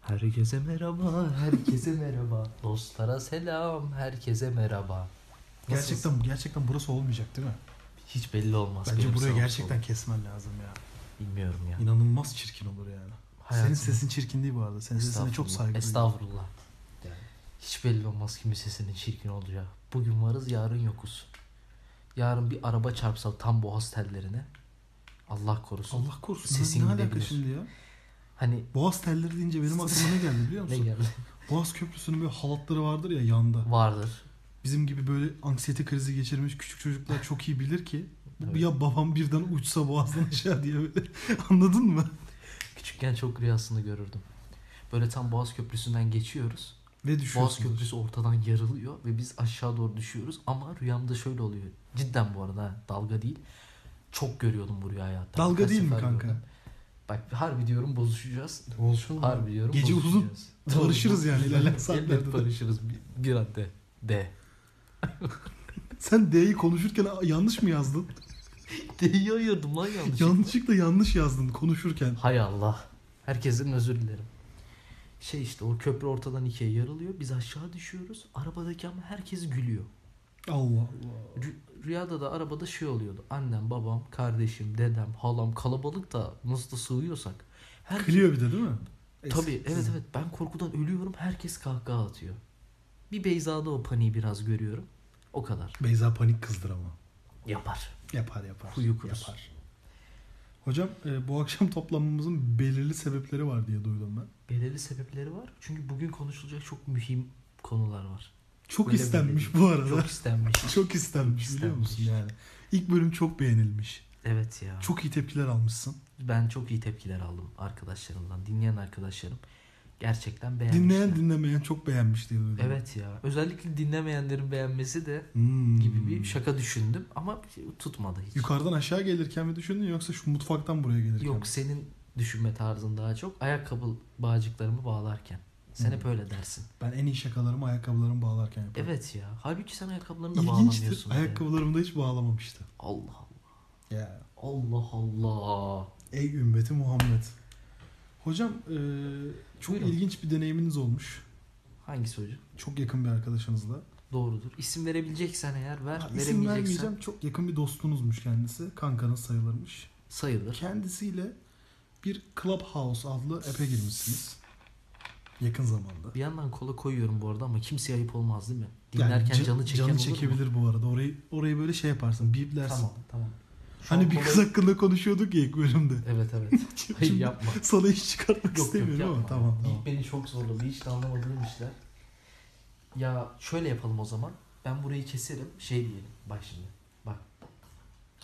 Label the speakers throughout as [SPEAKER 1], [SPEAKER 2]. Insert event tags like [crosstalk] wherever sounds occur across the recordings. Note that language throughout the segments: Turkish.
[SPEAKER 1] Herkese merhaba, herkese merhaba. Dostlara selam, herkese merhaba. Nasılsın?
[SPEAKER 2] Gerçekten gerçekten burası olmayacak değil mi?
[SPEAKER 1] hiç belli olmaz.
[SPEAKER 2] Bence
[SPEAKER 1] benim
[SPEAKER 2] burayı
[SPEAKER 1] sağım
[SPEAKER 2] gerçekten
[SPEAKER 1] solum.
[SPEAKER 2] kesmen lazım ya.
[SPEAKER 1] bilmiyorum ya.
[SPEAKER 2] İnanılmaz çirkin olur yani.
[SPEAKER 1] Hayatım-
[SPEAKER 2] Senin sesin çirkin değil bu arada. Senin sesine çok
[SPEAKER 1] Estağfurullah,
[SPEAKER 2] saygı duyuyorum.
[SPEAKER 1] Estağfurullah. Hiç belli olmaz kimin sesinin çirkin olacağı. Bugün varız, yarın yokuz. Yarın bir araba çarpsa tam boğaz tellerine. Allah korusun.
[SPEAKER 2] Allah korusun.
[SPEAKER 1] Sesin
[SPEAKER 2] Sesin ne alaka
[SPEAKER 1] gidebilir.
[SPEAKER 2] şimdi ya?
[SPEAKER 1] Hani
[SPEAKER 2] Boğaz telleri deyince benim aklıma ne geldi biliyor
[SPEAKER 1] ne
[SPEAKER 2] musun?
[SPEAKER 1] geldi? [laughs]
[SPEAKER 2] Boğaz Köprüsü'nün böyle halatları vardır ya yanda.
[SPEAKER 1] Vardır.
[SPEAKER 2] Bizim gibi böyle anksiyete krizi geçirmiş küçük çocuklar çok iyi bilir ki bu
[SPEAKER 1] Evet.
[SPEAKER 2] ya babam birden uçsa boğazdan aşağı diye böyle [laughs] anladın mı?
[SPEAKER 1] Küçükken çok rüyasını görürdüm. Böyle tam Boğaz Köprüsü'nden geçiyoruz.
[SPEAKER 2] Ve
[SPEAKER 1] Boğaz
[SPEAKER 2] düşüyorsun.
[SPEAKER 1] Köprüsü ortadan yarılıyor ve biz aşağı doğru düşüyoruz. Ama rüyamda şöyle oluyor. Cidden bu arada ha, dalga değil. Çok görüyordum bu rüyayı hatta.
[SPEAKER 2] Dalga
[SPEAKER 1] Birkaç
[SPEAKER 2] değil mi
[SPEAKER 1] sefer
[SPEAKER 2] kanka?
[SPEAKER 1] gördüm. Bak harbi diyorum bozuşacağız.
[SPEAKER 2] Olsun.
[SPEAKER 1] Harbi diyorum
[SPEAKER 2] Gece uzun [laughs]
[SPEAKER 1] bozuşacağız.
[SPEAKER 2] barışırız yani ilerleyen saatlerde
[SPEAKER 1] Elbet
[SPEAKER 2] de.
[SPEAKER 1] barışırız. Bir, bir an de. De.
[SPEAKER 2] Sen D'yi konuşurken yanlış mı yazdın?
[SPEAKER 1] D'yi ayırdım lan yanlış.
[SPEAKER 2] Yanlışlıkla yanlış yazdın konuşurken.
[SPEAKER 1] Hay Allah. Herkesin özür dilerim. Şey işte o köprü ortadan ikiye yarılıyor. Biz aşağı düşüyoruz. Arabadaki ama herkes gülüyor.
[SPEAKER 2] Allah Allah.
[SPEAKER 1] Rü- Rüyada da arabada şey oluyordu. Annem, babam, kardeşim, dedem, halam kalabalık da nasıl da sığıyorsak. Her...
[SPEAKER 2] Clio bir de değil mi?
[SPEAKER 1] Tabii evet evet ben korkudan ölüyorum. Herkes kahkaha atıyor. Bir Beyza'da o paniği biraz görüyorum. O kadar.
[SPEAKER 2] Beyza panik kızdır ama.
[SPEAKER 1] Yapar.
[SPEAKER 2] Yapar yapar.
[SPEAKER 1] Huyu kurusun.
[SPEAKER 2] Yapar. Hocam e, bu akşam toplanmamızın belirli sebepleri var diye duydum ben.
[SPEAKER 1] Belirli sebepleri var. Çünkü bugün konuşulacak çok mühim konular var.
[SPEAKER 2] Çok
[SPEAKER 1] Öyle
[SPEAKER 2] istenmiş
[SPEAKER 1] belirli.
[SPEAKER 2] bu arada.
[SPEAKER 1] Çok
[SPEAKER 2] Çok, [laughs]
[SPEAKER 1] istenmiş.
[SPEAKER 2] istenmiş,
[SPEAKER 1] Çok
[SPEAKER 2] biliyor musun
[SPEAKER 1] istenmiş.
[SPEAKER 2] yani. İlk bölüm çok beğenilmiş.
[SPEAKER 1] Evet ya.
[SPEAKER 2] Çok iyi tepkiler almışsın.
[SPEAKER 1] Ben çok iyi tepkiler aldım arkadaşlarımdan. Dinleyen arkadaşlarım gerçekten beğenmişler.
[SPEAKER 2] Dinleyen dinlemeyen çok beğenmiş diye duydum.
[SPEAKER 1] Evet ya. Özellikle dinlemeyenlerin beğenmesi de
[SPEAKER 2] Hmm.
[SPEAKER 1] gibi bir şaka düşündüm ama tutmadı hiç.
[SPEAKER 2] Yukarıdan aşağı gelirken mi düşündün yoksa şu mutfaktan buraya gelirken? mi?
[SPEAKER 1] Yok senin düşünme tarzın daha çok ayakkabı bağcıklarımı bağlarken. Sen
[SPEAKER 2] Hı.
[SPEAKER 1] hep öyle dersin.
[SPEAKER 2] Ben en iyi şakalarımı ayakkabılarımı bağlarken yaparım.
[SPEAKER 1] Evet ya. Halbuki sen ayakkabılarını da
[SPEAKER 2] İlginçtir.
[SPEAKER 1] bağlamıyorsun. bir de.
[SPEAKER 2] Ayakkabılarımı da hiç bağlamamıştı.
[SPEAKER 1] Allah Allah.
[SPEAKER 2] Ya.
[SPEAKER 1] Allah Allah.
[SPEAKER 2] Ey ümmeti Muhammed. Hocam eee, çok
[SPEAKER 1] Buyurun.
[SPEAKER 2] ilginç bir deneyiminiz olmuş.
[SPEAKER 1] Hangisi hocam?
[SPEAKER 2] Çok yakın bir arkadaşınızla.
[SPEAKER 1] Doğrudur. İsim verebileceksen eğer ver.
[SPEAKER 2] İsim
[SPEAKER 1] veremeyeceksen
[SPEAKER 2] vermeyeceğim. Çok yakın bir dostunuzmuş kendisi. Kankanız sayılırmış.
[SPEAKER 1] sayılır.
[SPEAKER 2] Kendisiyle bir Clubhouse adlı app'e girmişsiniz. Yakın zamanda.
[SPEAKER 1] Bir yandan kola koyuyorum bu arada ama kimseye ayıp olmaz değil mi?
[SPEAKER 2] Yani
[SPEAKER 1] Dinlerken
[SPEAKER 2] ca-
[SPEAKER 1] canı çeken
[SPEAKER 2] canı
[SPEAKER 1] olur mu?
[SPEAKER 2] çekebilir bu arada. Orayı orayı böyle şey yaparsın. Biplersin.
[SPEAKER 1] Tamam tamam. Şu an
[SPEAKER 2] Hani bir
[SPEAKER 1] kola-
[SPEAKER 2] kız hakkında konuşuyorduk ya ilk bölümde. [laughs]
[SPEAKER 1] Evet evet. Hayır yapma.
[SPEAKER 2] Sana iş çıkartmak
[SPEAKER 1] Yok yok
[SPEAKER 2] istemiyorum
[SPEAKER 1] yapma.
[SPEAKER 2] ama tamam
[SPEAKER 1] İlk
[SPEAKER 2] tamam.
[SPEAKER 1] beni çok zorladı. Hiç de anlamadığım işler. Ya şöyle yapalım o zaman. Ben burayı keserim. Şey diyelim. Bak şimdi. Bak.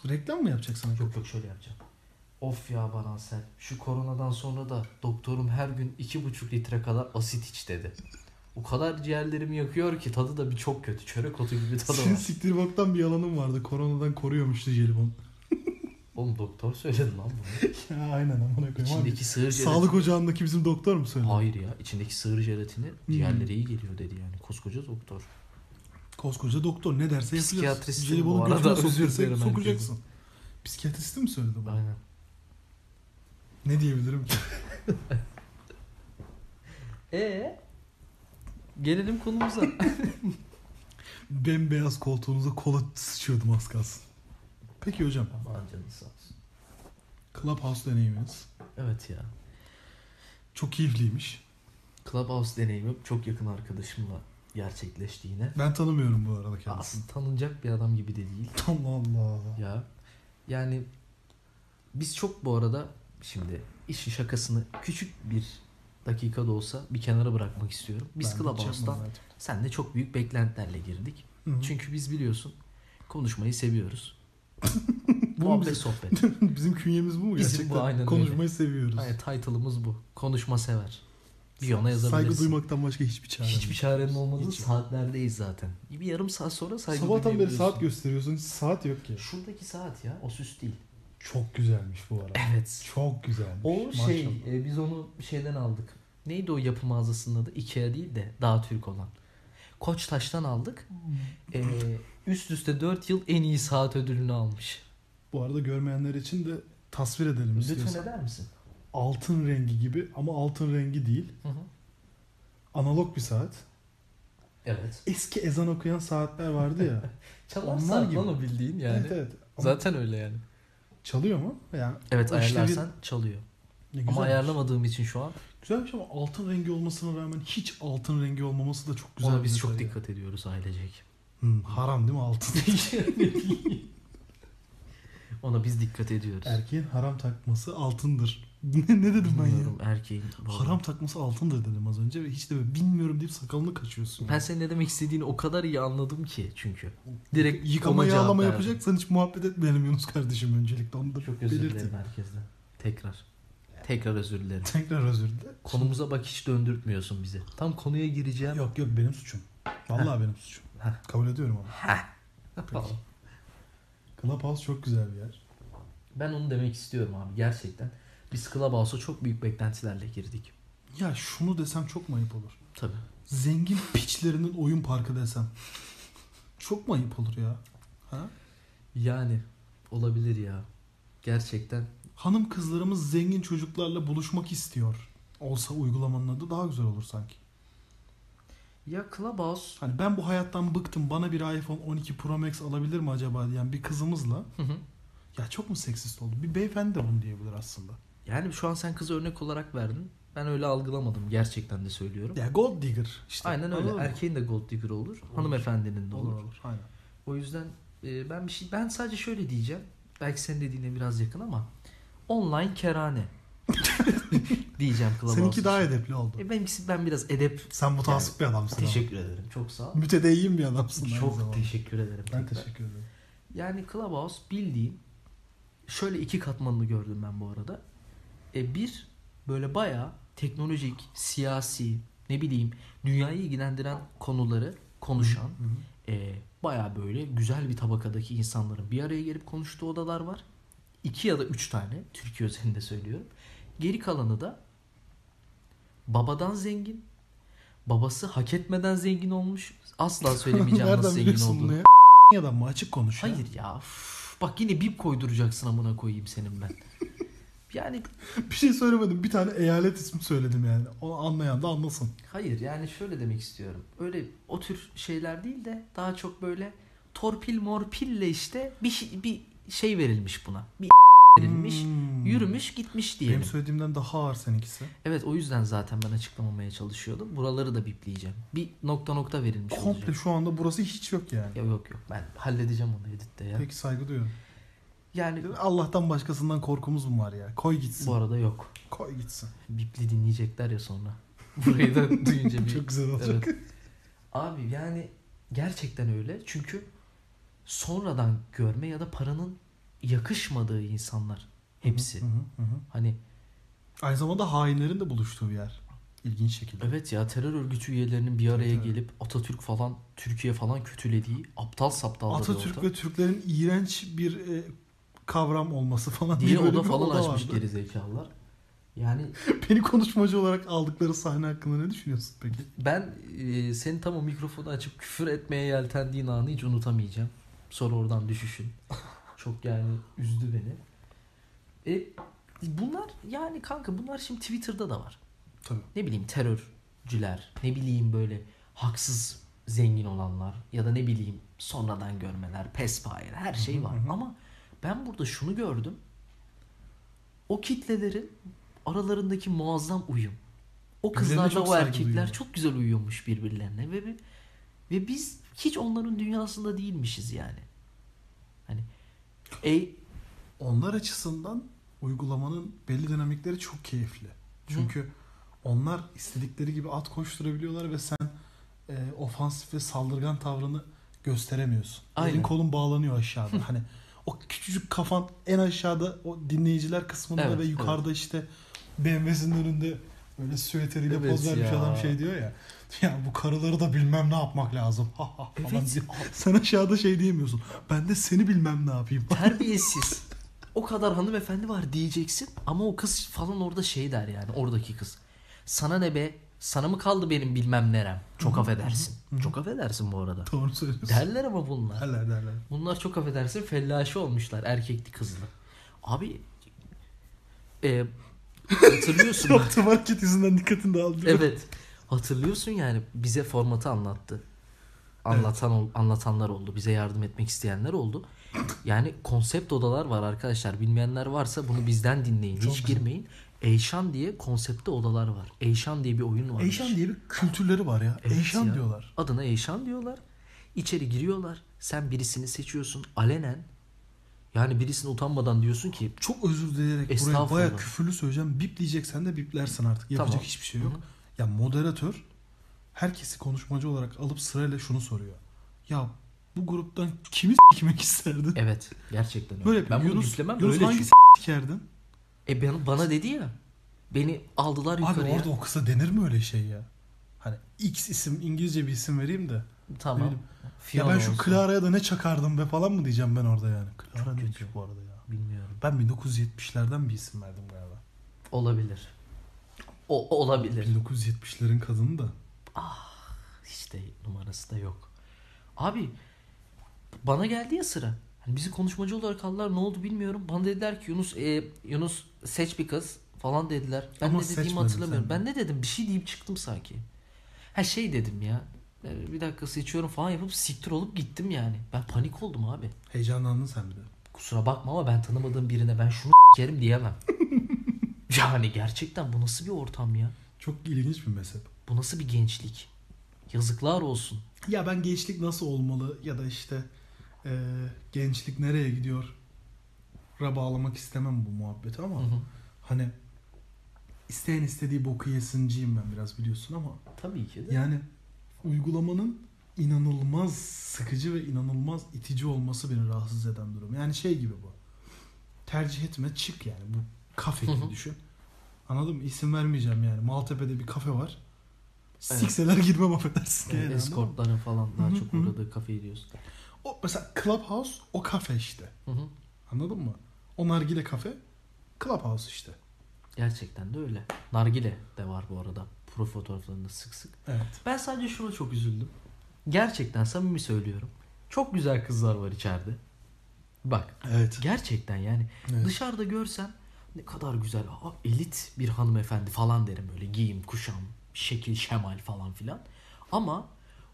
[SPEAKER 2] Reklam mı yapacaksın? acaba?
[SPEAKER 1] Yok yok şöyle yapacağım. Of ya bana sen. Şu koronadan sonra da doktorum her gün iki buçuk litre kadar asit iç dedi. O kadar ciğerlerimi yakıyor ki tadı da bir çok kötü. Çörek otu gibi tadı
[SPEAKER 2] Senin
[SPEAKER 1] var.
[SPEAKER 2] siktir boktan bir yalanın vardı. Koronadan koruyormuştu jelibon. [laughs]
[SPEAKER 1] Oğlum doktor söyledi lan bunu.
[SPEAKER 2] ya aynen amına koyayım. abi.
[SPEAKER 1] İçindeki sığır jelatini.
[SPEAKER 2] Sağlık ocağındaki bizim doktor mu söyledi?
[SPEAKER 1] Hayır ya içindeki sığır jelatini
[SPEAKER 2] Hmm.
[SPEAKER 1] ciğerlere iyi geliyor dedi yani. Koskoca doktor.
[SPEAKER 2] Koskoca doktor ne derse yapacağız.
[SPEAKER 1] Psikiyatristim
[SPEAKER 2] Jelibonun
[SPEAKER 1] bu arada,
[SPEAKER 2] götüne sok
[SPEAKER 1] özür
[SPEAKER 2] desek
[SPEAKER 1] dilerim herkese.
[SPEAKER 2] Sokacaksın. Psikiyatristi mi söyledi bana?
[SPEAKER 1] Aynen.
[SPEAKER 2] Ne diyebilirim ki? [laughs] E?
[SPEAKER 1] Ee gelelim konumuza.
[SPEAKER 2] Bembeyaz koltuğunuza kola sıçıyordum az kalsın. Peki hocam.
[SPEAKER 1] [laughs] Aman canın sağ olsun.
[SPEAKER 2] Clubhouse deneyiminiz.
[SPEAKER 1] Evet ya.
[SPEAKER 2] Çok keyifliymiş.
[SPEAKER 1] Clubhouse deneyimim çok yakın arkadaşımla gerçekleşti yine.
[SPEAKER 2] Ben tanımıyorum bu arada kendisini.
[SPEAKER 1] Aslında tanınacak bir adam gibi de değil
[SPEAKER 2] [laughs] Allah Allah.
[SPEAKER 1] ya. Yani biz çok bu arada şimdi işin şakasını küçük bir dakikada olsa bir kenara bırakmak istiyorum. Biz
[SPEAKER 2] Ben de hiç
[SPEAKER 1] Clubhouse'dan
[SPEAKER 2] yapmadım zaten.
[SPEAKER 1] sen de çok büyük beklentilerle girdik.
[SPEAKER 2] Hı hı.
[SPEAKER 1] Çünkü biz biliyorsun konuşmayı
[SPEAKER 2] [laughs]
[SPEAKER 1] seviyoruz.
[SPEAKER 2] Bunu
[SPEAKER 1] Muhabbet
[SPEAKER 2] biz-
[SPEAKER 1] sohbet.
[SPEAKER 2] [laughs] Bizim künyemiz bu mu
[SPEAKER 1] Bizim bu,
[SPEAKER 2] gerçekten?
[SPEAKER 1] aynen öyle.
[SPEAKER 2] Konuşmayı seviyoruz.
[SPEAKER 1] Hayır title'ımız bu. Konuşma sever. Bir ona yazabilirsin.
[SPEAKER 2] Saygı duymaktan başka hiçbir çare
[SPEAKER 1] Hiçbir şey
[SPEAKER 2] yok.
[SPEAKER 1] çarenin olmadığı
[SPEAKER 2] Hiç.
[SPEAKER 1] saatlerdeyiz zaten. Bir yarım saat sonra saygı
[SPEAKER 2] Sabahtan beri
[SPEAKER 1] duyabiliyorsun.
[SPEAKER 2] saat gösteriyorsun. hiç Saat yok ki.
[SPEAKER 1] Şuradaki saat ya o süs değil.
[SPEAKER 2] Çok güzelmiş bu arada.
[SPEAKER 1] Evet.
[SPEAKER 2] Çok güzelmiş.
[SPEAKER 1] O
[SPEAKER 2] Maşallah.
[SPEAKER 1] şey e, biz onu şeyden aldık. Neydi o yapı mağazasının adı? Ikea değil de daha Türk olan. Koçtaş'tan aldık.
[SPEAKER 2] Hmm.
[SPEAKER 1] E, üst üste 4 yıl en iyi saat ödülünü almış.
[SPEAKER 2] Bu arada görmeyenler için de tasvir edelim
[SPEAKER 1] Lütfen
[SPEAKER 2] istiyorsan.
[SPEAKER 1] eder misin?
[SPEAKER 2] Altın rengi gibi ama altın rengi değil.
[SPEAKER 1] Hı hı.
[SPEAKER 2] analog bir saat.
[SPEAKER 1] Evet.
[SPEAKER 2] Eski ezan okuyan saatler vardı ya.
[SPEAKER 1] Çalar
[SPEAKER 2] Onlar
[SPEAKER 1] saat
[SPEAKER 2] gibi.
[SPEAKER 1] lan o bildiğin [laughs] yani.
[SPEAKER 2] Evet evet. Ama
[SPEAKER 1] Zaten öyle yani.
[SPEAKER 2] Çalıyor mu? Yani
[SPEAKER 1] Evet
[SPEAKER 2] O işte bir-
[SPEAKER 1] ayarlarsan çalıyor.
[SPEAKER 2] ne
[SPEAKER 1] Ama
[SPEAKER 2] güzelmiş.
[SPEAKER 1] ayarlamadığım için şu an
[SPEAKER 2] Güzelmiş ama altın rengi olmasına rağmen hiç altın rengi olmaması da çok güzel.
[SPEAKER 1] ona
[SPEAKER 2] bir
[SPEAKER 1] biz
[SPEAKER 2] detay
[SPEAKER 1] çok
[SPEAKER 2] ya.
[SPEAKER 1] dikkat ediyoruz ailecek.
[SPEAKER 2] Hmm, haram değil mi altın?
[SPEAKER 1] [laughs] ona biz dikkat ediyoruz.
[SPEAKER 2] Erkeğin haram takması altındır. [laughs] ne, ne dedim ben ya?
[SPEAKER 1] Bilmiyorum erkeğin. vallahi.
[SPEAKER 2] Haram takması altındır dedim az önce ve hiç de böyle bilmiyorum deyip sakalını kaçıyorsun.
[SPEAKER 1] Ben senin ne demek istediğini o kadar iyi anladım ki çünkü. Direkt
[SPEAKER 2] Yıkama
[SPEAKER 1] ona cevap
[SPEAKER 2] yağlama
[SPEAKER 1] verdim.
[SPEAKER 2] yapacaksan hiç muhabbet etmeyelim Yunus kardeşim öncelikle onu da
[SPEAKER 1] Çok özür
[SPEAKER 2] belirteyim.
[SPEAKER 1] dilerim herkesten. Tekrar. Tekrar özür dilerim.
[SPEAKER 2] Tekrar özür dilerim.
[SPEAKER 1] Konumuza bak hiç döndürtmüyorsun bizi. Tam konuya gireceğim.
[SPEAKER 2] Yok yok benim suçum. Vallahi benim suçum.
[SPEAKER 1] Heh.
[SPEAKER 2] Kabul ediyorum ama.
[SPEAKER 1] Falan.
[SPEAKER 2] Clubhouse çok güzel bir yer.
[SPEAKER 1] Ben onu demek istiyorum abi gerçekten. Biz Clubhouse'a çok büyük beklentilerle girdik.
[SPEAKER 2] Ya şunu desem çok mu ayıp olur?
[SPEAKER 1] Tabii.
[SPEAKER 2] Zengin piçlerinin oyun parkı desem. Çok mu ayıp olur ya? Ha?
[SPEAKER 1] Yani olabilir ya. Gerçekten
[SPEAKER 2] Hanım kızlarımız zengin çocuklarla buluşmak istiyor. Olsa uygulamanın adı daha güzel olur sanki.
[SPEAKER 1] ya Clubhouse
[SPEAKER 2] Hani ben bu hayattan bıktım bana bir iPhone 12 Pro Max alabilir mi acaba diyen bir kızımızla
[SPEAKER 1] Hı hı.
[SPEAKER 2] ya çok mu seksist oldu? Bir beyefendi de bunu diyebilir aslında.
[SPEAKER 1] yani şu an sen kızı örnek olarak verdin. Ben öyle algılamadım gerçekten de söylüyorum.
[SPEAKER 2] Ya gold digger işte.
[SPEAKER 1] Aynen öyle.
[SPEAKER 2] Anladın mı?
[SPEAKER 1] Erkeğin de gold digger olur, hanımefendinin de
[SPEAKER 2] olur
[SPEAKER 1] olur.
[SPEAKER 2] olur. Aynen.
[SPEAKER 1] O yüzden e, ben bir şey ben sadece şöyle diyeceğim. Belki senin dediğine biraz yakın ama online kerane
[SPEAKER 2] [laughs]
[SPEAKER 1] diyeceğim Clubhouse.
[SPEAKER 2] Seninki daha
[SPEAKER 1] için.
[SPEAKER 2] edepli oldu.
[SPEAKER 1] E, benimkisi ben biraz edep
[SPEAKER 2] Sen mutasip bir adamsın. ama.
[SPEAKER 1] Teşekkür ederim. Çok sağ ol.
[SPEAKER 2] Mütedeyyin bir adamsın. aynı
[SPEAKER 1] Çok
[SPEAKER 2] zamanda.
[SPEAKER 1] teşekkür ederim.
[SPEAKER 2] Ben
[SPEAKER 1] tekrar.
[SPEAKER 2] teşekkür ederim.
[SPEAKER 1] Yani Clubhouse bildiğin şöyle iki katmanını gördüm ben bu arada. E bir böyle bayağı teknolojik, siyasi, ne bileyim dünyayı ilgilendiren konuları konuşan
[SPEAKER 2] Hı hı.
[SPEAKER 1] e, bayağı böyle güzel bir tabakadaki insanların bir araya gelip konuştuğu odalar var. İki ya da üç tane Türkiye özelinde söylüyorum. Geri kalanı da babadan zengin, babası hak etmeden zengin olmuş. Asla
[SPEAKER 2] [laughs]
[SPEAKER 1] söylemeyeceğim
[SPEAKER 2] Nereden
[SPEAKER 1] nasıl zengin
[SPEAKER 2] biliyorsun
[SPEAKER 1] olduğunu.
[SPEAKER 2] bunu ya? Ya [laughs] da mı açık konuş. ya.
[SPEAKER 1] Hayır ya. üf. Bak yine bip koyduracaksın amına koyayım senin ben. Yani
[SPEAKER 2] Bir şey söylemedim. Bir tane eyalet ismi söyledim yani. Onu anlayan da anlasın.
[SPEAKER 1] hayır yani şöyle demek istiyorum. Öyle o tür şeyler değil de daha çok böyle torpil morpille işte bir şey, bir şey verilmiş buna. Bir [laughs] verilmiş,
[SPEAKER 2] Hmm.
[SPEAKER 1] yürümüş, gitmiş diyelim.
[SPEAKER 2] Benim söylediğimden daha ağır seninkisi.
[SPEAKER 1] Evet o yüzden zaten ben açıklamamaya çalışıyordum. Buraları da bipleyeceğim. Bir nokta nokta verilmiş
[SPEAKER 2] Komple
[SPEAKER 1] olacak.
[SPEAKER 2] şu anda burası hiç yok yani.
[SPEAKER 1] Ya yok yok ben halledeceğim onu editte ya.
[SPEAKER 2] Peki saygı duyuyorum.
[SPEAKER 1] Yani
[SPEAKER 2] Allah'tan başkasından korkumuz mu var ya? Koy gitsin.
[SPEAKER 1] bu arada yok.
[SPEAKER 2] Koy gitsin.
[SPEAKER 1] Bipli dinleyecekler ya
[SPEAKER 2] [laughs]
[SPEAKER 1] sonra. Burayı da duyunca bir
[SPEAKER 2] Çok güzel olacak.
[SPEAKER 1] Evet. Abi yani gerçekten öyle. Çünkü sonradan görme ya da paranın yakışmadığı insanlar hepsi.
[SPEAKER 2] Hı hı hı.
[SPEAKER 1] Hani
[SPEAKER 2] Aynı zamanda hainlerin de buluştuğu bir yer. İlginç şekilde.
[SPEAKER 1] evet ya terör örgütü üyelerinin bir araya
[SPEAKER 2] Evet, evet.
[SPEAKER 1] gelip Atatürk falan Türkiye falan kötülediği aptal saptalları
[SPEAKER 2] Atatürk
[SPEAKER 1] orada.
[SPEAKER 2] ve Türklerin iğrenç bir e, kavram olması falan
[SPEAKER 1] diye
[SPEAKER 2] böyle
[SPEAKER 1] oda
[SPEAKER 2] bir
[SPEAKER 1] falan açmış
[SPEAKER 2] vardı.
[SPEAKER 1] gerizekalılar. Yani
[SPEAKER 2] [laughs] Beni konuşmacı olarak aldıkları sahne hakkında ne düşünüyorsun peki?
[SPEAKER 1] ben e, senin tam o mikrofonu açıp küfür etmeye yeltendiğin anı hiç unutamayacağım. Sonra oradan düşüşün. Çok yani üzdü beni. E, bunlar yani kanka bunlar şimdi Twitter'da da var.
[SPEAKER 2] Tabii.
[SPEAKER 1] Ne bileyim terörcüler, ne bileyim böyle haksız zengin olanlar ya da ne bileyim sonradan görmeler, pespayeler her şey var. Ama ben burada şunu gördüm. O kitlelerin aralarındaki muazzam uyum. O
[SPEAKER 2] Birbirlerine
[SPEAKER 1] kızlarla
[SPEAKER 2] çok
[SPEAKER 1] o
[SPEAKER 2] saygı
[SPEAKER 1] erkekler
[SPEAKER 2] duyuyorlar.
[SPEAKER 1] çok güzel uyuyormuş birbirlerine ve ve- ve biz hiç onların dünyasında değilmişiz yani. Hani ey
[SPEAKER 2] Onlar açısından uygulamanın belli dinamikleri çok keyifli. Çünkü onlar istedikleri gibi at koşturabiliyorlar ve sen e, ofansif ve saldırgan tavrını gösteremiyorsun.
[SPEAKER 1] Aynen.
[SPEAKER 2] Elin kolun bağlanıyor aşağıda. hani o küçücük kafan en aşağıda o dinleyiciler kısmında
[SPEAKER 1] Evet,
[SPEAKER 2] ve
[SPEAKER 1] evet.
[SPEAKER 2] yukarıda işte BMW'sinin önünde böyle süveteriyle
[SPEAKER 1] Evet
[SPEAKER 2] poz vermiş
[SPEAKER 1] ya.
[SPEAKER 2] adam şey diyor ya. Ya bu karıları da bilmem ne yapmak lazım. Ha ha falan
[SPEAKER 1] Evet.
[SPEAKER 2] diyor. Sen aşağıda şey diyemiyorsun. Ben de seni bilmem ne yapayım. [laughs]
[SPEAKER 1] terbiyesiz. O kadar hanımefendi var diyeceksin ama o kız falan orada şey der yani oradaki kız. Sana ne be? Sana mı kaldı benim bilmem nerem? Çok affedersin. Çok affedersin bu arada.
[SPEAKER 2] Doğru söylüyorsun.
[SPEAKER 1] Derler ama bunlar.
[SPEAKER 2] Derler derler.
[SPEAKER 1] Bunlar çok affedersin fellaşi olmuşlar erkekli kızlı. Abi e, hatırlıyorsun
[SPEAKER 2] Yaptığım hareket yüzünden dikkatin dağıldı.
[SPEAKER 1] evet. Hatırlıyorsun yani bize formatı anlattı. Anlatan ol- anlatanlar oldu. Bize yardım etmek isteyenler oldu. Yani konsept odalar var arkadaşlar. Bilmeyenler varsa bunu bizden dinleyin.
[SPEAKER 2] Çok
[SPEAKER 1] Hiç
[SPEAKER 2] güzel.
[SPEAKER 1] girmeyin. Eyşan diye konsepte odalar var. Eyşan diye bir oyun var.
[SPEAKER 2] Eyşan diye bir kültürleri var ya.
[SPEAKER 1] Evet
[SPEAKER 2] Eyşan
[SPEAKER 1] ya.
[SPEAKER 2] diyorlar.
[SPEAKER 1] Adına Eyşan diyorlar. İçeri giriyorlar. Sen birisini seçiyorsun alenen. Yani birisini utanmadan diyorsun ki
[SPEAKER 2] Çok özür dileyerek buraya
[SPEAKER 1] Estağfurullah.
[SPEAKER 2] baya küfürlü söyleyeceğim. Bip diyeceksen de biplersin artık. Yapacak
[SPEAKER 1] Tamam.
[SPEAKER 2] hiçbir şey yok. Ya moderatör herkesi konuşmacı olarak alıp sırayla şunu soruyor. Ya bu gruptan kimi s**mek isterdin?
[SPEAKER 1] evet gerçekten öyle.
[SPEAKER 2] Böyle
[SPEAKER 1] E,
[SPEAKER 2] yapayım.
[SPEAKER 1] ben bunu
[SPEAKER 2] Yunus,
[SPEAKER 1] yüklemem
[SPEAKER 2] Yunus
[SPEAKER 1] böyle
[SPEAKER 2] hangi
[SPEAKER 1] çünkü.
[SPEAKER 2] s- sikerdin?
[SPEAKER 1] E ben, bana dedi ya. Beni aldılar
[SPEAKER 2] Abi
[SPEAKER 1] yukarıya.
[SPEAKER 2] orada o kıza denir mi öyle şey ya? Hani X isim İngilizce bir isim vereyim de. ne
[SPEAKER 1] Tamam.
[SPEAKER 2] bileyim,
[SPEAKER 1] Fiona
[SPEAKER 2] ya ben şu
[SPEAKER 1] olsun.
[SPEAKER 2] Clara'ya da ne çakardım be falan mı diyeceğim ben orada yani. Clara
[SPEAKER 1] Çok
[SPEAKER 2] ne
[SPEAKER 1] kötü.
[SPEAKER 2] ki bu arada ya?
[SPEAKER 1] Bilmiyorum.
[SPEAKER 2] Ben 1970'lerden bir isim verdim galiba.
[SPEAKER 1] Olabilir. O olabilir.
[SPEAKER 2] 1970'lerin kadını da.
[SPEAKER 1] Hiç de numarası da yok. Abi bana geldi ya sıra. Hani bizi konuşmacı olarak aldılar ne oldu bilmiyorum. Bana dediler ki Yunus e, Yunus seç bir kız falan dediler. Ben
[SPEAKER 2] Ama
[SPEAKER 1] ne dediğimi
[SPEAKER 2] seçmedin
[SPEAKER 1] hatırlamıyorum.
[SPEAKER 2] sen
[SPEAKER 1] Ben ne dedim bir şey deyip çıktım sanki. Ha şey dedim ya. e, Bir dakika seçiyorum falan yapıp siktir olup gittim yani. Ben panik oldum abi.
[SPEAKER 2] Heyecanlandın sen bir de.
[SPEAKER 1] Kusura bakma ama ben tanımadığım birine ben şunu [laughs] yerim diyemem. yani gerçekten bu nasıl bir ortam ya?
[SPEAKER 2] Çok ilginç bir mezhep.
[SPEAKER 1] Bu nasıl bir gençlik? Yazıklar olsun.
[SPEAKER 2] Ya ben gençlik nasıl olmalı ya da işte eee, gençlik nereye gidiyor? Ra bağlamak istemem bu muhabbeti ama
[SPEAKER 1] Hı hı.
[SPEAKER 2] hani isteyen istediği boku yesinciyim ben biraz biliyorsun ama
[SPEAKER 1] Tabii ki de.
[SPEAKER 2] yani uygulamanın inanılmaz sıkıcı ve inanılmaz itici olması beni rahatsız eden durum. Yani şey gibi bu. Tercih etme çık yani bu kafe gibi düşün. Anladın mı? İsim vermeyeceğim yani. Maltepe'de bir kafe var.
[SPEAKER 1] Evet.
[SPEAKER 2] Sikseler girmem affedersin.
[SPEAKER 1] Yani
[SPEAKER 2] yani, anladın mı?
[SPEAKER 1] eskortların falan daha
[SPEAKER 2] Hı hı,
[SPEAKER 1] çok
[SPEAKER 2] hı.
[SPEAKER 1] uğradığı kafeyi diyorsun.
[SPEAKER 2] O mesela Clubhouse o kafe işte.
[SPEAKER 1] Hı hı.
[SPEAKER 2] Anladın mı? O nargile kafe Clubhouse işte.
[SPEAKER 1] Gerçekten de öyle. Nargile de var bu arada. Pro fotoğraflarında sık sık.
[SPEAKER 2] Evet.
[SPEAKER 1] Ben sadece şuna çok üzüldüm. Gerçekten samimi söylüyorum. Çok güzel kızlar var içeride. Bak
[SPEAKER 2] Evet.
[SPEAKER 1] gerçekten yani
[SPEAKER 2] Evet.
[SPEAKER 1] dışarıda görsem ne kadar güzel aa, elit bir hanımefendi falan derim böyle giyim kuşam şekil şemal falan filan. Ama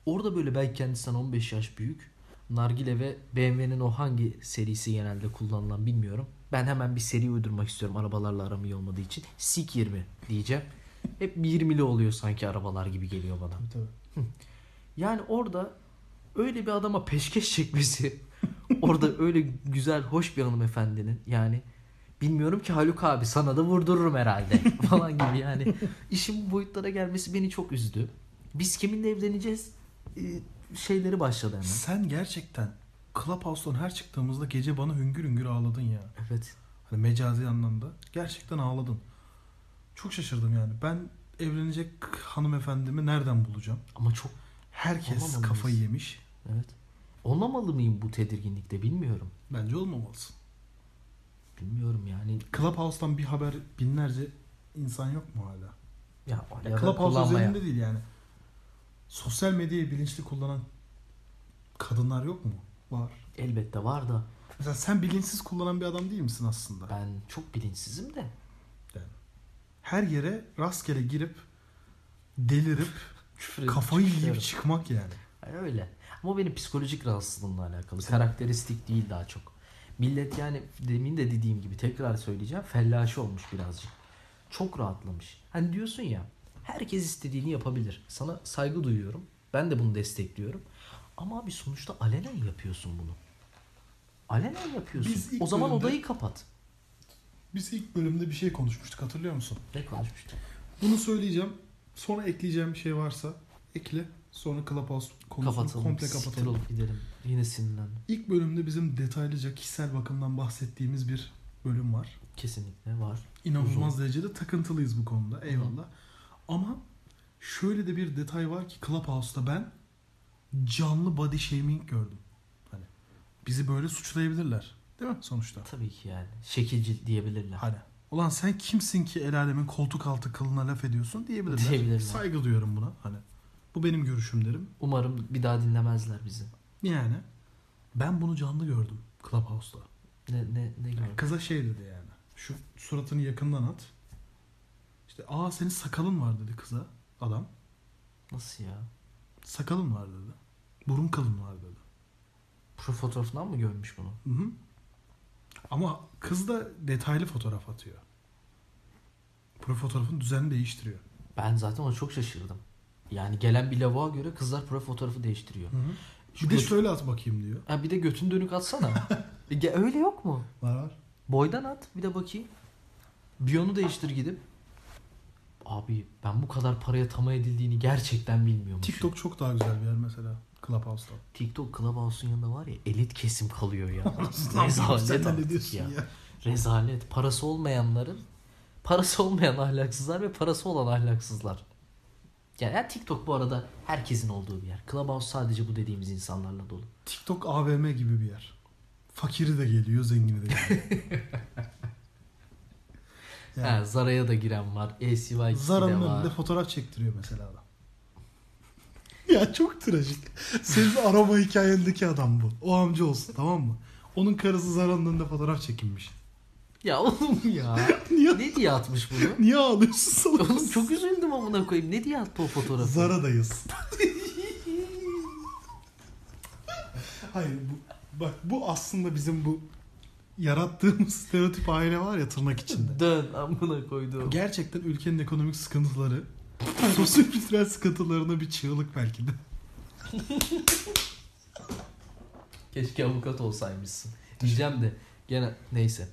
[SPEAKER 1] orada böyle belki kendisinden 15 yaş büyük nargile ve BMW'nin o hangi serisi genelde kullanılan bilmiyorum. Ben hemen bir seri uydurmak istiyorum arabalarla aram iyi olmadığı için. Sik 20 diyeceğim. Hep 20'li oluyor sanki arabalar gibi geliyor bana.
[SPEAKER 2] Tabii, tabii.
[SPEAKER 1] Yani orada öyle bir adama peşkeş
[SPEAKER 2] [laughs]
[SPEAKER 1] çekmesi, orada öyle güzel, hoş bir hanımefendinin yani bilmiyorum ki Haluk abi sana da vurdururum
[SPEAKER 2] [laughs]
[SPEAKER 1] herhalde falan gibi yani işin bu boyutlara gelmesi beni çok üzdü. Biz kiminle evleneceğiz ee, şeyleri başladı hemen.
[SPEAKER 2] Sen gerçekten Clubhouse'dan her çıktığımızda gece bana hüngür hüngür ağladın ya.
[SPEAKER 1] Evet.
[SPEAKER 2] Hani mecazi anlamda. Gerçekten ağladın. Çok şaşırdım yani. Ben evlenecek hanımefendimi nereden bulacağım?
[SPEAKER 1] Ama çok
[SPEAKER 2] Herkes
[SPEAKER 1] Olmamalı
[SPEAKER 2] kafayı
[SPEAKER 1] mıyız?
[SPEAKER 2] yemiş.
[SPEAKER 1] evet. Olmamalı mıyım bu tedirginlikte bilmiyorum.
[SPEAKER 2] Bence olmamalısın.
[SPEAKER 1] Bilmiyorum yani.
[SPEAKER 2] Clubhouse'dan bir haber binlerce insan yok mu hala?
[SPEAKER 1] Ya, ya, da
[SPEAKER 2] Clubhouse
[SPEAKER 1] kullanmaya-
[SPEAKER 2] üzerinde değil yani. Sosyal medyayı bilinçli kullanan kadınlar yok mu? Var.
[SPEAKER 1] Elbette var da
[SPEAKER 2] Mesela sen bilinçsiz kullanan bir adam değil misin aslında?
[SPEAKER 1] ben çok bilinçsizim de.
[SPEAKER 2] Her yere rastgele girip delirip
[SPEAKER 1] Küfür edip
[SPEAKER 2] kafayı
[SPEAKER 1] çıkıyorum.
[SPEAKER 2] yiyip çıkmak yani.
[SPEAKER 1] Yani Öyle. Ama o benim psikolojik rahatsızlığımla alakalı. Karakteristik değil daha çok. Millet yani demin de dediğim gibi tekrar söyleyeceğim. Fellaşı olmuş birazcık. Çok rahatlamış. Hani diyorsun ya herkes istediğini yapabilir. Sana saygı duyuyorum. Ben de bunu destekliyorum. Ama abi sonuçta alenen yapıyorsun bunu. Alenen yapıyorsun.
[SPEAKER 2] Biz ilk
[SPEAKER 1] O zaman
[SPEAKER 2] bölümde-
[SPEAKER 1] odayı kapat.
[SPEAKER 2] Biz ilk bölümde bir şey konuşmuştuk hatırlıyor musun?
[SPEAKER 1] Ne konuşmuştuk?
[SPEAKER 2] Bunu söyleyeceğim. Sonra ekleyeceğim bir şey varsa ekle. Sonra Clubhouse konusunu
[SPEAKER 1] Kapatalım.
[SPEAKER 2] komple
[SPEAKER 1] Siktir
[SPEAKER 2] kapatalım.
[SPEAKER 1] olup gidelim. Yine sinirlendim.
[SPEAKER 2] İlk bölümde bizim detaylıca kişisel bakımdan bahsettiğimiz bir bölüm var.
[SPEAKER 1] Kesinlikle var.
[SPEAKER 2] İnanılmaz derecede takıntılıyız bu konuda. Eyvallah. Ama şöyle de bir detay var ki Clubhouse'da ben canlı body shaming gördüm. Hani bizi böyle suçlayabilirler. Değil mi sonuçta?
[SPEAKER 1] Tabii ki yani. Şekilci diyebilirler.
[SPEAKER 2] Hani ulan sen kimsin ki el alemin koltuk altı kılına laf ediyorsun diyebilirler.
[SPEAKER 1] Diyebilirler.
[SPEAKER 2] Saygı duyuyorum buna. Hani bu benim görüşüm derim.
[SPEAKER 1] Umarım bir daha dinlemezler bizi.
[SPEAKER 2] Yani ben bunu canlı gördüm Clubhouse'da.
[SPEAKER 1] Ne ne ne gördün?
[SPEAKER 2] Kıza şey dedi yani. Şu suratını yakından at. İşte aa senin sakalın var dedi kıza adam.
[SPEAKER 1] Nasıl ya?
[SPEAKER 2] Sakalım var dedi. Burun kalın var dedi.
[SPEAKER 1] Pro fotoğrafından mı görmüş bunu?
[SPEAKER 2] Hı hı. Ama kız da detaylı fotoğraf atıyor. Pro fotoğrafın düzenini değiştiriyor.
[SPEAKER 1] Ben zaten ona çok şaşırdım. Yani gelen bir lavuğa göre kızlar pro fotoğrafı değiştiriyor.
[SPEAKER 2] Hı hı.
[SPEAKER 1] Şu
[SPEAKER 2] Bir de
[SPEAKER 1] göt-
[SPEAKER 2] şöyle at bakayım diyor.
[SPEAKER 1] Ha, bir de götün dönük
[SPEAKER 2] [laughs]
[SPEAKER 1] atsana. E, ge- Öyle yok mu?
[SPEAKER 2] Var var.
[SPEAKER 1] Boydan at bir de bakayım. Biyonu değiştir gidip. Abi ben bu kadar paraya tamah edildiğini gerçekten bilmiyormuşum.
[SPEAKER 2] TikTok çok daha güzel bir yer mesela. Clubhouse'dan.
[SPEAKER 1] TikTok Clubhouse'un yanında var ya elit kesim kalıyor ya.
[SPEAKER 2] [laughs] Sen
[SPEAKER 1] Rezalet
[SPEAKER 2] de ne
[SPEAKER 1] artık
[SPEAKER 2] diyorsun
[SPEAKER 1] ya.
[SPEAKER 2] ya?
[SPEAKER 1] Rezalet. Parası olmayanların parası olmayan ahlaksızlar ve parası olan ahlaksızlar. Yani, yani TikTok bu arada herkesin olduğu bir yer. Clubhouse sadece bu dediğimiz insanlarla dolu.
[SPEAKER 2] TikTok AVM gibi bir yer. Fakiri de geliyor,
[SPEAKER 1] [laughs]
[SPEAKER 2] zengini de geliyor.
[SPEAKER 1] Ha,
[SPEAKER 2] yani
[SPEAKER 1] Zara'ya da giren var. ACY'de
[SPEAKER 2] Zara'nın
[SPEAKER 1] de var.
[SPEAKER 2] önünde fotoğraf çektiriyor mesela adam. [laughs] ya çok trajik.
[SPEAKER 1] [laughs]
[SPEAKER 2] Senin araba hikayendeki adam bu. O amca olsun tamam mı? Onun karısı Zara'nın önünde fotoğraf çekinmiş. [laughs]
[SPEAKER 1] Ya oğlum ya.
[SPEAKER 2] Niye,
[SPEAKER 1] ne diye atmış bunu?
[SPEAKER 2] niye ağlıyorsun salak?
[SPEAKER 1] Oğlum çok üzüldüm amına koyayım. Ne diye attı o fotoğrafı?
[SPEAKER 2] Zara'dayız. [laughs] Hayır bu, bak bu aslında bizim bu yarattığımız stereotip aile var ya tırnak içinde.
[SPEAKER 1] Dön amına koyduğum.
[SPEAKER 2] Gerçekten ülkenin ekonomik sıkıntıları, [laughs] sosyo-kültürel sıkıntılarına bir çığlık belki de.
[SPEAKER 1] Keşke avukat olsaymışsın. Diyeceğim de gene neyse.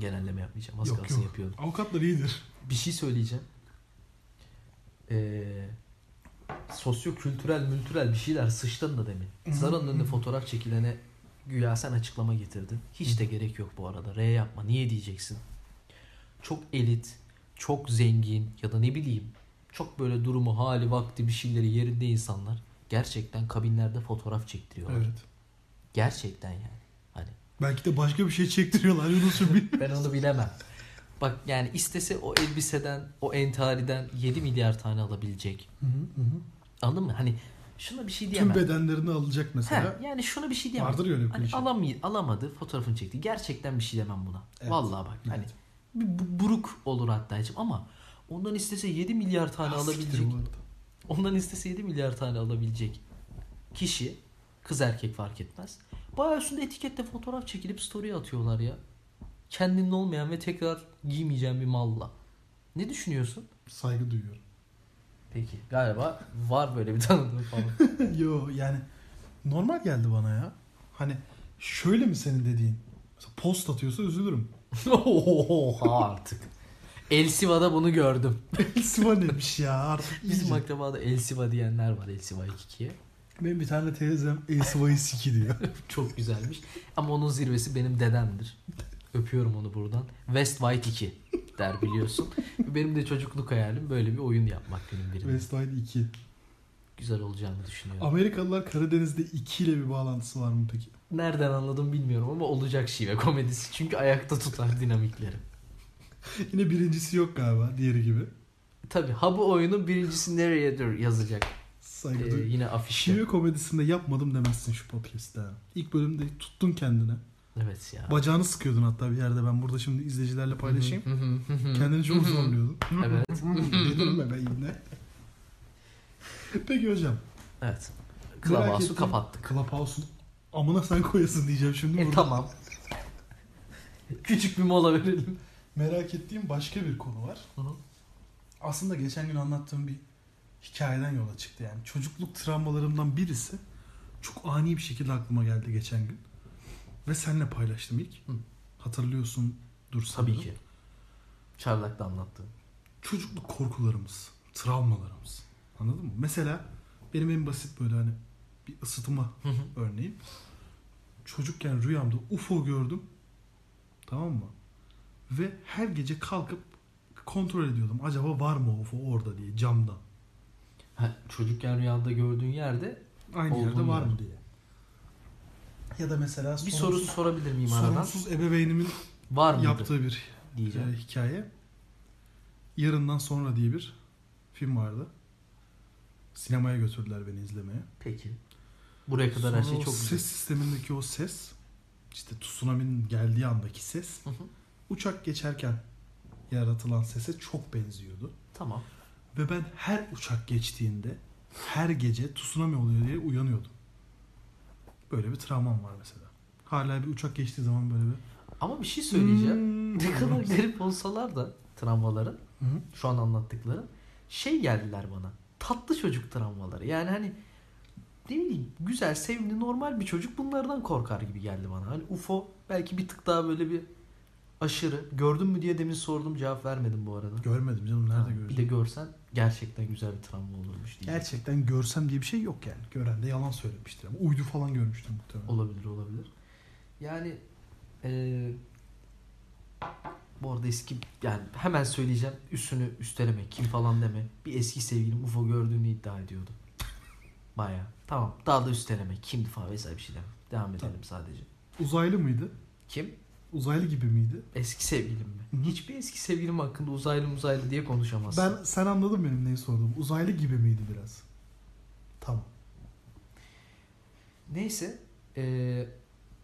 [SPEAKER 1] Genelleme yapmayacağım. Az kalsın yapıyordum.
[SPEAKER 2] Avukatlar iyidir.
[SPEAKER 1] Bir şey söyleyeceğim. Ee, sosyo-kültürel, mültürel bir şeyler sıçtın da demin. Zara'nın önüne fotoğraf çekilene güya sen açıklama getirdin. Hiç de gerek yok bu arada. R yapma. Niye diyeceksin? Çok elit, çok zengin ya da ne bileyim çok böyle durumu, hali, vakti bir şeyleri yerinde insanlar gerçekten kabinlerde fotoğraf çektiriyorlar.
[SPEAKER 2] Evet.
[SPEAKER 1] Gerçekten yani. Hani
[SPEAKER 2] Belki de başka bir şey çektiriyorlar
[SPEAKER 1] [laughs]
[SPEAKER 2] Yunus'u bir.
[SPEAKER 1] ben onu bilemem. Bak yani istese o elbiseden, o entariden 7 milyar tane alabilecek. Anladın mı? Hani şuna bir şey
[SPEAKER 2] Tüm
[SPEAKER 1] diyemem.
[SPEAKER 2] bedenlerini alacak mesela.
[SPEAKER 1] Ha, yani şuna bir şey diyemem.
[SPEAKER 2] Vardır ya öyle bir
[SPEAKER 1] hani
[SPEAKER 2] klişe.
[SPEAKER 1] alamay- alamadı, fotoğrafını çekti. Gerçekten bir şey demem buna.
[SPEAKER 2] Evet.
[SPEAKER 1] Vallahi bak hani
[SPEAKER 2] Evet.
[SPEAKER 1] bir bu- buruk olur hatta içim ama ondan istese 7 milyar tane
[SPEAKER 2] Ah, siktir
[SPEAKER 1] alabilecek.
[SPEAKER 2] bu arada.
[SPEAKER 1] Ondan istese 7 milyar tane alabilecek kişi kız erkek fark etmez. Bayağı üstünde etikette fotoğraf çekilip story atıyorlar ya. Kendinde olmayan ve tekrar giymeyeceğin bir malla. Ne düşünüyorsun?
[SPEAKER 2] Saygı duyuyorum.
[SPEAKER 1] Peki galiba var böyle bir tanıdığım falan. [laughs]
[SPEAKER 2] [laughs] Yo yani normal geldi bana ya. Hani şöyle mi senin dediğin? Mesela post atıyorsa üzülürüm. [laughs]
[SPEAKER 1] Oha artık. El Siva'da bunu gördüm.
[SPEAKER 2] Elsiva demiş ya artık
[SPEAKER 1] Bizim
[SPEAKER 2] iyice.
[SPEAKER 1] akrabada El Siva diyenler var El Siva 22'ye.
[SPEAKER 2] Benim bir tane teyzem Elsiva'yı siki diyor. [laughs]
[SPEAKER 1] Çok güzelmiş. Ama onun zirvesi benim dedemdir. Öpüyorum onu buradan. West White 2 der biliyorsun. Benim de çocukluk hayalim böyle bir oyun yapmak günün birinde.
[SPEAKER 2] Westline 2.
[SPEAKER 1] Güzel olacağını düşünüyorum.
[SPEAKER 2] Amerikalılar Karadeniz'de 2 ile bir bağlantısı var mı peki?
[SPEAKER 1] Nereden anladım bilmiyorum ama olacak şive komedisi. Çünkü ayakta tutar dinamikleri.
[SPEAKER 2] Yine birincisi yok galiba diğeri gibi.
[SPEAKER 1] Tabi ha bu oyunun birincisi nereyedir yazacak.
[SPEAKER 2] Saygı
[SPEAKER 1] Ee,
[SPEAKER 2] duyuyorum.
[SPEAKER 1] yine afişte.
[SPEAKER 2] Şive komedisinde yapmadım demezsin şu podcast'te. İlk bölümde tuttun kendine.
[SPEAKER 1] Evet
[SPEAKER 2] [laughs]
[SPEAKER 1] ya.
[SPEAKER 2] Bacağını sıkıyordun hatta bir yerde. Ben burada şimdi izleyicilerle paylaşayım. Şey. Kendini çok zorluyordun. [laughs]
[SPEAKER 1] evet.
[SPEAKER 2] Delirme be yine. Peki hocam.
[SPEAKER 1] Evet.
[SPEAKER 2] merak
[SPEAKER 1] Klavası
[SPEAKER 2] ettiğim
[SPEAKER 1] kapattık.
[SPEAKER 2] Clubhouse'un amına sen koyasın diyeceğim şimdi.
[SPEAKER 1] E
[SPEAKER 2] burada.
[SPEAKER 1] tamam. Küçük bir mola verelim.
[SPEAKER 2] Merak ettiğim başka bir konu var.
[SPEAKER 1] Hı hı.
[SPEAKER 2] Aslında geçen gün anlattığım bir hikayeden yola çıktı yani. Çocukluk travmalarımdan birisi çok ani bir şekilde aklıma geldi geçen gün. Ve seninle paylaştım ilk.
[SPEAKER 1] Hı.
[SPEAKER 2] Hatırlıyorsun dur
[SPEAKER 1] Tabii ki. Çarlak'ta anlattı.
[SPEAKER 2] Çocukluk korkularımız, travmalarımız. Anladın mı? Mesela benim en basit böyle hani bir ısıtma örneği. Çocukken rüyamda UFO gördüm. Tamam mı? Ve her gece kalkıp kontrol ediyordum. Acaba var mı UFO orada diye camdan.
[SPEAKER 1] Ha, çocukken rüyanda gördüğün yerde
[SPEAKER 2] aynı
[SPEAKER 1] Olduğunu
[SPEAKER 2] yerde var
[SPEAKER 1] yani.
[SPEAKER 2] mı diye. Ya da mesela
[SPEAKER 1] bir soru
[SPEAKER 2] sorunsuz,
[SPEAKER 1] sorabilir miyim aradan?
[SPEAKER 2] sorunsuz ebeveynimin
[SPEAKER 1] Var mıydı?
[SPEAKER 2] yaptığı bir e,
[SPEAKER 1] Diyeceğim.
[SPEAKER 2] hikaye. Yarından sonra diye bir film vardı. Sinemaya götürdüler beni izlemeye.
[SPEAKER 1] Peki. Buraya kadar her
[SPEAKER 2] Sonra
[SPEAKER 1] şey
[SPEAKER 2] o
[SPEAKER 1] çok
[SPEAKER 2] ses
[SPEAKER 1] güzel.
[SPEAKER 2] sistemindeki o ses, işte tsunami'nin geldiği andaki ses,
[SPEAKER 1] Hı hı.
[SPEAKER 2] uçak geçerken yaratılan sese çok benziyordu.
[SPEAKER 1] Tamam.
[SPEAKER 2] Ve ben her uçak geçtiğinde her gece tsunami oluyor diye uyanıyordum. Böyle bir travmam var mesela. Hala bir uçak geçtiği zaman böyle bir
[SPEAKER 1] Ama bir şey söyleyeceğim.
[SPEAKER 2] Hmm.
[SPEAKER 1] Ne kadar garip olsalar da travmaların,
[SPEAKER 2] Hı.
[SPEAKER 1] şu an anlattıkların şey geldiler bana. Tatlı çocuk travmaları. Yani hani ne bileyim güzel, sevimli, normal bir çocuk bunlardan korkar gibi geldi bana. Hani UFO belki bir tık daha böyle bir aşırı. Gördün mü diye demin sordum cevap vermedim bu arada.
[SPEAKER 2] Görmedim canım
[SPEAKER 1] Ha,
[SPEAKER 2] nerede
[SPEAKER 1] Bir de
[SPEAKER 2] göreceğim.
[SPEAKER 1] görsen gerçekten güzel bir travma olurmuş diye.
[SPEAKER 2] Gerçekten görsem diye bir şey yok yani. Gören de yalan söylemiştir ama uydu falan görmüştüm muhtemelen.
[SPEAKER 1] Olabilir olabilir. Yani eee bu arada eski yani hemen söyleyeceğim üstünü üsteleme kim falan deme. Bir eski sevgilim UFO gördüğünü iddia ediyordu. [laughs] Baya. Tamam daha da üsteleme kim falan vesaire bir şey deme. Devam edelim
[SPEAKER 2] Tamam.
[SPEAKER 1] sadece.
[SPEAKER 2] Uzaylı mıydı?
[SPEAKER 1] Kim?
[SPEAKER 2] Uzaylı gibi miydi?
[SPEAKER 1] Eski sevgilim mi?
[SPEAKER 2] Hı hı.
[SPEAKER 1] Hiçbir eski sevgilim hakkında uzaylı uzaylı diye konuşamazsın.
[SPEAKER 2] Ben sen anladın benim neyi sordum. Uzaylı gibi miydi biraz? Tamam.
[SPEAKER 1] Neyse. eee,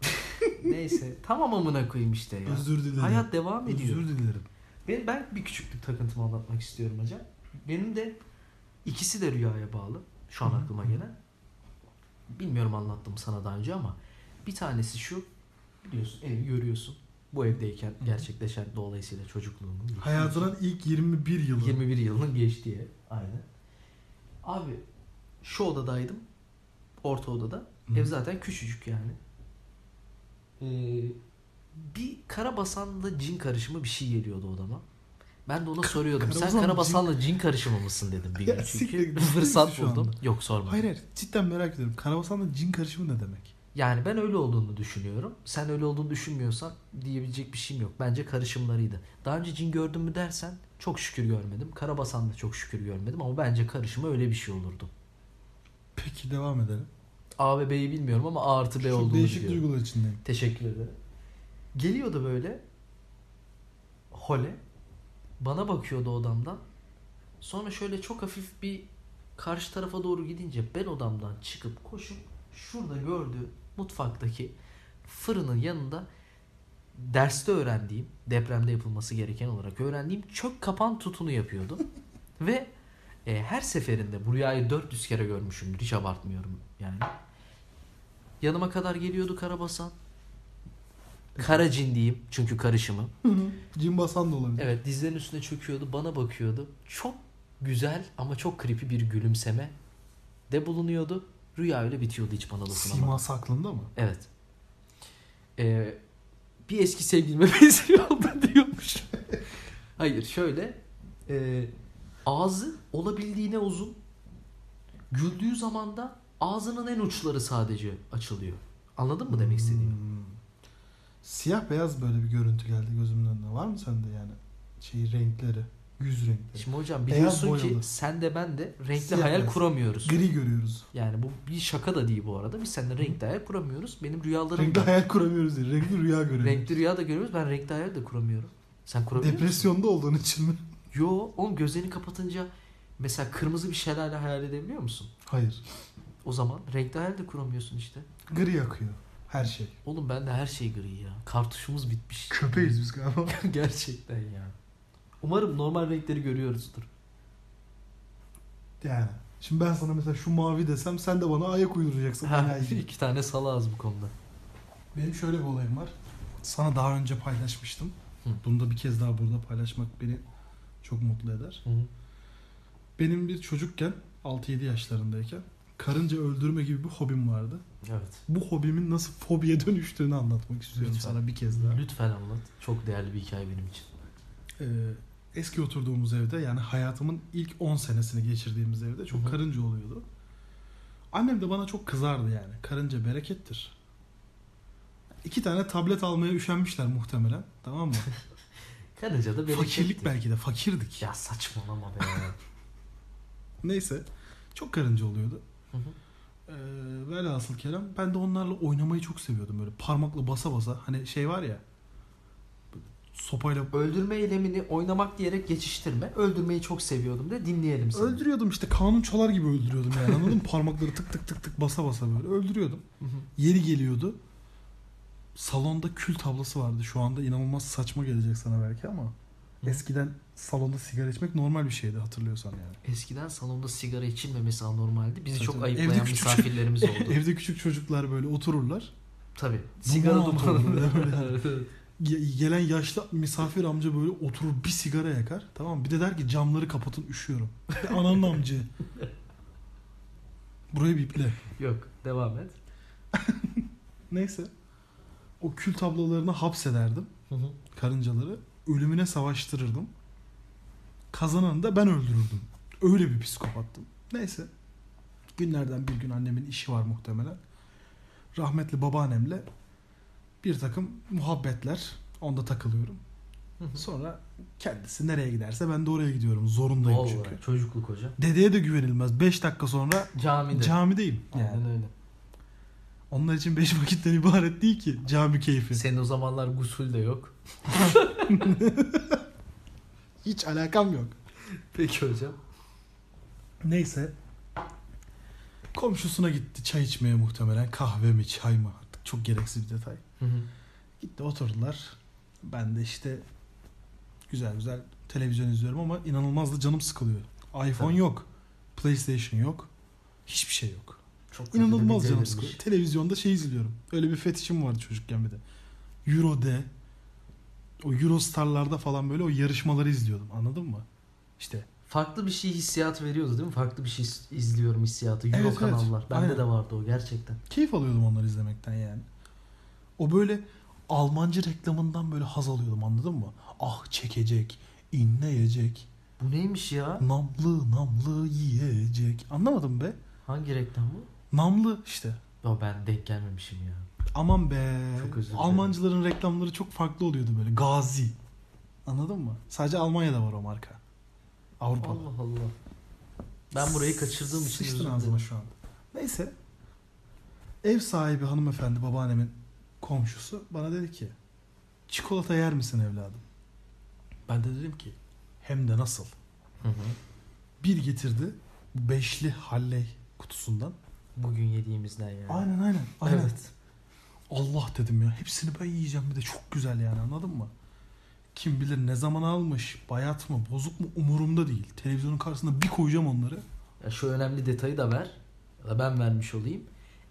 [SPEAKER 1] [laughs] neyse. Tamam amına koyayım işte ya.
[SPEAKER 2] Özür dilerim.
[SPEAKER 1] Hayat devam ediyor.
[SPEAKER 2] Özür dilerim.
[SPEAKER 1] Ben, ben bir küçüklük takıntımı anlatmak istiyorum hocam. Benim de ikisi de rüyaya bağlı. Şu an
[SPEAKER 2] Hı hı.
[SPEAKER 1] aklıma gelen. Bilmiyorum anlattım sana daha önce ama bir tanesi şu. Biliyorsun evi görüyorsun. Bu evdeyken
[SPEAKER 2] hı.
[SPEAKER 1] gerçekleşen dolayısıyla çocukluğumun. geçtiği
[SPEAKER 2] Hayatının ilk 21 yılı.
[SPEAKER 1] 21 yılının geçtiği ev. Aynen. Abi şu odadaydım. Orta odada.
[SPEAKER 2] Hı.
[SPEAKER 1] Ev zaten küçücük yani. Ee, bir karabasanla cin karışımı bir şey geliyordu odama. Ben de ona soruyordum. Sen
[SPEAKER 2] karabasan
[SPEAKER 1] karabasanla cin... karışımı mısın dedim bir gün
[SPEAKER 2] Ya siktir
[SPEAKER 1] çünkü.
[SPEAKER 2] git,
[SPEAKER 1] Fırsat
[SPEAKER 2] şu anda.
[SPEAKER 1] buldum. Yok sorma.
[SPEAKER 2] Hayır hayır cidden merak ediyorum. Karabasan'da cin karışımı ne demek?
[SPEAKER 1] Yani ben öyle olduğunu düşünüyorum. Sen öyle olduğunu düşünmüyorsan diyebilecek bir şeyim yok. Bence karışımlarıydı. Daha önce cin gördün mü dersen çok şükür görmedim. Karabasan da çok şükür görmedim ama bence karışımı öyle bir şey olurdu.
[SPEAKER 2] Peki devam edelim.
[SPEAKER 1] A ve B'yi bilmiyorum ama A artı B
[SPEAKER 2] Çok
[SPEAKER 1] olduğunu
[SPEAKER 2] değişik
[SPEAKER 1] biliyorum.
[SPEAKER 2] duygular içindeyim.
[SPEAKER 1] Teşekkür ederim. Geliyordu böyle. Hole. Bana bakıyordu odamdan. Sonra şöyle çok hafif bir karşı tarafa doğru gidince ben odamdan çıkıp koşup şurada gördüğü mutfaktaki fırının yanında derste öğrendiğim, depremde yapılması gereken olarak öğrendiğim çök kapan tutunu yapıyordu. Ve e, her seferinde bu rüyayı 400 kere görmüşümdür. Hiç abartmıyorum yani. Yanıma kadar geliyordu Karabasan. Karacin diyeyim çünkü karışımı.
[SPEAKER 2] Cin basan da olabilir.
[SPEAKER 1] Evet dizlerin üstüne çöküyordu bana bakıyordu. Çok güzel ama çok creepy bir gülümseme de bulunuyordu. Rüya öyle bitiyordu hiç bana dokunamadım.
[SPEAKER 2] Siması aklında mı?
[SPEAKER 1] Evet. Ee, bir eski sevgilime [laughs] benziyordu diyormuş. Hayır şöyle. Ee, ağzı olabildiğine uzun. Güldüğü zaman da ağzının en uçları sadece açılıyor. Anladın mı demek istediğimi?
[SPEAKER 2] Hmm. Siyah beyaz böyle bir görüntü geldi gözümün önüne. Var mı sende yani şey renkleri, yüz renkleri?
[SPEAKER 1] Şimdi hocam
[SPEAKER 2] Beyaz
[SPEAKER 1] biliyorsun ki
[SPEAKER 2] boyalı.
[SPEAKER 1] sen de ben de renkli
[SPEAKER 2] Siyah
[SPEAKER 1] hayal
[SPEAKER 2] beyaz.
[SPEAKER 1] kuramıyoruz.
[SPEAKER 2] Gri görüyoruz.
[SPEAKER 1] Yani bu bir şaka da değil bu arada. Biz seninle renkli hayal kuramıyoruz. Benim rüyalarım
[SPEAKER 2] Renkli
[SPEAKER 1] da
[SPEAKER 2] hayal kuramıyoruz değil. Renkli rüya görüyoruz.
[SPEAKER 1] renkli rüya da görüyoruz. Ben renkli hayal de kuramıyorum. Sen kurabiliyor musun?
[SPEAKER 2] Depresyonda olduğun için mi?
[SPEAKER 1] Yo, oğlum gözlerini kapatınca mesela kırmızı bir şelale hayal edebiliyor musun?
[SPEAKER 2] Hayır.
[SPEAKER 1] O zaman renkli hayal de kuramıyorsun işte.
[SPEAKER 2] Gri akıyor her şey.
[SPEAKER 1] Oğlum ben de her şey gri ya. Kartuşumuz bitmiş.
[SPEAKER 2] Köpeğiz biz galiba.
[SPEAKER 1] [laughs] Gerçekten ya. Umarım normal renkleri görüyoruzdur.
[SPEAKER 2] Yani. Şimdi ben sana mesela şu mavi desem sen de bana ayak uyduracaksın.
[SPEAKER 1] Ha, [laughs]
[SPEAKER 2] Ha,
[SPEAKER 1] iki tane salağız bu konuda.
[SPEAKER 2] Benim şöyle bir olayım var. Sana daha önce paylaşmıştım.
[SPEAKER 1] Hı.
[SPEAKER 2] Bunu da bir kez daha burada paylaşmak beni çok mutlu eder.
[SPEAKER 1] Hı hı.
[SPEAKER 2] Benim bir çocukken 6-7 yaşlarındayken karınca öldürme gibi bir hobim vardı.
[SPEAKER 1] Evet.
[SPEAKER 2] Bu hobimin nasıl fobiye [laughs] dönüştüğünü anlatmak istiyorum
[SPEAKER 1] Lütfen.
[SPEAKER 2] sana bir kez daha.
[SPEAKER 1] Lütfen anlat. Çok değerli bir hikaye benim için.
[SPEAKER 2] Ee, eski oturduğumuz evde yani hayatımın ilk 10 senesini geçirdiğimiz evde çok
[SPEAKER 1] Hı hı.
[SPEAKER 2] karınca oluyordu. Annem de bana çok kızardı yani. Karınca berekettir. İki tane tablet almaya üşenmişler muhtemelen.
[SPEAKER 1] [laughs]
[SPEAKER 2] Tamam mı?
[SPEAKER 1] Karınca'da berekettir.
[SPEAKER 2] Fakirlik belki de fakirdik.
[SPEAKER 1] Ya saçmalama be. [laughs]
[SPEAKER 2] Neyse. Çok karınca oluyordu.
[SPEAKER 1] Hı hı.
[SPEAKER 2] Ee, velhasıl kelam ben de onlarla oynamayı çok seviyordum böyle parmakla basa basa hani şey var ya böyle sopayla
[SPEAKER 1] Öldürme eylemini oynamak diyerek geçiştirme. Öldürmeyi çok seviyordum de dinleyelim seni.
[SPEAKER 2] öldürüyordum işte kanun çalar gibi öldürüyordum yani anladın mı [laughs] parmakları tık tık tık tık basa basa böyle öldürüyordum
[SPEAKER 1] Hı hı.
[SPEAKER 2] yeri geliyordu salonda kül tablası vardı şu anda inanılmaz saçma gelecek sana belki ama
[SPEAKER 1] Hı.
[SPEAKER 2] Eskiden salonda sigara içmek normal bir şeydi hatırlıyorsan yani.
[SPEAKER 1] Eskiden salonda sigara içilmemesi anormaldi. Bizi
[SPEAKER 2] Tabii
[SPEAKER 1] çok
[SPEAKER 2] tabii.
[SPEAKER 1] ayıplayan
[SPEAKER 2] Evde küçük-
[SPEAKER 1] misafirlerimiz
[SPEAKER 2] [laughs]
[SPEAKER 1] oldu.
[SPEAKER 2] Evde küçük çocuklar böyle otururlar.
[SPEAKER 1] Tabii. Sigara
[SPEAKER 2] Duman [laughs] olur,
[SPEAKER 1] dumanı.
[SPEAKER 2] Ge- Gelen yaşlı misafir amca böyle oturur bir sigara yakar. Tamam mı? Bir de der ki camları kapatın üşüyorum. [laughs] Ananın amca. Burayı biple.
[SPEAKER 1] [laughs] Yok. Devam et.
[SPEAKER 2] Neyse. O kül tablolarına hapsederdim
[SPEAKER 1] Hı hı.
[SPEAKER 2] karıncaları. Ölümüne savaştırırdım. Kazananı da ben öldürürdüm. Öyle bir psikopattım. Neyse. Günlerden bir gün annemin işi var muhtemelen. Rahmetli babaannemle bir takım muhabbetler. Onda takılıyorum.
[SPEAKER 1] Hı hı.
[SPEAKER 2] Sonra kendisi nereye giderse ben de oraya gidiyorum. Zorundayım
[SPEAKER 1] Vallahi
[SPEAKER 2] çünkü.
[SPEAKER 1] çocukluk hocam.
[SPEAKER 2] Dedeye de güvenilmez. 5 dakika sonra
[SPEAKER 1] Camide.
[SPEAKER 2] camideyim. Yani.
[SPEAKER 1] Aynen öyle.
[SPEAKER 2] Onlar için 5 [laughs] vakitten ibaret değil ki cami keyfi.
[SPEAKER 1] Senin o zamanlar gusül de yok.
[SPEAKER 2] Hiç alakam yok.
[SPEAKER 1] Peki hocam.
[SPEAKER 2] Neyse. Komşusuna gitti çay içmeye muhtemelen. Kahve mi çay mı artık çok gereksiz bir detay.
[SPEAKER 1] Hı hı.
[SPEAKER 2] Gitti oturdular. Ben de işte güzel güzel televizyon izliyorum ama inanılmaz da canım sıkılıyor. iPhone
[SPEAKER 1] Tabii.
[SPEAKER 2] yok. PlayStation yok. Hiçbir şey yok.
[SPEAKER 1] Çok kötü
[SPEAKER 2] İnanılmaz
[SPEAKER 1] bir
[SPEAKER 2] canım
[SPEAKER 1] delirmiş.
[SPEAKER 2] sıkılıyor. Televizyonda şey izliyorum. Öyle bir fetişim vardı çocukken bir de. Euro D. O Eurostar'larda falan böyle o yarışmaları izliyordum. Anladın mı? İşte
[SPEAKER 1] Farklı bir şey hissiyat veriyordu değil mi? Farklı bir şey is- izliyorum hissiyatı. Euro
[SPEAKER 2] Evet, evet.
[SPEAKER 1] kanallar. Bende
[SPEAKER 2] Aynen.
[SPEAKER 1] de vardı o gerçekten.
[SPEAKER 2] Keyif alıyordum onları izlemekten yani. O böyle Almancı reklamından böyle haz alıyordum anladın mı? Ah çekecek, inleyecek,
[SPEAKER 1] Bu neymiş ya?
[SPEAKER 2] namlı namlı yiyecek. Anlamadım be.
[SPEAKER 1] Hangi reklam bu?
[SPEAKER 2] Namlı işte.
[SPEAKER 1] Ya ben denk gelmemişim ya.
[SPEAKER 2] Aman be.
[SPEAKER 1] Çok özür dilerim.
[SPEAKER 2] Almancıların reklamları çok farklı oluyordu böyle. Gazi. Anladın mı? Sadece Almanya'da var o marka. Avrupa'da.
[SPEAKER 1] Allah Allah. Ben burayı kaçırdığım için
[SPEAKER 2] Sıçtın
[SPEAKER 1] özür dilerim.
[SPEAKER 2] ağzıma şu anda. Neyse. Ev sahibi hanımefendi babaannemin komşusu bana dedi ki çikolata yer misin evladım? Ben de dedim ki hem de nasıl?
[SPEAKER 1] Hı hı.
[SPEAKER 2] Bir getirdi beşli halley kutusundan.
[SPEAKER 1] Bugün yediğimizden yani.
[SPEAKER 2] Aynen aynen. aynen.
[SPEAKER 1] Evet.
[SPEAKER 2] Allah dedim ya hepsini ben yiyeceğim bir de çok güzel yani anladın mı? Kim bilir ne zaman almış, bayat mı, bozuk mu umurumda değil. Televizyonun karşısında bir koyacağım onları.
[SPEAKER 1] Ya şu önemli detayı da ver. Ya da ben vermiş olayım.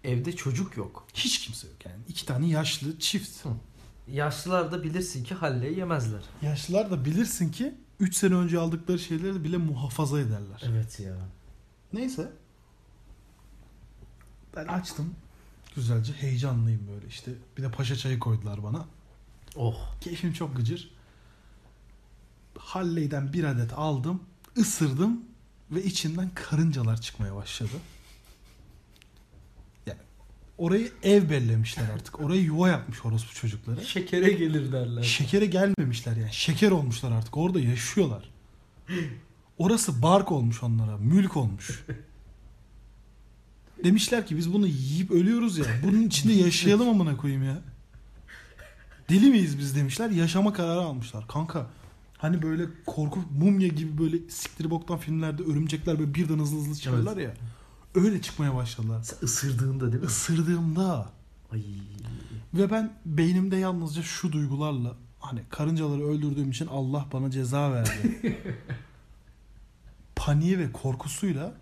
[SPEAKER 1] Evde çocuk yok.
[SPEAKER 2] Hiç kimse yok yani. İki tane yaşlı çift.
[SPEAKER 1] Yaşlılar da bilirsin ki halle yemezler.
[SPEAKER 2] Yaşlılar da bilirsin ki 3 sene önce aldıkları şeyleri de bile muhafaza ederler.
[SPEAKER 1] Evet ya.
[SPEAKER 2] Neyse. Ben açtım. Güzelce heyecanlıyım böyle işte. Bir de paşa çayı koydular bana.
[SPEAKER 1] Oh.
[SPEAKER 2] Keyfim çok gıcır. Halley'den bir adet aldım. ısırdım ve içinden karıncalar çıkmaya başladı. Yani orayı ev bellemişler artık. Orayı yuva yapmış orospu çocukları.
[SPEAKER 1] Şekere gelir derler.
[SPEAKER 2] Şekere gelmemişler yani. Şeker olmuşlar artık. Orada yaşıyorlar. Orası bark olmuş onlara. Mülk olmuş. Demişler ki biz bunu yiyip ölüyoruz ya. Bunun içinde yaşayalım amına koyayım ya. Deli miyiz biz demişler. Yaşama kararı almışlar. Kanka hani böyle korku mumya gibi böyle siktir boktan filmlerde örümcekler böyle birden hızlı hızlı çıkarlar ya. Öyle çıkmaya başladılar.
[SPEAKER 1] Sen ısırdığında değil mi?
[SPEAKER 2] Isırdığımda
[SPEAKER 1] Ay.
[SPEAKER 2] ve ben beynimde yalnızca şu duygularla hani karıncaları öldürdüğüm için Allah bana ceza verdi.
[SPEAKER 1] [laughs]
[SPEAKER 2] Paniği ve korkusuyla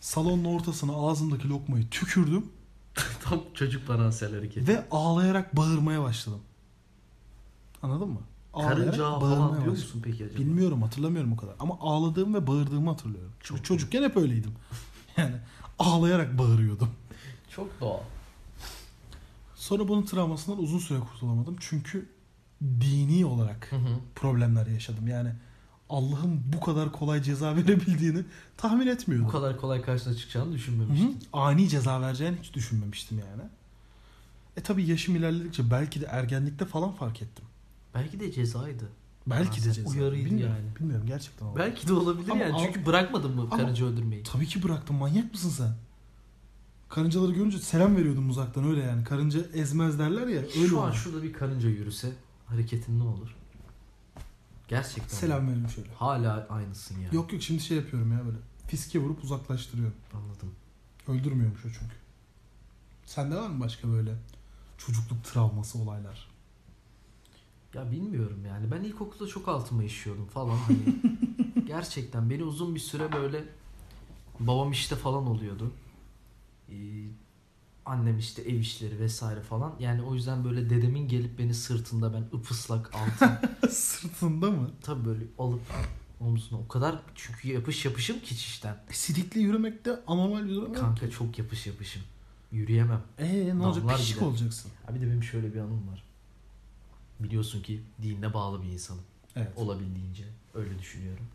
[SPEAKER 2] salonun ortasına ağzımdaki lokmayı tükürdüm
[SPEAKER 1] [laughs] Tam çocuk paranser hareketi.
[SPEAKER 2] ve ağlayarak bağırmaya başladım. Anladın mı?
[SPEAKER 1] Karınca falan diyor
[SPEAKER 2] başladım.
[SPEAKER 1] musun peki acaba?
[SPEAKER 2] Bilmiyorum hatırlamıyorum o kadar ama ağladığım ve bağırdığımı hatırlıyorum. Çünkü
[SPEAKER 1] Çok
[SPEAKER 2] çocukken hep öyleydim. [laughs] Yani ağlayarak bağırıyordum.
[SPEAKER 1] Çok doğal.
[SPEAKER 2] Sonra bunun travmasından uzun süre kurtulamadım. Çünkü dini olarak
[SPEAKER 1] Hı hı.
[SPEAKER 2] problemler yaşadım. Yani Allah'ın bu kadar kolay ceza [laughs] verebildiğini tahmin
[SPEAKER 1] Bu
[SPEAKER 2] etmiyordum.
[SPEAKER 1] kadar kolay karşına çıkacağını
[SPEAKER 2] Hı hı.
[SPEAKER 1] düşünmemiştim.
[SPEAKER 2] Ani ceza vereceğini hiç düşünmemiştim yani. E tabi yaşım ilerledikçe belki de ergenlikte falan fark ettim.
[SPEAKER 1] Belki de cezaydı.
[SPEAKER 2] Belki de
[SPEAKER 1] Bazen
[SPEAKER 2] ceza.
[SPEAKER 1] uyarıydı
[SPEAKER 2] bilmiyorum,
[SPEAKER 1] yani.
[SPEAKER 2] Bilmiyorum gerçekten oldu.
[SPEAKER 1] Belki de olabilir
[SPEAKER 2] Ama
[SPEAKER 1] yani.
[SPEAKER 2] al-
[SPEAKER 1] Çünkü bırakmadın mı
[SPEAKER 2] Ama-
[SPEAKER 1] karınca öldürmeyi?
[SPEAKER 2] Tabii ki bıraktım manyak mısın sen? Karıncaları görünce selam veriyordum uzaktan öyle yani. Karınca ezmez derler ya. Öyle
[SPEAKER 1] Şu an
[SPEAKER 2] oldu.
[SPEAKER 1] şurada bir karınca yürüse hareketin ne olur? Gerçekten.
[SPEAKER 2] Selam veriyorum şöyle.
[SPEAKER 1] Hala aynısın yani.
[SPEAKER 2] Yok yok şimdi şey yapıyorum ya böyle. Fiske vurup uzaklaştırıyorum.
[SPEAKER 1] Anladım.
[SPEAKER 2] Öldürmüyormuş o çünkü. Sende var mı başka böyle çocukluk travması olaylar?
[SPEAKER 1] Ya bilmiyorum yani. Ben ilkokulda çok altıma işiyordum falan. Hani gerçekten beni uzun bir süre böyle babam işte falan oluyordu. Ee, annem işte ev işleri vesaire falan. Yani o yüzden böyle dedemin gelip beni sırtında ben ıpıslak altın
[SPEAKER 2] [laughs] Sırtında mı?
[SPEAKER 1] tabii böyle alıp omzuna o kadar çünkü yapış yapışım ki çişten.
[SPEAKER 2] E, sidikli yürümek de anormal bir durum yok.
[SPEAKER 1] Kanka çok yapış yapışım. Yürüyemem.
[SPEAKER 2] Eee Ee, ne olacak?
[SPEAKER 1] Damlar
[SPEAKER 2] Pişik
[SPEAKER 1] gider.
[SPEAKER 2] olacaksın.
[SPEAKER 1] Ha bir de benim şöyle bir anım var. Biliyorsun ki dine bağlı bir insanım.
[SPEAKER 2] Evet.
[SPEAKER 1] Olabildiğince öyle düşünüyorum.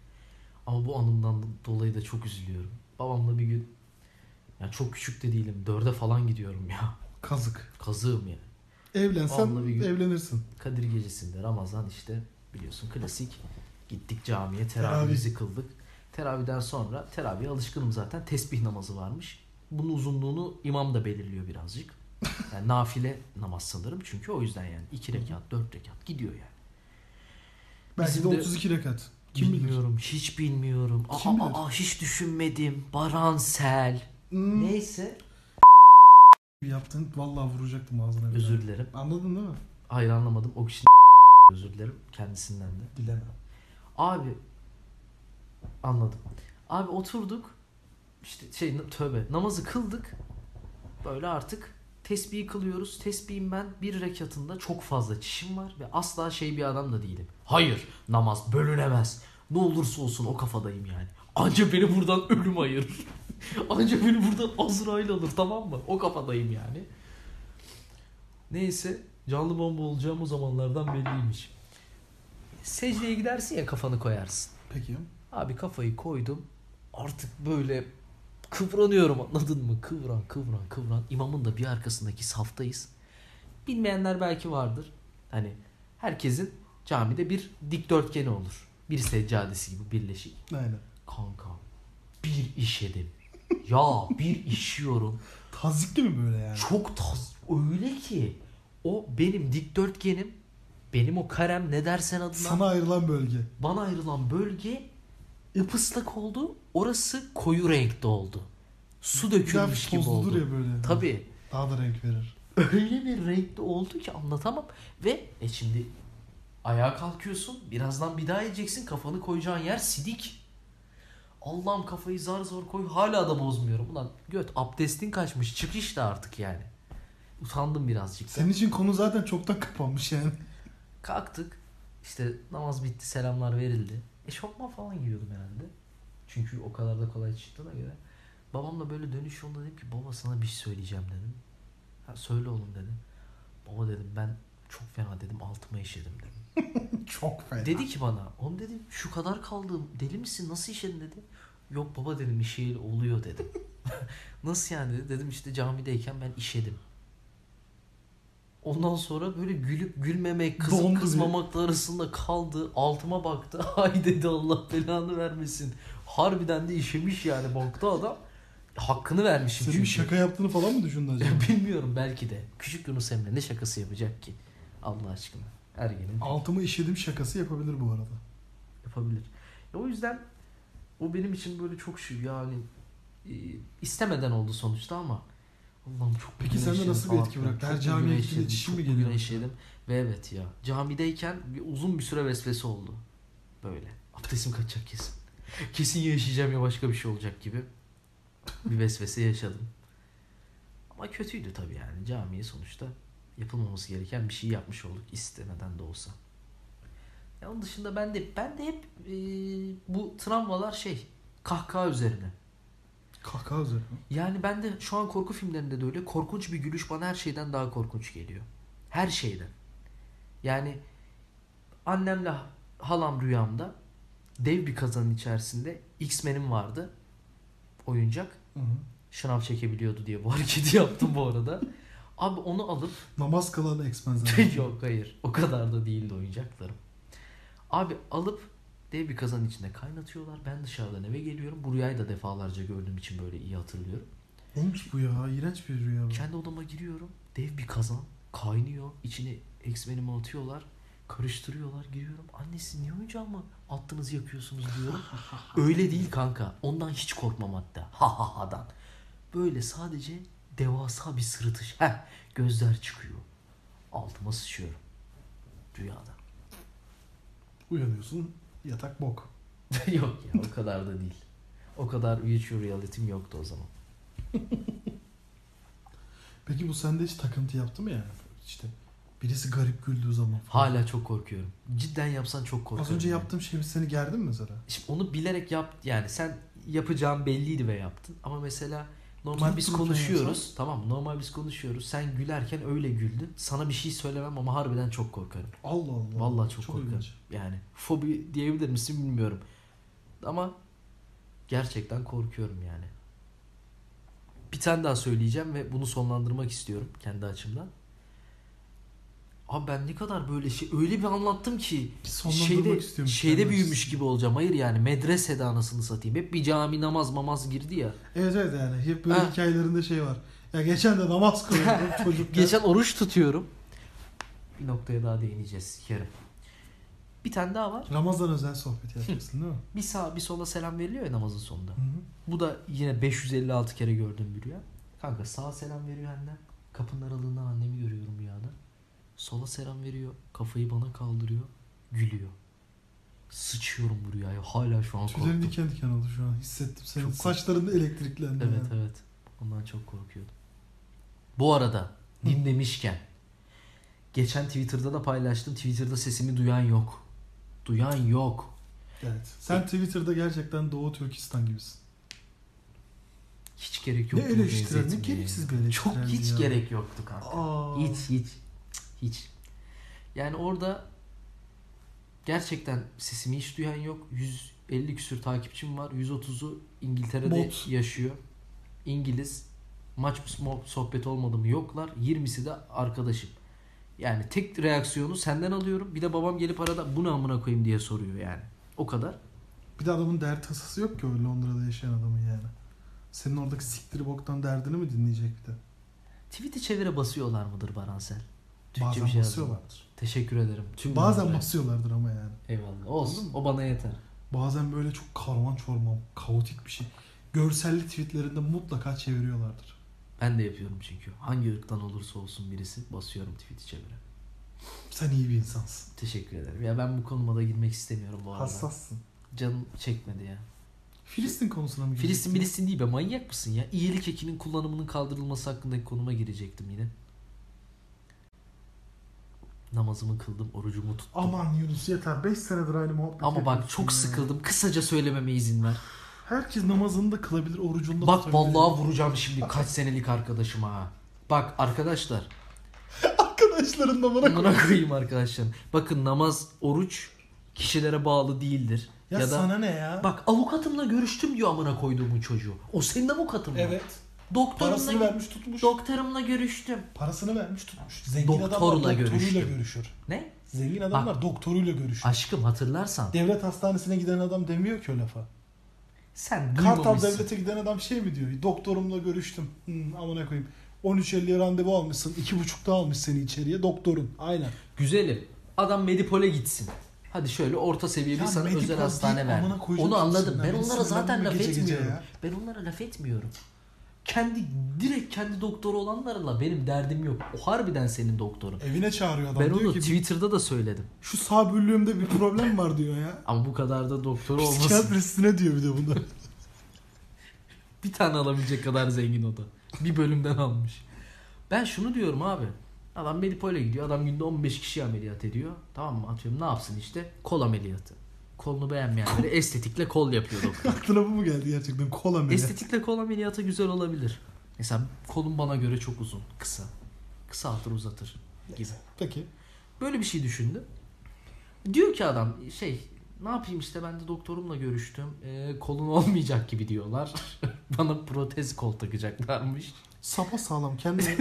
[SPEAKER 1] Ama bu anımdan dolayı da çok üzülüyorum. Babamla bir gün ya çok küçük de değilim. Dörde falan gidiyorum ya. [laughs]
[SPEAKER 2] Kazık.
[SPEAKER 1] Kazığım yani.
[SPEAKER 2] Evlensen
[SPEAKER 1] Vallahi bir gün-
[SPEAKER 2] evlenirsin.
[SPEAKER 1] Kadir gecesinde Ramazan işte biliyorsun klasik. Gittik camiye
[SPEAKER 2] Teravih.
[SPEAKER 1] teravihimizi kıldık. Teravihden sonra teravihe alışkınım zaten. Tesbih namazı varmış. Bunun uzunluğunu imam da belirliyor birazcık. Yani nafile namaz sanırım. Çünkü o yüzden yani iki rekat, dört rekat gidiyor yani.
[SPEAKER 2] Belki
[SPEAKER 1] Bizim
[SPEAKER 2] de
[SPEAKER 1] de-
[SPEAKER 2] 32 rekat. Kim bilir?
[SPEAKER 1] bilmiyorum. Hiç bilmiyorum. Aa,
[SPEAKER 2] Kim bilir?
[SPEAKER 1] aa, aa, hiç düşünmedim. Baransel.
[SPEAKER 2] Hmm,
[SPEAKER 1] Neyse.
[SPEAKER 2] Yaptın vallahi vuracaktım ağzına. bir
[SPEAKER 1] Özür dilerim.
[SPEAKER 2] tane. Anladın değil mi?
[SPEAKER 1] Hayır anlamadım. O
[SPEAKER 2] [laughs]
[SPEAKER 1] kişinin özür dilerim. Kendisinden de.
[SPEAKER 2] Bilemem.
[SPEAKER 1] Abi anladım. Abi oturduk. İşte şey tövbe namazı kıldık. Böyle artık tesbihi kılıyoruz. Tesbihim ben bir rekatında çok fazla çişim var ve asla şey bir adam da değilim. Hayır namaz bölünemez. Ne olursa olsun o kafadayım yani. Anca beni buradan ölüm ayırır. [laughs] Anca beni buradan Azrail alır tamam mı? O kafadayım yani. Neyse canlı bomba olacağım o zamanlardan belliymiş. Secdeye gidersin ya kafanı koyarsın.
[SPEAKER 2] Peki.
[SPEAKER 1] Abi kafayı koydum. Artık böyle kıvranıyorum anladın mı? Kıvran kıvran kıvran. İmamın da bir arkasındaki saftayız. Bilmeyenler belki vardır. Hani herkesin camide bir dikdörtgeni olur. Bir seccadesi gibi birleşik.
[SPEAKER 2] Aynen.
[SPEAKER 1] Kanka bir işedim. Ya bir işiyorum.
[SPEAKER 2] Tazikli mi böyle yani?
[SPEAKER 1] Çok taz öyle ki o benim dikdörtgenim benim o karem ne dersen adına
[SPEAKER 2] Sana ayrılan bölge.
[SPEAKER 1] bana ayrılan bölge ıpıslak oldu. Orası koyu renkte oldu. Su dökülmüş
[SPEAKER 2] Biraz
[SPEAKER 1] gibi
[SPEAKER 2] tozludur
[SPEAKER 1] oldu.
[SPEAKER 2] ya böyle.
[SPEAKER 1] Tabii.
[SPEAKER 2] Daha da renk verir.
[SPEAKER 1] Öyle bir renkte oldu ki anlatamam. Ve e şimdi ayağa kalkıyorsun. Birazdan bir daha edeceksin. Kafanı koyacağın yer sidik. Allah'ım kafayı zar zor koy. Hala da bozmuyorum. Ulan göt abdestin kaçmış. Çık işte artık yani. Utandım birazcık. da.
[SPEAKER 2] Senin için konu zaten çoktan kapanmış yani. [laughs]
[SPEAKER 1] Kalktık. İşte namaz bitti, selamlar verildi. Eşofman falan giyiyordum herhalde. Çünkü o kadar da kolay çıktığına göre. Babamla böyle dönüş yolunda dedim ki baba sana bir şey söyleyeceğim dedim. Ha, söyle oğlum dedi. Baba dedim ben çok fena dedim altıma işedim dedim.
[SPEAKER 2] Çok fena.
[SPEAKER 1] Dedi ki bana oğlum dedim şu kadar kaldım deli misin nasıl işedin dedi. Yok baba dedim işeğiyle oluyor dedim. [laughs] nasıl yani dedi. Dedim işte camideyken ben işedim. Ondan sonra böyle gülüp gülmemek, kızıp
[SPEAKER 2] Dondu bir.
[SPEAKER 1] kızmamakla arasında kaldı. Altıma baktı. [laughs] Ay dedi Allah belanı vermesin. Harbiden de işemiş yani baktı adam. Hakkını vermişim
[SPEAKER 2] Senin
[SPEAKER 1] çünkü. şey-
[SPEAKER 2] şaka yaptığını falan mı düşündün acaba?
[SPEAKER 1] [laughs] Bilmiyorum belki de. Küçük Yunus Emre ne şakası yapacak ki? Allah aşkına. Ergenin
[SPEAKER 2] Altıma işedim şakası yapabilir bu arada.
[SPEAKER 1] yapabilir. Ya o yüzden o benim için böyle çok şey yani e, istemeden oldu sonuçta ama Allah'ım çok
[SPEAKER 2] Peki
[SPEAKER 1] bugün
[SPEAKER 2] sende
[SPEAKER 1] eşedim
[SPEAKER 2] nasıl bir
[SPEAKER 1] falan
[SPEAKER 2] etki
[SPEAKER 1] filan.
[SPEAKER 2] bıraktı? Her
[SPEAKER 1] Çok
[SPEAKER 2] camiye
[SPEAKER 1] bugün
[SPEAKER 2] gittiğinde
[SPEAKER 1] eşedim,
[SPEAKER 2] çişin mi
[SPEAKER 1] çok
[SPEAKER 2] geliyor
[SPEAKER 1] bugün
[SPEAKER 2] mesela?
[SPEAKER 1] eşedim. Ve evet ya camideyken bir, uzun bir süre vesvese oldu. Böyle. Abdestim kaçacak kesin. Kesin ya yaşayacağım ya başka bir şey olacak gibi. Bir vesvese yaşadım. Ama kötüydü tabii yani camiye sonuçta yapılmaması gereken bir şey yapmış olduk istemeden de olsa. Ya E, onun dışında ben de ben de hep e, bu travmalar şey kahkaha üzerine.
[SPEAKER 2] Kahkaha üzerine.
[SPEAKER 1] Yani ben de şu an korku filmlerinde de öyle korkunç bir gülüş bana her şeyden daha korkunç geliyor. Her şeyden. Yani annemle halam rüyamda dev bir kazanın içerisinde X-Men'im vardı. Oyuncak.
[SPEAKER 2] Hı hı.
[SPEAKER 1] Şınav çekebiliyordu diye bu hareketi [laughs] yaptım bu arada. Abi onu alıp
[SPEAKER 2] Namaz
[SPEAKER 1] [laughs]
[SPEAKER 2] kılan eksmen [laughs] zaten.
[SPEAKER 1] Yok hayır. O kadar da değildi oyuncaklarım. Abi alıp dev bir kazanın içinde kaynatıyorlar. Ben dışarıdan eve geliyorum. Bu rüyayı da defalarca gördüğüm için böyle iyi hatırlıyorum.
[SPEAKER 2] Neymiş bu ya? İğrenç bir rüya bu.
[SPEAKER 1] Kendi odama giriyorum. Dev bir kazan kaynıyor. İçine eksmenimi atıyorlar. Karıştırıyorlar. Giriyorum. Annesi niye oyuncağımı attınız yakıyorsunuz diyorum. Öyle değil kanka. Ondan hiç korkmam hatta. Ha ha ha'dan. Böyle sadece devasa bir sırıtış. Heh, gözler çıkıyor. Altıma sıçıyorum. Rüyada. [laughs]
[SPEAKER 2] Uyanıyorsun yatak bok.
[SPEAKER 1] yok ya o kadar da değil. O kadar virtual reality'm yoktu o zaman.
[SPEAKER 2] Peki bu sende hiç takıntı yaptı mı yani? İşte birisi garip güldüğü zaman falan.
[SPEAKER 1] Hala çok korkuyorum. Cidden yapsan çok korkuyorum.
[SPEAKER 2] Az önce
[SPEAKER 1] yani.
[SPEAKER 2] yaptığım şey seni gerdi mi mesela?
[SPEAKER 1] Şimdi onu bilerek yap yani sen yapacağın belliydi ve yaptın. Ama mesela normal
[SPEAKER 2] Durup
[SPEAKER 1] biz
[SPEAKER 2] dururken
[SPEAKER 1] konuşuyoruz. Tamam normal biz konuşuyoruz. Sen gülerken öyle güldün. Sana bir şey söylemem ama harbiden çok korkarım.
[SPEAKER 2] Allah Allah.
[SPEAKER 1] Vallahi çok, korkarım.
[SPEAKER 2] ilginç.
[SPEAKER 1] Yani fobi diyebilir misin bilmiyorum. Ama gerçekten korkuyorum yani. Bir tane daha söyleyeceğim ve bunu sonlandırmak istiyorum kendi açımdan. Abi ben ne kadar böyle şey öyle bir anlattım ki
[SPEAKER 2] Sonlandırmak
[SPEAKER 1] şeyde
[SPEAKER 2] istiyorum.
[SPEAKER 1] şeyde
[SPEAKER 2] Kendisi.
[SPEAKER 1] büyümüş gibi olacağım. Hayır yani medresede anasını satayım. Hep bir cami namaz mamaz girdi ya.
[SPEAKER 2] Evet evet yani hep böyle
[SPEAKER 1] Ha.
[SPEAKER 2] hikayelerinde şey var. Ya geçen de namaz kılıyordum
[SPEAKER 1] [laughs]
[SPEAKER 2] çocuk.
[SPEAKER 1] Geçen oruç tutuyorum. Bir noktaya daha değineceğiz yarın. Bir tane daha var.
[SPEAKER 2] Ramazan özel sohbeti yapacaksın değil mi?
[SPEAKER 1] Bir sağa bir sola selam veriliyor ya namazın sonunda.
[SPEAKER 2] Hı hı.
[SPEAKER 1] Bu da yine 556 kere gördüğüm bir rüya. Kanka sağa selam veriyor annem. Kapının aralığından annemi görüyorum rüyada. Sola selam veriyor. Kafayı bana kaldırıyor. Gülüyor. Sıçıyorum bu rüyaya. Hala şu an
[SPEAKER 2] Tüylerim
[SPEAKER 1] korktum.
[SPEAKER 2] diken diken oldu şu an hissettim seni.
[SPEAKER 1] Çok-
[SPEAKER 2] Saçlarında elektriklendi.
[SPEAKER 1] Evet
[SPEAKER 2] yani.
[SPEAKER 1] evet. Ondan çok korkuyordum. Bu arada dinlemişken. Geçen Twitter'da da paylaştım. Twitter'da sesimi duyan yok. Duyan yok.
[SPEAKER 2] Evet. Sen Twitter'da gerçekten Doğu Türkistan gibisin.
[SPEAKER 1] Hiç gerek yoktu.
[SPEAKER 2] ne
[SPEAKER 1] bu
[SPEAKER 2] eleştiren ne
[SPEAKER 1] benzetmeye.
[SPEAKER 2] gereksiz bir eleştiren
[SPEAKER 1] Çok hiç
[SPEAKER 2] ya.
[SPEAKER 1] gerek yoktu kanka.
[SPEAKER 2] Aa.
[SPEAKER 1] Hiç hiç hiç. Yani orada gerçekten sesimi hiç duyan yok. 150 küsür takipçim var. 130'u İngiltere'de
[SPEAKER 2] Bot.
[SPEAKER 1] yaşıyor. İngiliz. Maç mo- sohbeti olmadı mı yoklar. 20'si de arkadaşım. Yani tek reaksiyonu senden alıyorum. Bir de babam gelip arada bunu amına koyayım diye soruyor yani. O kadar.
[SPEAKER 2] Bir de adamın dert tasası yok ki öyle Londra'da yaşayan adamın yani. Senin oradaki siktiri boktan derdini mi dinleyecek bir de?
[SPEAKER 1] Tweet'i çevire basıyorlar mıdır Baransel?
[SPEAKER 2] Bazen
[SPEAKER 1] bir şey yazdım.
[SPEAKER 2] basıyorlardır.
[SPEAKER 1] Teşekkür ederim. Tüm
[SPEAKER 2] Bazen
[SPEAKER 1] yorumlara.
[SPEAKER 2] basıyorlardır ama yani.
[SPEAKER 1] Eyvallah. Olsun. O bana yeter.
[SPEAKER 2] Bazen böyle çok karman çorman, kaotik bir şey. Görselli tweetlerinde mutlaka çeviriyorlardır.
[SPEAKER 1] Ben de yapıyorum çünkü. Hangi ırktan olursa olsun birisi basıyorum tweet'i çevire.
[SPEAKER 2] Sen iyi bir insansın.
[SPEAKER 1] Teşekkür ederim. Ya ben bu konuma da girmek istemiyorum bu arada.
[SPEAKER 2] Hassassın.
[SPEAKER 1] Canım çekmedi ya.
[SPEAKER 2] Filistin konusuna mı
[SPEAKER 1] Filistin
[SPEAKER 2] girecektin?
[SPEAKER 1] Filistin değil be manyak mısın ya? İyilik ekinin kullanımının kaldırılması hakkındaki konuma girecektim yine. Namazımı kıldım, orucumu tuttum.
[SPEAKER 2] Aman Yunus yeter. 5 senedir aynı muhabbet
[SPEAKER 1] Ama bak
[SPEAKER 2] yapıyorsun
[SPEAKER 1] çok
[SPEAKER 2] ya.
[SPEAKER 1] sıkıldım. Kısaca söylememe izin ver.
[SPEAKER 2] Herkes namazını da kılabilir, orucunu da
[SPEAKER 1] Bak
[SPEAKER 2] tutabilir.
[SPEAKER 1] vallahi vuracağım şimdi kaç senelik arkadaşıma. ha. Bak arkadaşlar
[SPEAKER 2] Arkadaşların da bana...
[SPEAKER 1] Buna koyayım arkadaşlar. Bakın namaz, oruç kişilere bağlı değildir.
[SPEAKER 2] Ya,
[SPEAKER 1] Ya, da
[SPEAKER 2] sana ne ya?
[SPEAKER 1] bak avukatımla görüştüm diyor amına koyduğumun çocuğu. O senin avukatın mı?
[SPEAKER 2] Evet.
[SPEAKER 1] Doktorumla
[SPEAKER 2] Parasını vermiş tutmuş.
[SPEAKER 1] doktorumla görüştüm.
[SPEAKER 2] Parasını vermiş tutmuş. Zengin
[SPEAKER 1] Doktorla
[SPEAKER 2] adamlar doktoruyla
[SPEAKER 1] görüştüm.
[SPEAKER 2] görüşür.
[SPEAKER 1] Ne?
[SPEAKER 2] Zengin adamlar doktoruyla görüşür.
[SPEAKER 1] Aşkım hatırlarsan
[SPEAKER 2] Devlet hastanesine giden adam demiyor ki o lafa.
[SPEAKER 1] sen
[SPEAKER 2] Kartal
[SPEAKER 1] duymamışsın.
[SPEAKER 2] devlete giden adam şey mi diyor? Doktorumla görüştüm. Hmm, amına koyayım. 13.50'ye randevu almışsın. 2.30'da almış seni içeriye. Doktorun. Aynen.
[SPEAKER 1] Güzelim. Adam Medipol'e gitsin. Hadi şöyle orta seviye bir
[SPEAKER 2] Ya
[SPEAKER 1] sana
[SPEAKER 2] Medipol
[SPEAKER 1] özel
[SPEAKER 2] değil,
[SPEAKER 1] hastane ver.
[SPEAKER 2] amına koyacağım
[SPEAKER 1] Onu anladım.
[SPEAKER 2] sinirden.
[SPEAKER 1] Ben
[SPEAKER 2] Beni
[SPEAKER 1] onlara zaten laf
[SPEAKER 2] sinirlendirme gece gece
[SPEAKER 1] etmiyorum.
[SPEAKER 2] ya.
[SPEAKER 1] Ben onlara laf etmiyorum. Kendi direkt kendi doktoru olanlarla benim derdim yok. O harbiden senin doktorun.
[SPEAKER 2] Evine çağırıyor adam.
[SPEAKER 1] Ben
[SPEAKER 2] diyor
[SPEAKER 1] onu
[SPEAKER 2] ki
[SPEAKER 1] Twitter'da da söyledim.
[SPEAKER 2] şu sağ büllüğümde bir problem var diyor ya.
[SPEAKER 1] Ama bu kadar da doktor olmasın. [laughs]
[SPEAKER 2] Psikiyatristine diyor bir de bunlar.
[SPEAKER 1] Bir tane alabilecek kadar zengin o da. Bir bölümden almış. Ben şunu diyorum abi. Adam Medipol'e gidiyor. Adam günde 15 kişi ameliyat ediyor. Tamam mı? Atıyorum ne yapsın işte? Kol ameliyatı. Kolunu
[SPEAKER 2] [laughs]
[SPEAKER 1] beğenmeyenlere estetikle kol yapıyor doktor.
[SPEAKER 2] [laughs] Aklına bu mu geldi gerçekten? Kola mı?
[SPEAKER 1] estetikle kol ameliyatı güzel olabilir. Mesela kolum bana göre çok uzun. Kısa. Kısaltır uzatır gibi.
[SPEAKER 2] Peki.
[SPEAKER 1] Böyle bir şey düşündüm. Diyor ki adam şey ne yapayım işte ben de doktorumla görüştüm. Ee, kolun olmayacak gibi diyorlar. [laughs] Bana protez kol takacaklarmış. [laughs]
[SPEAKER 2] Sapa sağlam kendi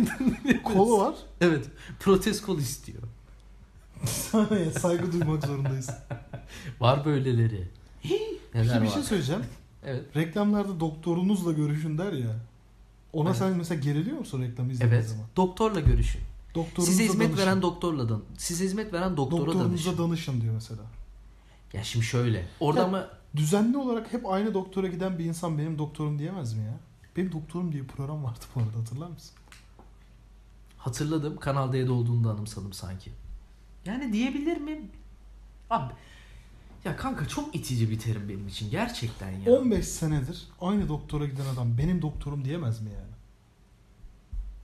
[SPEAKER 2] kolu var.
[SPEAKER 1] Evet protez kol istiyor.
[SPEAKER 2] Sana saygı duymak zorundayız.
[SPEAKER 1] Var böyleleri.
[SPEAKER 2] Peki
[SPEAKER 1] Neler
[SPEAKER 2] bir
[SPEAKER 1] var?
[SPEAKER 2] şey söyleyeceğim.
[SPEAKER 1] Evet.
[SPEAKER 2] Reklamlarda doktorunuzla görüşün der ya. Ona
[SPEAKER 1] Evet.
[SPEAKER 2] sen mesela geriliyor musun reklamı izlediğin
[SPEAKER 1] Evet.
[SPEAKER 2] zaman?
[SPEAKER 1] Doktorla görüşün.
[SPEAKER 2] Doktorunuza
[SPEAKER 1] size hizmet
[SPEAKER 2] danışın.
[SPEAKER 1] veren doktorla dan. Size hizmet veren doktora
[SPEAKER 2] doktorunuza
[SPEAKER 1] danışın.
[SPEAKER 2] danışın. diyor mesela.
[SPEAKER 1] Ya şimdi şöyle. Orada
[SPEAKER 2] Ya-
[SPEAKER 1] mı
[SPEAKER 2] Düzenli olarak hep aynı doktora giden bir insan benim doktorum diyemez mi ya? Benim doktorum diye bir program vardı bu arada hatırlar mısın?
[SPEAKER 1] hatırladım. Kanal D'de olduğunu da anımsadım sanki. Yani diyebilir mi? Abi Ya kanka çok itici bir terim benim için gerçekten ya.
[SPEAKER 2] 15 senedir aynı doktora giden adam benim doktorum diyemez mi yani?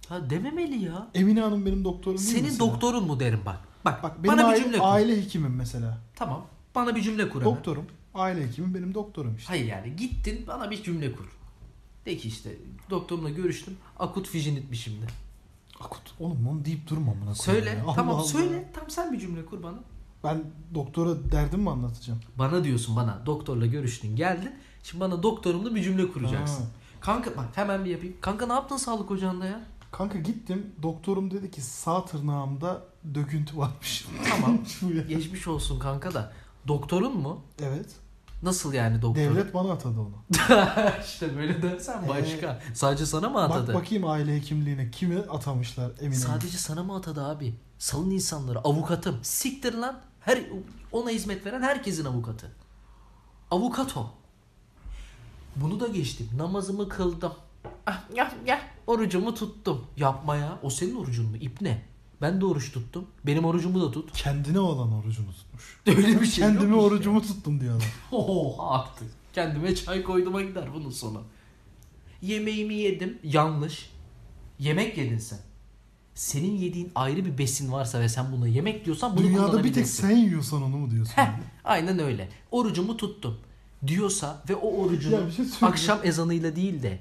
[SPEAKER 1] Ha dememeli ya.
[SPEAKER 2] Emine Hanım benim doktorum değil
[SPEAKER 1] Senin
[SPEAKER 2] mesela.
[SPEAKER 1] doktorun mu derim bak. Bak,
[SPEAKER 2] Bak benim
[SPEAKER 1] bana bir
[SPEAKER 2] aile,
[SPEAKER 1] cümle kur.
[SPEAKER 2] aile hekimim mesela.
[SPEAKER 1] Tamam. Bana bir cümle kur hemen.
[SPEAKER 2] Doktorum. Aile hekimim benim doktorum işte.
[SPEAKER 1] Hayır yani gittin bana bir cümle kur. De ki işte doktorumla görüştüm. Akut fijinitmiş şimdi.
[SPEAKER 2] Akut. Oğlum onu deyip durma amına koyayım
[SPEAKER 1] Söyle.
[SPEAKER 2] ya. Allah
[SPEAKER 1] tamam
[SPEAKER 2] Allah.
[SPEAKER 1] söyle. Tam sen bir cümle kur bana.
[SPEAKER 2] Ben doktora derdimi mi anlatacağım?
[SPEAKER 1] Bana diyorsun bana doktorla görüştün geldin. Şimdi bana doktorumla bir cümle kuracaksın.
[SPEAKER 2] Ha.
[SPEAKER 1] Kanka bak hemen bir yapayım. Kanka ne yaptın sağlık ocağında ya?
[SPEAKER 2] Kanka gittim doktorum dedi ki sağ tırnağımda döküntü varmış. [laughs]
[SPEAKER 1] Tamam. [laughs]
[SPEAKER 2] Şu ya.
[SPEAKER 1] Geçmiş olsun kanka da. Doktorun mu?
[SPEAKER 2] evet.
[SPEAKER 1] Nasıl yani doktor? [laughs]
[SPEAKER 2] Devlet bana atadı onu.
[SPEAKER 1] işte böyle dersen
[SPEAKER 2] Ee,
[SPEAKER 1] başka. Sadece sana mı atadı?
[SPEAKER 2] Bak bakayım aile hekimliğine kimi atamışlar Emine.
[SPEAKER 1] Sadece sana mı atadı abi? Salın insanları. Avukatım. Siktir lan. Her, ona hizmet veren herkesin avukatı. Avukat o. Bunu da geçtim. Namazımı kıldım. Ah, ya, ya. Orucumu tuttum. Yapma ya. O senin orucun mu? İpne. Ben de oruç tuttum. Benim orucumu da tut.
[SPEAKER 2] Kendine olan orucunu tutmuş.
[SPEAKER 1] Öyle bir şey
[SPEAKER 2] Kendime
[SPEAKER 1] yok
[SPEAKER 2] orucumu tuttum diyor adam.
[SPEAKER 1] Oha artık. Kendime çay koyduma gider bunun sonu. Yemeğimi yedim. Yanlış. Yemek yedin sen. Senin yediğin ayrı bir besin varsa ve sen buna yemek diyorsan bunu
[SPEAKER 2] Dünyada bir tek
[SPEAKER 1] kullanabilirsin.
[SPEAKER 2] sen yiyorsan onu mu diyorsun?
[SPEAKER 1] Heh, aynen öyle. Orucumu tuttum diyorsa ve o orucunu
[SPEAKER 2] Ya bir şey söyleyeyim.
[SPEAKER 1] akşam ezanıyla değil de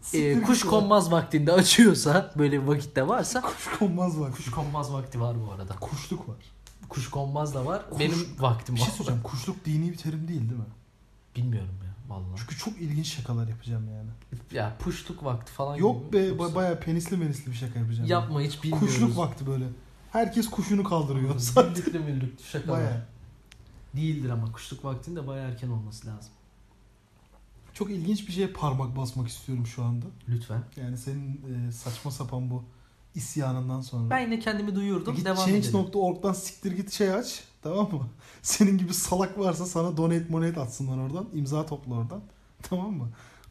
[SPEAKER 2] Siktir
[SPEAKER 1] e,
[SPEAKER 2] git
[SPEAKER 1] kuş
[SPEAKER 2] ya.
[SPEAKER 1] konmaz vaktinde açıyorsa böyle bir vakitte varsa
[SPEAKER 2] Kuş konmaz var.
[SPEAKER 1] kuş konmaz vakti var bu arada.
[SPEAKER 2] Kuşluk var.
[SPEAKER 1] Kuş konmaz da var.
[SPEAKER 2] Kuş-
[SPEAKER 1] Benim vaktim
[SPEAKER 2] Bir
[SPEAKER 1] var.
[SPEAKER 2] şey söyleyeceğim. Kuşluk dini bir terim değil değil mi?
[SPEAKER 1] Bilmiyorum ya vallahi.
[SPEAKER 2] Çünkü çok ilginç şakalar yapacağım yani.
[SPEAKER 1] Ya puşluk vakti falan
[SPEAKER 2] Yok
[SPEAKER 1] gibi.
[SPEAKER 2] be
[SPEAKER 1] Yoksa-
[SPEAKER 2] ba- baya penisli menisli bir şaka yapacağım.
[SPEAKER 1] Yapma hiç bilmiyoruz.
[SPEAKER 2] Kuşluk vakti böyle. Herkes kuşunu kaldırıyor.
[SPEAKER 1] Birlikte birlikte şaka.
[SPEAKER 2] baya.
[SPEAKER 1] Değildir ama kuşluk vaktinde baya erken olması lazım.
[SPEAKER 2] Çok ilginç bir şeye parmak basmak istiyorum şu anda.
[SPEAKER 1] Lütfen.
[SPEAKER 2] Yani senin e, saçma sapan bu isyanından sonra.
[SPEAKER 1] Ben yine kendimi duyurdum.
[SPEAKER 2] E Git
[SPEAKER 1] devam edelim.
[SPEAKER 2] change.org'dan siktir git şey aç. Tamam mı? [laughs] Senin gibi salak varsa sana donate monate atsınlar oradan. imza topla oradan. [laughs] Tamam mı?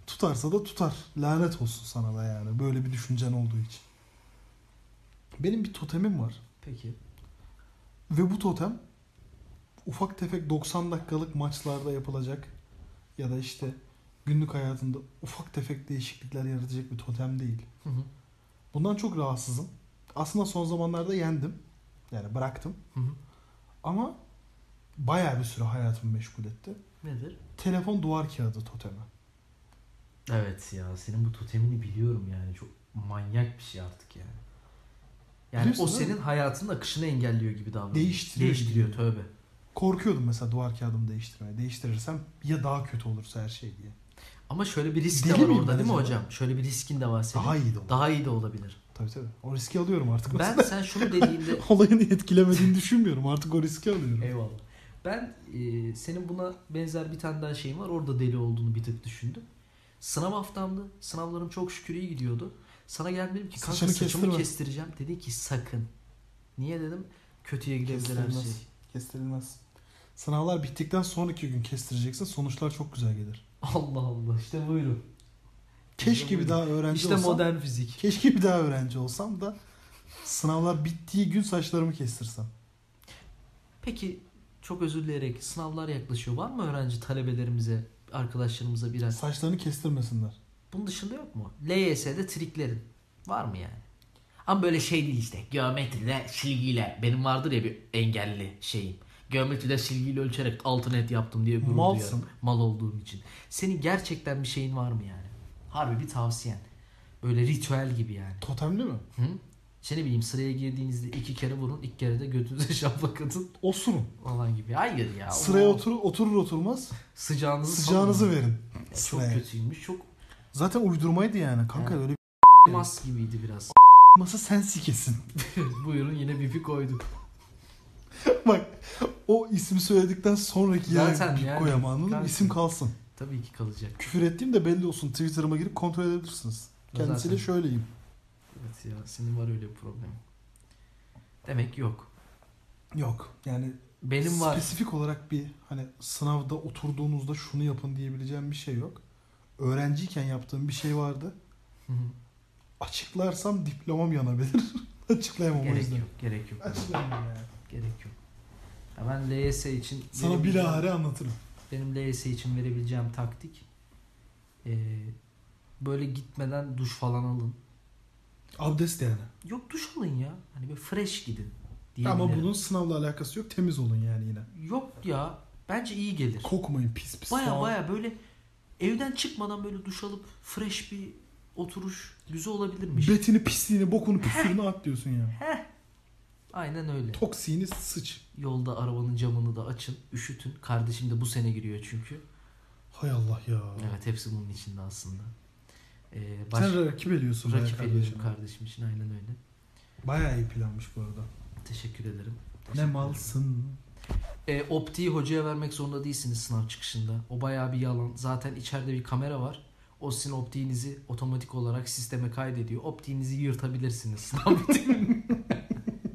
[SPEAKER 2] Tutarsa da tutar. Lanet olsun sana da yani. Böyle bir düşüncen olduğu için. Benim bir totemim var.
[SPEAKER 1] Peki.
[SPEAKER 2] Ve bu totem ufak tefek 90 dakikalık maçlarda yapılacak ya da işte günlük hayatında ufak tefek değişiklikler yaratacak bir totem değil.
[SPEAKER 1] Hı hı.
[SPEAKER 2] Bundan çok rahatsızım. Aslında son zamanlarda yendim. Yani bıraktım.
[SPEAKER 1] Hı hı.
[SPEAKER 2] Ama bayağı bir süre hayatımı meşgul etti.
[SPEAKER 1] Nedir?
[SPEAKER 2] Telefon duvar kağıdı totemi.
[SPEAKER 1] Evet ya senin bu totemini biliyorum yani. Çok manyak bir şey artık yani. Yani
[SPEAKER 2] Biliyorsun
[SPEAKER 1] o
[SPEAKER 2] değil mi?
[SPEAKER 1] senin hayatının akışını engelliyor gibi davranıyor.
[SPEAKER 2] Değiştiriyor
[SPEAKER 1] Değiştiriyor tövbe.
[SPEAKER 2] Korkuyordum mesela duvar kağıdımı değiştirmeye. Değiştirirsem ya daha kötü olursa her şey diye.
[SPEAKER 1] Ama şöyle bir risk
[SPEAKER 2] Deli
[SPEAKER 1] de var
[SPEAKER 2] miyim ben
[SPEAKER 1] orada değil mi
[SPEAKER 2] acaba?
[SPEAKER 1] hocam? Şöyle bir riskin de var senin.
[SPEAKER 2] Daha iyi de olur.
[SPEAKER 1] Daha iyi de olabilir.
[SPEAKER 2] Tabii tabii. O riski alıyorum artık.
[SPEAKER 1] Ben sen şunu dediğinde
[SPEAKER 2] [laughs] Olayın etkilemediğini düşünmüyorum. Artık o riski alıyorum.
[SPEAKER 1] Eyvallah. Ben e, senin buna benzer bir tane daha şeyin var. Orada deli olduğunu bir tık düşündüm. Sınav haftamdı. Sınavlarım çok şükür iyi gidiyordu. Sana geldim dedim ki kanka
[SPEAKER 2] Saçını
[SPEAKER 1] saçımı
[SPEAKER 2] kestirme.
[SPEAKER 1] kestireceğim. Dedi ki sakın. Niye dedim? Kötüye gidebilir her
[SPEAKER 2] Kestirilmez.
[SPEAKER 1] şey.
[SPEAKER 2] Kestirilmez. Sınavlar bittikten sonraki gün kestireceksin. Sonuçlar çok güzel gelir.
[SPEAKER 1] [laughs] Allah Allah. İşte buyurun.
[SPEAKER 2] Keşke
[SPEAKER 1] buyurun.
[SPEAKER 2] bir daha öğrenci
[SPEAKER 1] İşte
[SPEAKER 2] olsam.
[SPEAKER 1] modern fizik.
[SPEAKER 2] Keşke bir daha öğrenci olsam da sınavlar bittiği gün saçlarımı kestirsem.
[SPEAKER 1] Peki çok özür dileyerek sınavlar yaklaşıyor. Var mı öğrenci talebelerimize, arkadaşlarımıza birer?
[SPEAKER 2] Saçlarını kestirmesinler.
[SPEAKER 1] Bunun dışında yok mu? LYS'de triklerin var mı yani? Ama böyle şey değil işte. Geometride silgiyle. Benim vardır ya bir engelli şeyim. Geometride silgiyle ölçerek altı net yaptım diye gurur
[SPEAKER 2] Malsın.
[SPEAKER 1] duyarım. Mal olduğum için. Senin gerçekten bir şeyin var mı yani? Harbi bir tavsiyen. Böyle ritüel gibi yani.
[SPEAKER 2] Totemli mi?
[SPEAKER 1] Hı? İşte ne bileyim sıraya girdiğinizde iki kere vurun, ilk kere de götünüze [laughs] şaplak atın
[SPEAKER 2] Osurun.
[SPEAKER 1] falan gibi. Hayır ya.
[SPEAKER 2] Sıraya
[SPEAKER 1] o-
[SPEAKER 2] oturur, oturur oturmaz
[SPEAKER 1] Sıcağınızı
[SPEAKER 2] sıcağınızı
[SPEAKER 1] salın.
[SPEAKER 2] verin.
[SPEAKER 1] Ya Çok
[SPEAKER 2] Sıraya.
[SPEAKER 1] kötüymüş. Çok
[SPEAKER 2] Zaten uydurmaydı yani. Kanka öyle bir [laughs]
[SPEAKER 1] mas gibiydi biraz. [laughs]
[SPEAKER 2] masa sen sikesin. [laughs]
[SPEAKER 1] Buyurun yine bipi koyduk.
[SPEAKER 2] Bak o ismi söyledikten sonraki yere
[SPEAKER 1] Zaten
[SPEAKER 2] bir
[SPEAKER 1] yani.
[SPEAKER 2] koyama anladın mı?
[SPEAKER 1] Kanka.
[SPEAKER 2] İsim kalsın.
[SPEAKER 1] Tabii ki kalacak.
[SPEAKER 2] Küfür ettiğim de belli olsun. Twitter'ıma girip kontrol edebilirsiniz. Kendisiyle
[SPEAKER 1] Zaten.
[SPEAKER 2] şöyleyim.
[SPEAKER 1] Evet ya senin var öyle bir problem. Demek yok.
[SPEAKER 2] Yok. Yani
[SPEAKER 1] Benim var.
[SPEAKER 2] spesifik olarak bir hani sınavda oturduğunuzda şunu yapın diyebileceğim bir şey yok. Öğrenciyken yaptığım bir şey vardı.
[SPEAKER 1] Hı hı.
[SPEAKER 2] Açıklarsam diplomam yanabilir. [laughs] Açıklayamam o
[SPEAKER 1] gerek
[SPEAKER 2] yüzden.
[SPEAKER 1] yok, gerek yok.
[SPEAKER 2] Açıklayamam yani.
[SPEAKER 1] Gerek yok. Ya ben LYS için
[SPEAKER 2] Sana
[SPEAKER 1] benim-
[SPEAKER 2] bilahare anlatırım.
[SPEAKER 1] Benim LYS için verebileceğim taktik ee, böyle gitmeden duş falan alın.
[SPEAKER 2] Abdest yani.
[SPEAKER 1] Yok duş alın ya. Hani böyle fresh gidin.
[SPEAKER 2] Ama
[SPEAKER 1] diyebilirim.
[SPEAKER 2] bunun sınavla alakası yok. Temiz olun yani yine.
[SPEAKER 1] Yok ya. Bence iyi gelir.
[SPEAKER 2] Kokmayın pis pis.
[SPEAKER 1] Baya
[SPEAKER 2] soğan.
[SPEAKER 1] baya böyle evden çıkmadan böyle duş alıp fresh bir oturuş güzel olabilirmiş.
[SPEAKER 2] Betini
[SPEAKER 1] [laughs]
[SPEAKER 2] pisliğini bokunu pisliğini at diyorsun yani.
[SPEAKER 1] Aynen öyle.
[SPEAKER 2] Toksiğini sıç.
[SPEAKER 1] Yolda arabanın camını da açın, üşütün. Kardeşim de bu sene giriyor çünkü.
[SPEAKER 2] Hay Allah ya.
[SPEAKER 1] Evet hepsi bunun içinde aslında. Ee, baş...
[SPEAKER 2] Sen rakip ediyorsun bayağı
[SPEAKER 1] Rakip ediyorum
[SPEAKER 2] kardeşim.
[SPEAKER 1] kardeşim için aynen öyle.
[SPEAKER 2] Bayağı iyi planmış bu arada.
[SPEAKER 1] Teşekkür ederim.
[SPEAKER 2] Ne
[SPEAKER 1] Teşekkür ederim.
[SPEAKER 2] malsın.
[SPEAKER 1] Ee, optiği hocaya vermek zorunda değilsiniz sınav çıkışında. O bayağı bir yalan. Zaten içeride bir kamera var. O sizin optiğinizi otomatik olarak sisteme kaydediyor. Optiğinizi yırtabilirsiniz [laughs] sınav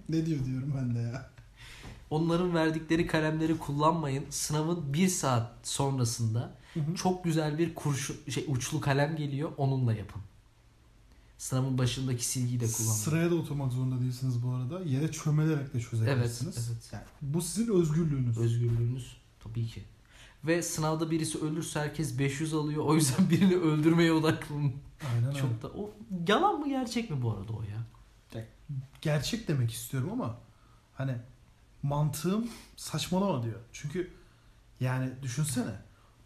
[SPEAKER 2] Ne diyor diyorum ben de ya.
[SPEAKER 1] Onların verdikleri kalemleri kullanmayın. Sınavın bir saat sonrasında
[SPEAKER 2] Hı hı.
[SPEAKER 1] çok güzel bir kurşu, şey, uçlu kalem geliyor. Onunla yapın. Sınavın başındaki silgiyi de kullanmayın.
[SPEAKER 2] Sıraya da oturmak zorunda değilsiniz bu arada. Yere çömelerek de
[SPEAKER 1] evet,
[SPEAKER 2] çözebilirsiniz.
[SPEAKER 1] evet.
[SPEAKER 2] Bu sizin özgürlüğünüz.
[SPEAKER 1] Özgürlüğünüz tabii ki. Ve sınavda birisi ölürse herkes 500 alıyor. O yüzden [laughs] birini öldürmeye odaklanın.
[SPEAKER 2] Aynen öyle.
[SPEAKER 1] Çok da o yalan mı gerçek mi bu arada o ya?
[SPEAKER 2] gerçek demek istiyorum ama hani mantığım saçmalama diyor. Çünkü yani düşünsene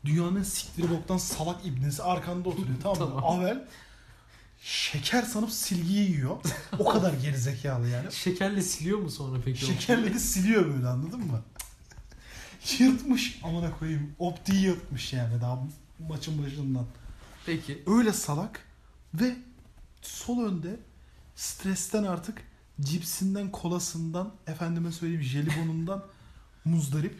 [SPEAKER 2] dünyanın en siktiri boktan salak ibnesi arkanda oturuyor tamam mı?
[SPEAKER 1] Tamam.
[SPEAKER 2] Avel şeker sanıp silgiyi yiyor. O kadar gerizekalı
[SPEAKER 1] [laughs]
[SPEAKER 2] yani.
[SPEAKER 1] Şekerle siliyor mu sonra peki? o?
[SPEAKER 2] Şekerleri siliyor böyle anladın mı? yırtmış amına koyayım. Optiyi yırtmış yani daha maçın başından.
[SPEAKER 1] [laughs] Peki.
[SPEAKER 2] Öyle salak ve sol önde stresten artık cipsinden, kolasından, efendime söyleyeyim jelibonundan [laughs] muzdarip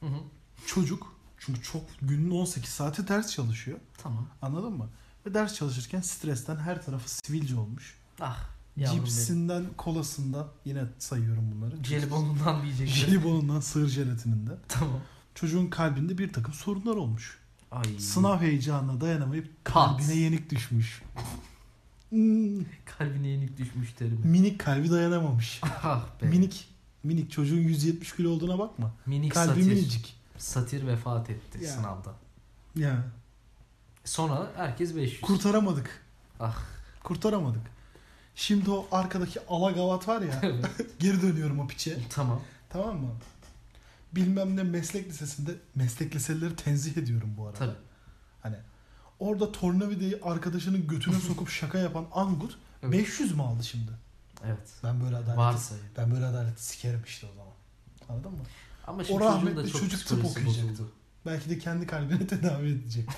[SPEAKER 1] Hı hı.
[SPEAKER 2] çocuk. Çünkü çok günün 18 saati ders çalışıyor.
[SPEAKER 1] Tamam.
[SPEAKER 2] Anladın mı? Ve ders çalışırken stresten her tarafı sivilce olmuş.
[SPEAKER 1] Ah. yavrum benim.
[SPEAKER 2] Cipsinden, kolasından yine sayıyorum bunları.
[SPEAKER 1] Jelibonundan diyecektim.
[SPEAKER 2] [laughs] Jelibonundan, sığır jelatininden.
[SPEAKER 1] tamam.
[SPEAKER 2] Çocuğun kalbinde bir takım sorunlar olmuş.
[SPEAKER 1] Ay.
[SPEAKER 2] Sınav heyecanına dayanamayıp
[SPEAKER 1] Hmm. Kat.
[SPEAKER 2] kalbine yenik düşmüş. [laughs] Hmm.
[SPEAKER 1] Kalbine yenik düşmüş terimi.
[SPEAKER 2] Minik kalbi dayanamamış.
[SPEAKER 1] ah be.
[SPEAKER 2] Minik. Minik çocuğun 170 kilo olduğuna bakma.
[SPEAKER 1] Minik
[SPEAKER 2] kalbi
[SPEAKER 1] satir.
[SPEAKER 2] minicik.
[SPEAKER 1] Satir vefat etti
[SPEAKER 2] Ya.
[SPEAKER 1] sınavda.
[SPEAKER 2] Ya.
[SPEAKER 1] Sonra herkes 500.
[SPEAKER 2] Kurtaramadık.
[SPEAKER 1] Ah.
[SPEAKER 2] Kurtaramadık. Şimdi o arkadaki alagavat var
[SPEAKER 1] [laughs]
[SPEAKER 2] ya.
[SPEAKER 1] Evet.
[SPEAKER 2] geri dönüyorum o piçe.
[SPEAKER 1] tamam.
[SPEAKER 2] Tamam mı? Bilmem ne meslek lisesinde meslek liselileri tenzih ediyorum bu arada.
[SPEAKER 1] Tabii.
[SPEAKER 2] Hani orada tornavidayı arkadaşının
[SPEAKER 1] [laughs]
[SPEAKER 2] götüne sokup şaka yapan Angur
[SPEAKER 1] Evet.
[SPEAKER 2] 500 mü aldı şimdi?
[SPEAKER 1] Evet.
[SPEAKER 2] Ben böyle adaleti,
[SPEAKER 1] Varsa. yani.
[SPEAKER 2] ben böyle adaleti sikerim işte o zaman. Anladın mı?
[SPEAKER 1] Ama şimdi
[SPEAKER 2] O
[SPEAKER 1] çocuğun da
[SPEAKER 2] rahmetli
[SPEAKER 1] çok
[SPEAKER 2] çocuk tıp
[SPEAKER 1] psikolojisi
[SPEAKER 2] okuyacaktı.
[SPEAKER 1] bozuldu.
[SPEAKER 2] Belki de kendi kalbini [laughs] tedavi edecek.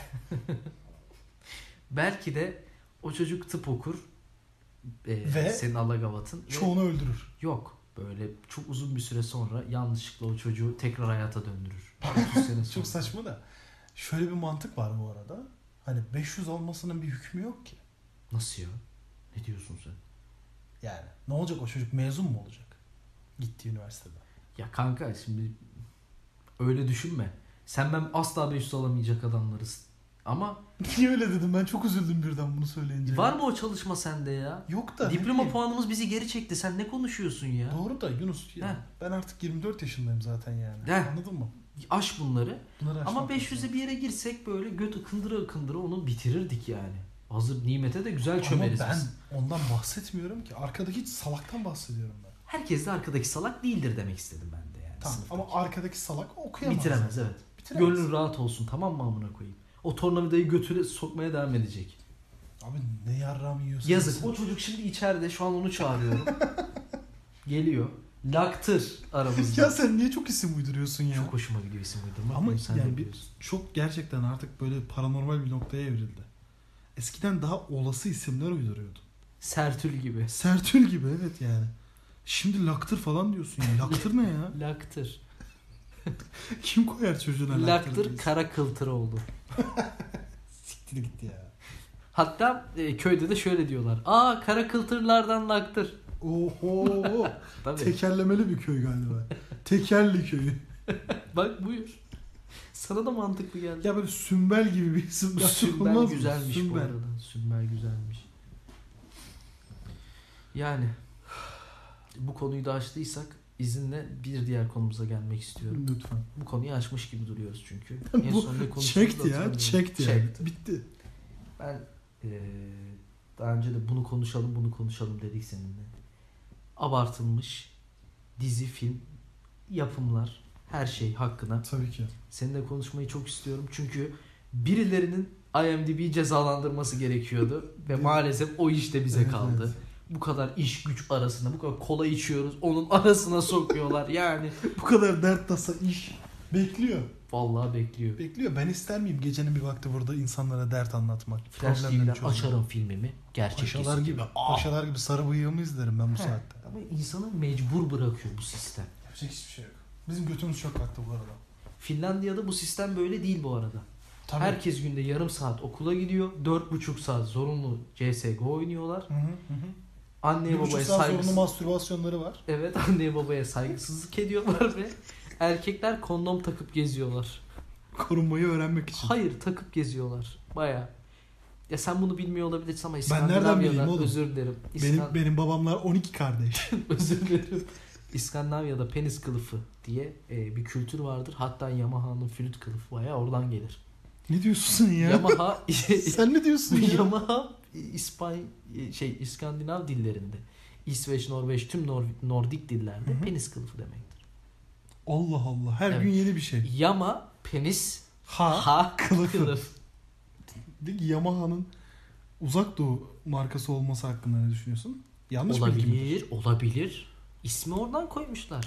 [SPEAKER 1] Belki de o çocuk tıp okur. Ee,
[SPEAKER 2] Ve-
[SPEAKER 1] senin Alagavat'ın. ve-
[SPEAKER 2] Çoğunu öldürür.
[SPEAKER 1] Yok. Böyle çok uzun bir süre sonra yanlışlıkla o çocuğu tekrar hayata
[SPEAKER 2] [laughs]
[SPEAKER 1] döndürür. 30 sene sonra.
[SPEAKER 2] Çok saçma da. Şöyle bir mantık var bu arada. Hani 500 olmasının bir hükmü yok ki.
[SPEAKER 1] Nasıl ya? Ne diyorsun sen?
[SPEAKER 2] Yani ne olacak o çocuk mezun mu olacak? Gittiği üniversiteden.
[SPEAKER 1] Ya kanka şimdi öyle düşünme. Sen ben asla 500 alamayacak adamlarız. Ama
[SPEAKER 2] [laughs] Niye öyle dedim ben çok üzüldüm birden bunu söyleyince.
[SPEAKER 1] var mı o çalışma sende ya?
[SPEAKER 2] Yok da. ne
[SPEAKER 1] Diploma
[SPEAKER 2] bileyim.
[SPEAKER 1] puanımız bizi geri çekti. Sen ne konuşuyorsun ya?
[SPEAKER 2] Doğru da Yunus ya,
[SPEAKER 1] Heh.
[SPEAKER 2] ben artık 24 yaşındayım zaten yani.
[SPEAKER 1] Heh.
[SPEAKER 2] Anladın mı?
[SPEAKER 1] Aş bunları.
[SPEAKER 2] Bunları
[SPEAKER 1] Ama
[SPEAKER 2] aşmak
[SPEAKER 1] 500'e
[SPEAKER 2] lazım.
[SPEAKER 1] bir yere girsek böyle göt ıkındıra ıkındıra onu bitirirdik yani. Hazır nimete de güzel
[SPEAKER 2] Ama
[SPEAKER 1] çömeriz
[SPEAKER 2] ben
[SPEAKER 1] biz.
[SPEAKER 2] ondan bahsetmiyorum ki. Arkadaki salaktan bahsediyorum ben.
[SPEAKER 1] Herkes de arkadaki salak değildir demek istedim ben de yani.
[SPEAKER 2] Tamam
[SPEAKER 1] sınıftaki.
[SPEAKER 2] ama arkadaki salak okuyamaz.
[SPEAKER 1] bitiremez evet.
[SPEAKER 2] Bitiremez.
[SPEAKER 1] Gönlün rahat olsun tamam mı amına koyayım. O tornavidayı götüre sokmaya devam edecek.
[SPEAKER 2] Abi ne yarram yiyorsun?
[SPEAKER 1] Yazık. O çocuk şimdi içeride. Şu an onu
[SPEAKER 2] [laughs]
[SPEAKER 1] çağırıyorum. Geliyor. Laktır aramızda.
[SPEAKER 2] ya sen niye çok isim uyduruyorsun ya?
[SPEAKER 1] Çok hoşuma gidiyor isim uydurmak.
[SPEAKER 2] Ama
[SPEAKER 1] Bunu sen de
[SPEAKER 2] yani bir-
[SPEAKER 1] biliyorsun.
[SPEAKER 2] çok gerçekten artık böyle paranormal bir noktaya evrildi. Eskiden daha olası isimler uyduruyordu.
[SPEAKER 1] Sertül gibi. [laughs]
[SPEAKER 2] Sertül gibi evet yani. Şimdi laktır falan diyorsun ya. Laktır ne
[SPEAKER 1] [laughs]
[SPEAKER 2] ya?
[SPEAKER 1] Laktır.
[SPEAKER 2] Kim koyar çocuğuna laktır?
[SPEAKER 1] Laktır kara kıltır oldu.
[SPEAKER 2] Siktir gitti ya.
[SPEAKER 1] Hatta e, köyde de şöyle diyorlar. Aa kara kıltırlardan laktır.
[SPEAKER 2] Oho.
[SPEAKER 1] Tabii.
[SPEAKER 2] Tekerlemeli bir köy galiba. Tekerli köyü.
[SPEAKER 1] Bak buyur. Sana da mantıklı geldi.
[SPEAKER 2] Ya böyle sümbel gibi bir isim.
[SPEAKER 1] Ya, Sümbel
[SPEAKER 2] Olmaz mı?
[SPEAKER 1] güzelmiş bu
[SPEAKER 2] Sümbel.
[SPEAKER 1] arada. Sümbel güzelmiş. Yani bu konuyu da açtıysak izinle bir diğer konumuza gelmek istiyorum.
[SPEAKER 2] Lütfen.
[SPEAKER 1] Bu konuyu açmış gibi duruyoruz çünkü. En
[SPEAKER 2] [laughs] Bu
[SPEAKER 1] son ne konuştuğumuzu
[SPEAKER 2] çekti ya.
[SPEAKER 1] hatırlamıyorum.
[SPEAKER 2] Çekti ya.
[SPEAKER 1] Çekti.
[SPEAKER 2] Bitti.
[SPEAKER 1] Ben eee, daha önce de bunu konuşalım bunu konuşalım dedik seninle. Abartılmış dizi, film, yapımlar her şey hakkında
[SPEAKER 2] Tabii ki.
[SPEAKER 1] seninle konuşmayı çok istiyorum. Çünkü birilerinin IMDb'yi cezalandırması gerekiyordu. Ve maalesef o iş de bize
[SPEAKER 2] Evet,
[SPEAKER 1] kaldı.
[SPEAKER 2] evet.
[SPEAKER 1] Bu kadar iş güç arasında bu kadar kola içiyoruz. Onun arasına sokuyorlar yani.
[SPEAKER 2] Bu kadar dert tasa iş bekliyor.
[SPEAKER 1] Vallahi bekliyor.
[SPEAKER 2] Bekliyor. Ben ister miyim gecenin bir vakti burada insanlara dert anlatmak?
[SPEAKER 1] Flash
[SPEAKER 2] problemleri
[SPEAKER 1] TV'den
[SPEAKER 2] çözmek?
[SPEAKER 1] açarım filmimi. Gerçek
[SPEAKER 2] Paşalar
[SPEAKER 1] kesim.
[SPEAKER 2] gibi.
[SPEAKER 1] Aa!
[SPEAKER 2] Paşalar gibi sarı bıyığımı izlerim ben bu
[SPEAKER 1] Ah. He.
[SPEAKER 2] saatte.
[SPEAKER 1] Ama insanı mecbur bırakıyor bu sistem.
[SPEAKER 2] Yapacak hiçbir şey yok. Bizim götümüz çok kalktı bu arada.
[SPEAKER 1] Finlandiya'da bu sistem böyle değil bu arada.
[SPEAKER 2] Tabii.
[SPEAKER 1] Herkes günde yarım saat okula gidiyor. 4,5 saat zorunlu CSGO oynuyorlar.
[SPEAKER 2] Hı hı hı.
[SPEAKER 1] Anneye
[SPEAKER 2] Bir buçuk
[SPEAKER 1] babaya
[SPEAKER 2] saat zorunlu
[SPEAKER 1] saygısızlık
[SPEAKER 2] mastürbasyonları var.
[SPEAKER 1] Evet [laughs] anneye babaya saygısızlık ediyorlar ve erkekler kondom takıp geziyorlar.
[SPEAKER 2] Korunmayı öğrenmek için.
[SPEAKER 1] Hayır takıp geziyorlar. Baya. Ya sen bunu bilmiyor olabilirsin ama
[SPEAKER 2] nereden bileyim
[SPEAKER 1] İskandinavya'da
[SPEAKER 2] oğlum?
[SPEAKER 1] özür dilerim.
[SPEAKER 2] benim,
[SPEAKER 1] İskan-
[SPEAKER 2] benim babamlar 12 kardeş.
[SPEAKER 1] [laughs] özür dilerim. İskandinavya'da penis kılıfı diye e, bir kültür vardır. Hatta Yamaha'nın flüt kılıfı baya oradan gelir.
[SPEAKER 2] ne diyorsun sen ya?
[SPEAKER 1] Yamaha
[SPEAKER 2] [laughs]
[SPEAKER 1] [laughs]
[SPEAKER 2] sen ne diyorsun ya?
[SPEAKER 1] Yamaha İspany şey İskandinav dillerinde. İsveç, Norveç tüm Nor- Nordik dillerde
[SPEAKER 2] Hı hı.
[SPEAKER 1] penis kılıfı demektir.
[SPEAKER 2] Allah Allah. Her
[SPEAKER 1] Evet.
[SPEAKER 2] gün yeni bir şey.
[SPEAKER 1] Yama penis
[SPEAKER 2] Ha.
[SPEAKER 1] ha [laughs]
[SPEAKER 2] kılıfı.
[SPEAKER 1] kılıf.
[SPEAKER 2] De ki Yamaha'nın uzak doğu markası olması hakkında ne düşünüyorsun? Yanlış bilgi [laughs] mi?
[SPEAKER 1] Olabilir, olabilir. İsmi oradan koymuşlar.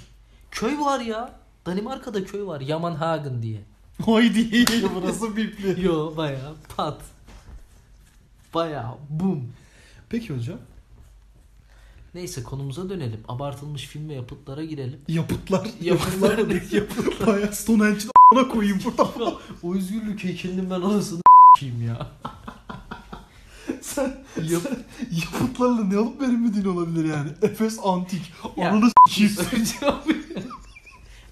[SPEAKER 1] Köy var ya. Danimarka'da köy var. Yamanhagen diye.
[SPEAKER 2] Haydi burası
[SPEAKER 1] [laughs]
[SPEAKER 2] bipli.
[SPEAKER 1] Yo baya pat. Baya bum.
[SPEAKER 2] Peki hocam.
[SPEAKER 1] Neyse konumuza dönelim. Abartılmış film ve yapıtlara girelim.
[SPEAKER 2] Yapıtlar.
[SPEAKER 1] Yapıtlar
[SPEAKER 2] Yapıtlar
[SPEAKER 1] dedik,
[SPEAKER 2] dedik. [laughs] Yapıtlar. Bayağı Stonehenge'in a**ına koyayım burada.
[SPEAKER 1] o özgürlük heykelinin ben [laughs] anasını [laughs] kim ya.
[SPEAKER 2] Sen
[SPEAKER 1] [laughs] Yap-
[SPEAKER 2] yapıtlarla ne alıp verilmediğin olabilir yani. Efes Antik.
[SPEAKER 1] Ya.
[SPEAKER 2] Ananı
[SPEAKER 1] şey
[SPEAKER 2] s**eyim.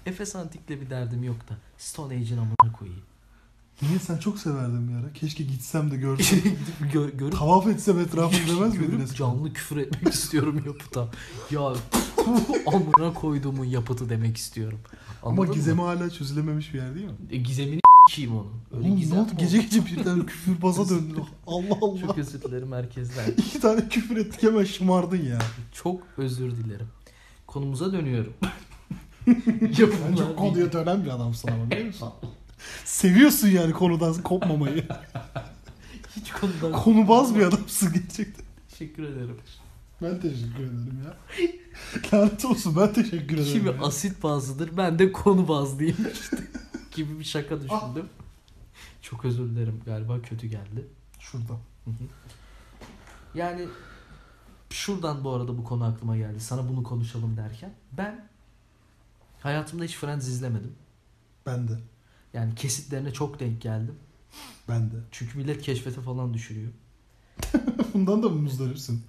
[SPEAKER 1] Efes Antik'le bir derdim yok da Stone Age'in amına [laughs] koyayım.
[SPEAKER 2] Niye sen çok severdin bir ara. Keşke gitsem
[SPEAKER 1] [laughs]
[SPEAKER 2] de görsem.
[SPEAKER 1] Gidip gö- görüp,
[SPEAKER 2] Tavaf etsem etrafını demez
[SPEAKER 1] görüp
[SPEAKER 2] miydin eskiden?
[SPEAKER 1] canlı küfür etmek [laughs] istiyorum yapıta. Ya [laughs] amına koyduğumun yapıtı demek istiyorum.
[SPEAKER 2] Ama
[SPEAKER 1] Anladın
[SPEAKER 2] gizemi
[SPEAKER 1] mı?
[SPEAKER 2] hala çözülememiş bir yer değil mi?
[SPEAKER 1] E, gizemini kim onun. Öyle
[SPEAKER 2] Oğlum
[SPEAKER 1] gizem
[SPEAKER 2] ne oldu?
[SPEAKER 1] mi
[SPEAKER 2] Gece gece birden küfür baza döndü. Allah
[SPEAKER 1] olur?
[SPEAKER 2] Allah.
[SPEAKER 1] Çok özür dilerim herkesten.
[SPEAKER 2] İki tane küfür ettik hemen şımardın ya.
[SPEAKER 1] Çok özür dilerim. Konumuza
[SPEAKER 2] [laughs]
[SPEAKER 1] dönüyorum.
[SPEAKER 2] Ben
[SPEAKER 1] Yapıtlar
[SPEAKER 2] çok konuya dönen bir adamsın ama biliyor musun? Seviyorsun yani konudan
[SPEAKER 1] [laughs]
[SPEAKER 2] kopmamayı.
[SPEAKER 1] Hiç konudan...
[SPEAKER 2] Konubaz bir adamsın gerçekten.
[SPEAKER 1] Teşekkür ederim.
[SPEAKER 2] Ben teşekkür ederim ya. Lanet olsun ben teşekkür ederim.
[SPEAKER 1] Kimi
[SPEAKER 2] ya.
[SPEAKER 1] asit bazlıdır ben de konu bazlıyım [laughs] işte gibi bir şaka düşündüm.
[SPEAKER 2] Ah.
[SPEAKER 1] Çok özür dilerim galiba kötü geldi.
[SPEAKER 2] Şurada.
[SPEAKER 1] Yani şuradan bu arada bu konu aklıma geldi. Sana bunu konuşalım derken ben hayatımda hiç Friends izlemedim.
[SPEAKER 2] Ben de.
[SPEAKER 1] Yani kesitlerine çok denk geldim.
[SPEAKER 2] Ben de. [laughs]
[SPEAKER 1] Çünkü millet keşfete falan düşürüyor.
[SPEAKER 2] Bundan da mı muzdaripsin?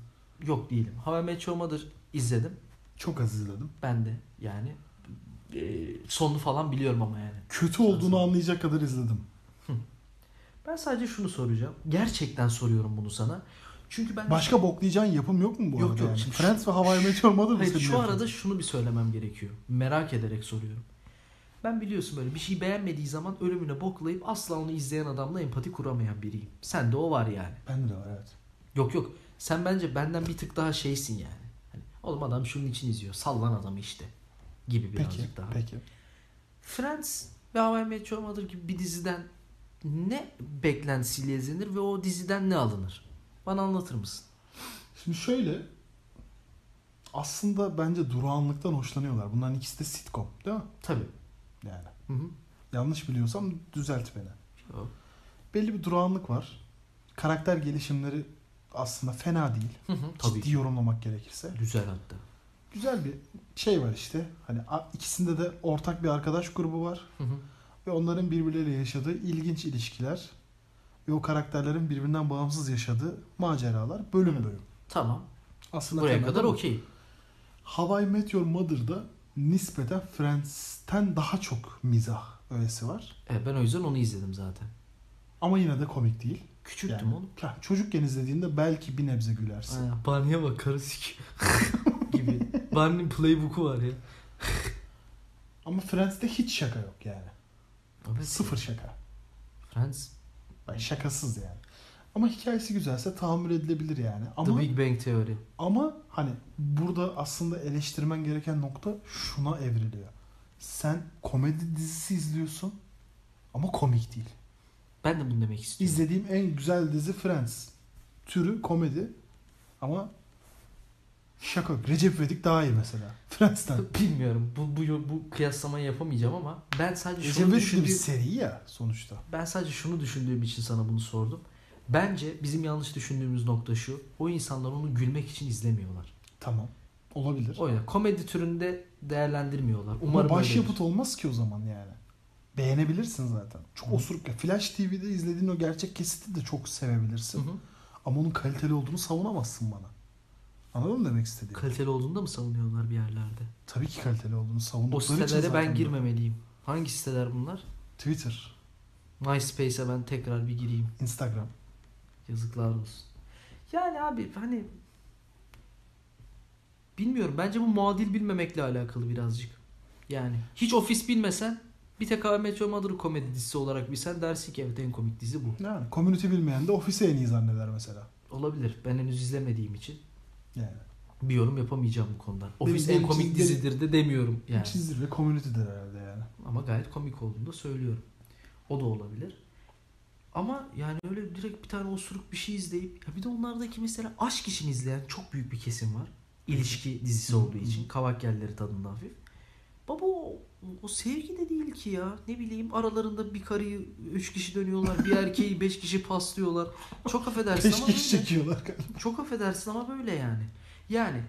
[SPEAKER 1] Yok değilim. How I Met Your Mother izledim.
[SPEAKER 2] Çok az izledim.
[SPEAKER 1] Ben de yani eee sonunu falan biliyorum ama yani.
[SPEAKER 2] Kötü olduğunu anlayacak kadar izledim.
[SPEAKER 1] Ben sadece şunu soracağım. Gerçekten soruyorum bunu sana. Çünkü ben
[SPEAKER 2] Başka boklayacağın yapım yok mu bu
[SPEAKER 1] Yok,
[SPEAKER 2] arada?
[SPEAKER 1] yok.
[SPEAKER 2] yani?
[SPEAKER 1] Şimdi şu-
[SPEAKER 2] Friends ve Hawaii Meteor Mother mı
[SPEAKER 1] Hayır,
[SPEAKER 2] senin
[SPEAKER 1] şu
[SPEAKER 2] yapın?
[SPEAKER 1] arada şunu bir söylemem gerekiyor. Merak ederek soruyorum. Ben biliyorsun böyle bir şey beğenmediği zaman ölümüne boklayıp asla onu izleyen adamla empati kuramayan biriyim. Sen de o var yani.
[SPEAKER 2] Bende de var evet.
[SPEAKER 1] Yok yok. Sen bence benden bir tık daha şeysin yani. Hani, oğlum adam şunun için izliyor. Sallan adamı işte. Gibi birazcık
[SPEAKER 2] Peki,
[SPEAKER 1] daha.
[SPEAKER 2] peki.
[SPEAKER 1] Friends ve How I Met Your Mother gibi bir diziden ne beklentisiyle izlenir ve o diziden ne alınır? Bana anlatır mısın?
[SPEAKER 2] Şimdi şöyle aslında bence durağanlıktan hoşlanıyorlar. Bunların ikisi de sitcom değil mi?
[SPEAKER 1] Tabii.
[SPEAKER 2] Yani.
[SPEAKER 1] Hı hı.
[SPEAKER 2] Yanlış biliyorsam düzelt beni.
[SPEAKER 1] Yok.
[SPEAKER 2] Belli bir durağanlık var. Karakter gelişimleri aslında fena değil.
[SPEAKER 1] Hı hı, Tabii.
[SPEAKER 2] Ciddi
[SPEAKER 1] ki.
[SPEAKER 2] yorumlamak gerekirse.
[SPEAKER 1] Güzel hatta.
[SPEAKER 2] Güzel bir şey var işte. Hani a- ikisinde de ortak bir arkadaş grubu var.
[SPEAKER 1] Hı hı.
[SPEAKER 2] Ve onların birbirleriyle yaşadığı ilginç ilişkiler ve o karakterlerin birbirinden bağımsız yaşadığı maceralar bölüm bölüm.
[SPEAKER 1] Tamam.
[SPEAKER 2] Aslında
[SPEAKER 1] Buraya
[SPEAKER 2] temelde
[SPEAKER 1] kadar
[SPEAKER 2] bu.
[SPEAKER 1] okey.
[SPEAKER 2] How I Met Your Mother'da nispeten Friends'ten daha çok mizah öğesi var.
[SPEAKER 1] E, ben o yüzden onu izledim zaten.
[SPEAKER 2] Ama yine de komik değil.
[SPEAKER 1] Küçüktüm
[SPEAKER 2] Yani,
[SPEAKER 1] oğlum.
[SPEAKER 2] ya çocukken izlediğinde belki bir nebze
[SPEAKER 1] [laughs]
[SPEAKER 2] gülersin.
[SPEAKER 1] Aynen. Barney'e bak karı sik. gibi. Barney'in playbook'u var ya.
[SPEAKER 2] Ama Friends'te hiç şaka yok yani.
[SPEAKER 1] Evet.
[SPEAKER 2] Sıfır şaka.
[SPEAKER 1] Friends.
[SPEAKER 2] Yani şakasız yani. Ama hikayesi güzelse tahammül edilebilir yani. Ama
[SPEAKER 1] The Big Bang Theory.
[SPEAKER 2] Ama hani burada aslında eleştirmen gereken nokta şuna evriliyor. Sen komedi dizisi izliyorsun ama komik değil.
[SPEAKER 1] Ben de bunu demek istiyorum.
[SPEAKER 2] İzlediğim en güzel dizi Friends. Türü komedi ama şaka. yok. Recep İvedik daha iyi mesela. Friends'ten.
[SPEAKER 1] Bilmiyorum. Bu, bu, bu kıyaslamayı yapamayacağım ama ben sadece
[SPEAKER 2] Recep
[SPEAKER 1] şunu
[SPEAKER 2] İvedik de bir
[SPEAKER 1] düşündüğüm,
[SPEAKER 2] seri ya sonuçta.
[SPEAKER 1] ben sadece şunu düşündüğüm için sana bunu sordum. Bence bizim yanlış düşündüğümüz nokta şu. O insanlar onu gülmek için izlemiyorlar.
[SPEAKER 2] Tamam. Olabilir.
[SPEAKER 1] O yüzden komedi türünde değerlendirmiyorlar.
[SPEAKER 2] Umarım
[SPEAKER 1] Umarım
[SPEAKER 2] Ama
[SPEAKER 1] öyledir.
[SPEAKER 2] başyapıt olmaz ki o zaman yani. Beğenebilirsin zaten. Çok
[SPEAKER 1] Hı.
[SPEAKER 2] osuruk ya. Flash TV'de izlediğin o gerçek kesiti de çok
[SPEAKER 1] Hı
[SPEAKER 2] sevebilirsin.
[SPEAKER 1] hı.
[SPEAKER 2] Ama onun kaliteli olduğunu savunamazsın bana. Anladın mı demek istediğimi?
[SPEAKER 1] Kaliteli olduğunda mı savunuyorlar bir yerlerde?
[SPEAKER 2] Tabii ki kaliteli olduğunu
[SPEAKER 1] O
[SPEAKER 2] savundukları için
[SPEAKER 1] sitelere
[SPEAKER 2] zaten
[SPEAKER 1] ben girmemeliyim. Hangi siteler bunlar?
[SPEAKER 2] Twitter,
[SPEAKER 1] MySpace'e ben tekrar bir gireyim.
[SPEAKER 2] Instagram.
[SPEAKER 1] Yazıklar olsun. Yani abi hani bilmiyorum bence bu muadil bilmemekle alakalı birazcık. Yani hiç ofis bilmesen bir tek How I Met Your Mother'ı komedi dizisi olarak bilsen dersin ki evet en komik dizi bu.
[SPEAKER 2] Yani community bilmeyen de ofise en iyi zanneder mesela.
[SPEAKER 1] Olabilir. Ben henüz izlemediğim için
[SPEAKER 2] Yani.
[SPEAKER 1] bir yorum yapamayacağım bu konuda. Ofis
[SPEAKER 2] benim
[SPEAKER 1] en komik
[SPEAKER 2] çizgilerim-
[SPEAKER 1] dizidir de demiyorum yani.
[SPEAKER 2] Çizdir ve community'dir herhalde yani.
[SPEAKER 1] Ama gayet komik olduğunu da söylüyorum. O da olabilir. Ama yani öyle direkt bir tane osuruk bir şey izleyip ya bir de onlardaki mesela aşk için izleyen çok büyük bir kesim var. İlişki dizisi olduğu için kavak yerleri tadında hafif. Baba o, o sevgi de değil ki ya. Ne bileyim aralarında bir karıyı 3 kişi dönüyorlar. Bir
[SPEAKER 2] [laughs]
[SPEAKER 1] erkeği 5 kişi paslıyorlar. Çok affedersin
[SPEAKER 2] Beş
[SPEAKER 1] ama
[SPEAKER 2] kişi
[SPEAKER 1] böyle.
[SPEAKER 2] çekiyorlar. [laughs]
[SPEAKER 1] Çok affedersin ama böyle yani. Yani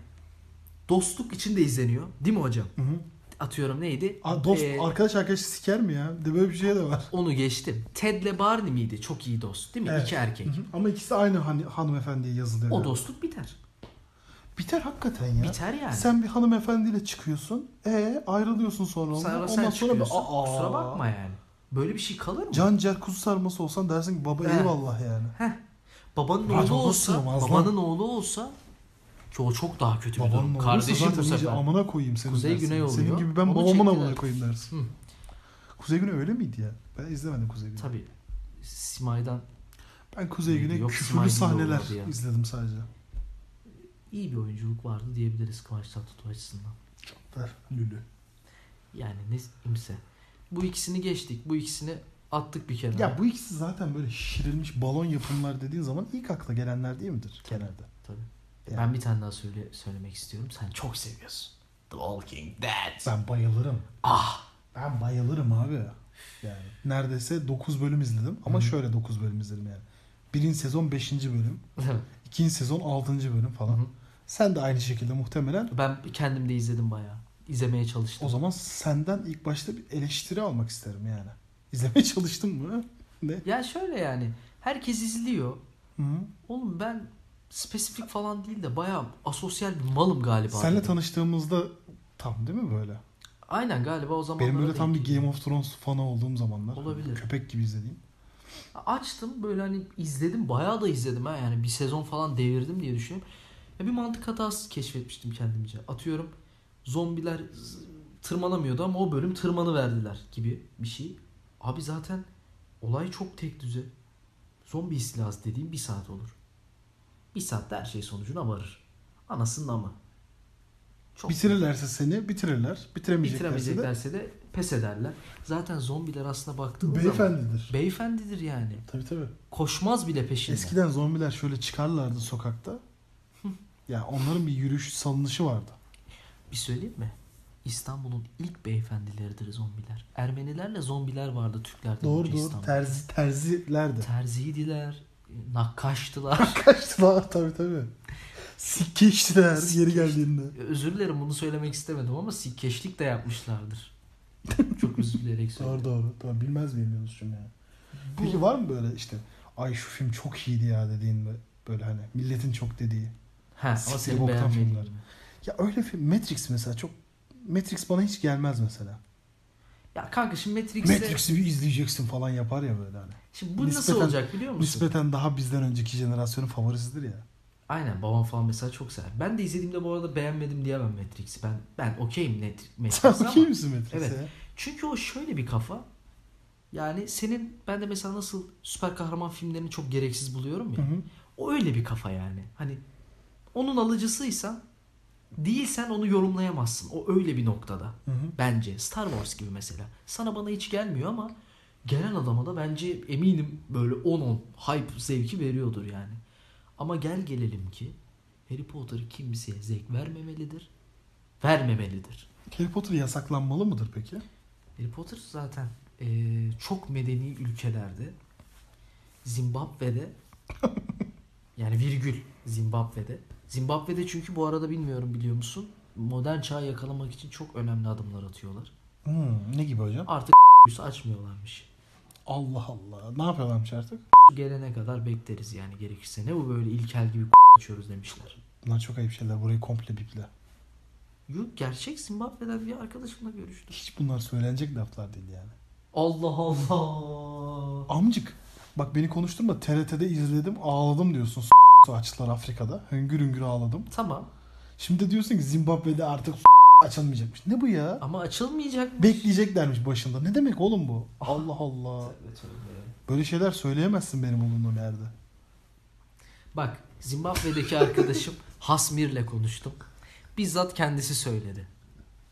[SPEAKER 1] dostluk için de izleniyor. Değil mi hocam?
[SPEAKER 2] Hı hı.
[SPEAKER 1] Atıyorum neydi?
[SPEAKER 2] Aa, dost,
[SPEAKER 1] Ee,
[SPEAKER 2] arkadaş arkadaş siker mi ya? De böyle bir şey de var.
[SPEAKER 1] Onu geçtim. Ted'le Barney miydi? Çok iyi dost değil mi?
[SPEAKER 2] Evet.
[SPEAKER 1] İki erkek.
[SPEAKER 2] Hı hı. Ama ikisi aynı hani, hanımefendiye yazılıyor.
[SPEAKER 1] O
[SPEAKER 2] yani.
[SPEAKER 1] dostluk biter.
[SPEAKER 2] Biter hakikaten ya.
[SPEAKER 1] Biter yani.
[SPEAKER 2] Sen bir hanımefendiyle çıkıyorsun. E ayrılıyorsun sonra ondan.
[SPEAKER 1] Sonra
[SPEAKER 2] Ondan
[SPEAKER 1] sen
[SPEAKER 2] sonra bir
[SPEAKER 1] çıkıyorsun.
[SPEAKER 2] aa.
[SPEAKER 1] Kusura bakma yani. Böyle bir şey kalır mı?
[SPEAKER 2] Can ciğer kuzu sarması olsan dersin ki baba
[SPEAKER 1] He.
[SPEAKER 2] eyvallah yani.
[SPEAKER 1] Heh. Babanın
[SPEAKER 2] Lan
[SPEAKER 1] oğlu
[SPEAKER 2] onu
[SPEAKER 1] olsa,
[SPEAKER 2] sığmaz lan.
[SPEAKER 1] babanın oğlu olsa ki o çok daha kötü bir
[SPEAKER 2] Babanın
[SPEAKER 1] durum.
[SPEAKER 2] olursa
[SPEAKER 1] Kardeşim
[SPEAKER 2] zaten
[SPEAKER 1] bu
[SPEAKER 2] iyice
[SPEAKER 1] sefer.
[SPEAKER 2] amına koyayım seni
[SPEAKER 1] Kuzey
[SPEAKER 2] dersin.
[SPEAKER 1] Güney
[SPEAKER 2] Senin
[SPEAKER 1] oluyor.
[SPEAKER 2] gibi ben
[SPEAKER 1] Onu
[SPEAKER 2] babamın
[SPEAKER 1] çektiler.
[SPEAKER 2] amına koyayım dersin.
[SPEAKER 1] Hı.
[SPEAKER 2] Kuzey Güney öyle miydi ya? Ben izlemedim Kuzey Güney.
[SPEAKER 1] Tabii. Simay'dan
[SPEAKER 2] Ben Kuzey
[SPEAKER 1] Neydi,
[SPEAKER 2] Güney
[SPEAKER 1] yok İsmail
[SPEAKER 2] küfürlü
[SPEAKER 1] Güney
[SPEAKER 2] sahneler
[SPEAKER 1] olmadı ya.
[SPEAKER 2] izledim sadece.
[SPEAKER 1] iyi bir oyunculuk vardı diyebiliriz Kıvanç Tatlıtuğ açısından.
[SPEAKER 2] Der, Lülü.
[SPEAKER 1] Yani ne kimse. Bu ikisini geçtik. Bu ikisini attık bir kenara.
[SPEAKER 2] Ya bu ikisi zaten böyle şişirilmiş balon yapımlar dediğin zaman ilk akla gelenler değil midir
[SPEAKER 1] Tabii.
[SPEAKER 2] genelde?
[SPEAKER 1] Tabii.
[SPEAKER 2] Yani.
[SPEAKER 1] Ben bir tane daha söyle, söylemek istiyorum. Sen çok seviyorsun. The Walking Dead.
[SPEAKER 2] Ben bayılırım.
[SPEAKER 1] Ah!
[SPEAKER 2] Ben bayılırım abi. Yani neredeyse 9 bölüm izledim ama
[SPEAKER 1] Hı.
[SPEAKER 2] şöyle 9 bölüm izledim yani. Birinci sezon 5. bölüm,
[SPEAKER 1] Değil mi?
[SPEAKER 2] ikinci sezon 6. bölüm falan.
[SPEAKER 1] Hı hı.
[SPEAKER 2] Sen de aynı şekilde muhtemelen
[SPEAKER 1] Ben kendim de izledim bayağı. İzlemeye çalıştım.
[SPEAKER 2] o zaman senden ilk başta bir eleştiri almak isterim yani. İzlemeye çalıştın mı? Ne?
[SPEAKER 1] Ya şöyle yani. Herkes izliyor.
[SPEAKER 2] Hı hı.
[SPEAKER 1] Oğlum ben spesifik falan değil de bayağı asosyal bir malım galiba.
[SPEAKER 2] Senle
[SPEAKER 1] dedim.
[SPEAKER 2] tanıştığımızda tam değil mi böyle?
[SPEAKER 1] Aynen galiba o zamanlar.
[SPEAKER 2] Benim böyle tam bir Game of Thrones fanı olduğum zamanlar.
[SPEAKER 1] Olabilir.
[SPEAKER 2] Köpek gibi izlediğim.
[SPEAKER 1] Açtım böyle hani izledim bayağı da izledim ha yani bir sezon falan devirdim diye düşünüyorum. Ya bir mantık hatası keşfetmiştim kendimce. Atıyorum zombiler z- tırmanamıyordu ama o bölüm tırmanı verdiler gibi bir şey. Abi zaten olay çok tek düze. Zombi istilası dediğim bir saat olur. Bir saatte her şey sonucuna varır. Anasının ama. Çok
[SPEAKER 2] Bitirirlerse seni bitirirler. Bitiremeyeceklerse de
[SPEAKER 1] bitiremeyeceklerse de pes ederler. Zaten zombiler aslına baktığın zaman
[SPEAKER 2] beyefendidir.
[SPEAKER 1] beyefendidir yani.
[SPEAKER 2] Tabii tabii.
[SPEAKER 1] Koşmaz bile peşinden.
[SPEAKER 2] Eskiden zombiler şöyle çıkarlardı sokakta. ya onların bir yürüyüş salınışı vardı.
[SPEAKER 1] Bir söyleyeyim mi? İstanbul'un ilk beyefendileridir zombiler. Ermenilerle zombiler vardı Türklerden
[SPEAKER 2] Doğru
[SPEAKER 1] önce
[SPEAKER 2] doğru.
[SPEAKER 1] İstanbul'da.
[SPEAKER 2] Terzi terzilerdi.
[SPEAKER 1] Terziydiler, nakkaştılar. [laughs]
[SPEAKER 2] Kaçtılar [laughs] tabii tabii. Sikke içtiler yeri
[SPEAKER 1] Sikke
[SPEAKER 2] geldiğinde.
[SPEAKER 1] Özür dilerim bunu söylemek istemedim ama sikkeşlik de yapmışlardır. Çok özür dileyerek
[SPEAKER 2] Doğru
[SPEAKER 1] söylüyorum.
[SPEAKER 2] doğru. doğru. Bilmez miyim Yunus'cum ya?
[SPEAKER 1] Bu-
[SPEAKER 2] Peki var mı böyle işte ay şu film çok iyiydi ya dediğin böyle- böyle hani milletin çok dediği.
[SPEAKER 1] Ha, ama
[SPEAKER 2] Siktir
[SPEAKER 1] senin
[SPEAKER 2] boktan
[SPEAKER 1] beğenmediğin
[SPEAKER 2] filmler.
[SPEAKER 1] mi?
[SPEAKER 2] Ya öyle film Matrix mesela çok Matrix bana hiç gelmez mesela.
[SPEAKER 1] Ya kanka şimdi Matrix'e...
[SPEAKER 2] Matrix'i bir izleyeceksin falan yapar ya böyle hani.
[SPEAKER 1] Şimdi bu nasıl
[SPEAKER 2] Nispeten-
[SPEAKER 1] olacak biliyor musun?
[SPEAKER 2] Nispeten daha bizden önceki jenerasyonun favorisidir ya.
[SPEAKER 1] Aynen babam falan mesela çok sever. Ben de izlediğimde bu arada beğenmedim diyemem Matrix'i. Ben ben okeyim Net-
[SPEAKER 2] [laughs]
[SPEAKER 1] Matrix'e
[SPEAKER 2] Sen
[SPEAKER 1] ama.
[SPEAKER 2] okey misin Matrix'e?
[SPEAKER 1] Evet.
[SPEAKER 2] ya?
[SPEAKER 1] Çünkü o şöyle bir kafa. Yani senin ben de mesela nasıl süper kahraman filmlerini çok gereksiz buluyorum
[SPEAKER 2] Hı
[SPEAKER 1] ya.
[SPEAKER 2] hı.
[SPEAKER 1] O öyle bir kafa yani. Hani onun alıcısıysan değilsen onu yorumlayamazsın. O öyle bir noktada.
[SPEAKER 2] Hı hı.
[SPEAKER 1] Bence Star Wars gibi mesela. Sana bana hiç gelmiyor ama gelen adama da bence eminim böyle 10-10 hype zevki veriyordur yani. Ama gel gelelim ki Harry Potter kimseye zevk vermemelidir. Vermemelidir.
[SPEAKER 2] Harry Potter yasaklanmalı mıdır peki?
[SPEAKER 1] Harry Potter zaten eee, çok medeni ülkelerde Zimbabwe'de [laughs] yani virgül Zimbabwe'de Zimbabwe'de çünkü bu arada bilmiyorum biliyor musun modern çağı yakalamak için çok önemli adımlar atıyorlar.
[SPEAKER 2] Hmm, ne gibi hocam?
[SPEAKER 1] Artık [laughs] açmıyorlarmış. [laughs]
[SPEAKER 2] Allah Allah. Ne yapıyorlarmış artık?
[SPEAKER 1] Gelene kadar bekleriz yani gerekirse. Ne bu böyle ilkel gibi [laughs] açıyoruz demişler.
[SPEAKER 2] Bunlar çok ayıp şeyler. Burayı komple biple.
[SPEAKER 1] Yok gerçek Zimbabwe'den bir arkadaşımla görüştüm.
[SPEAKER 2] Hiç bunlar söylenecek laflar değil yani.
[SPEAKER 1] Allah Allah.
[SPEAKER 2] Amcık. Bak beni konuşturma. TRT'de izledim ağladım diyorsun. S- açtılar Afrika'da. Hüngür hüngür ağladım.
[SPEAKER 1] Tamam
[SPEAKER 2] Şimdi de diyorsun ki Zimbabwe'de artık s- açılmayacakmış. Ne bu ya?
[SPEAKER 1] ama açılmayacak mı?
[SPEAKER 2] Bekleyeceklermiş başında. Ne demek oğlum bu? Allah Allah.
[SPEAKER 1] Evet öyle.
[SPEAKER 2] Böyle şeyler söyleyemezsin benim bulunduğum yerde.
[SPEAKER 1] Bak Zimbabwe'deki
[SPEAKER 2] [laughs]
[SPEAKER 1] arkadaşım Hasmir'le konuştum. Bizzat kendisi söyledi.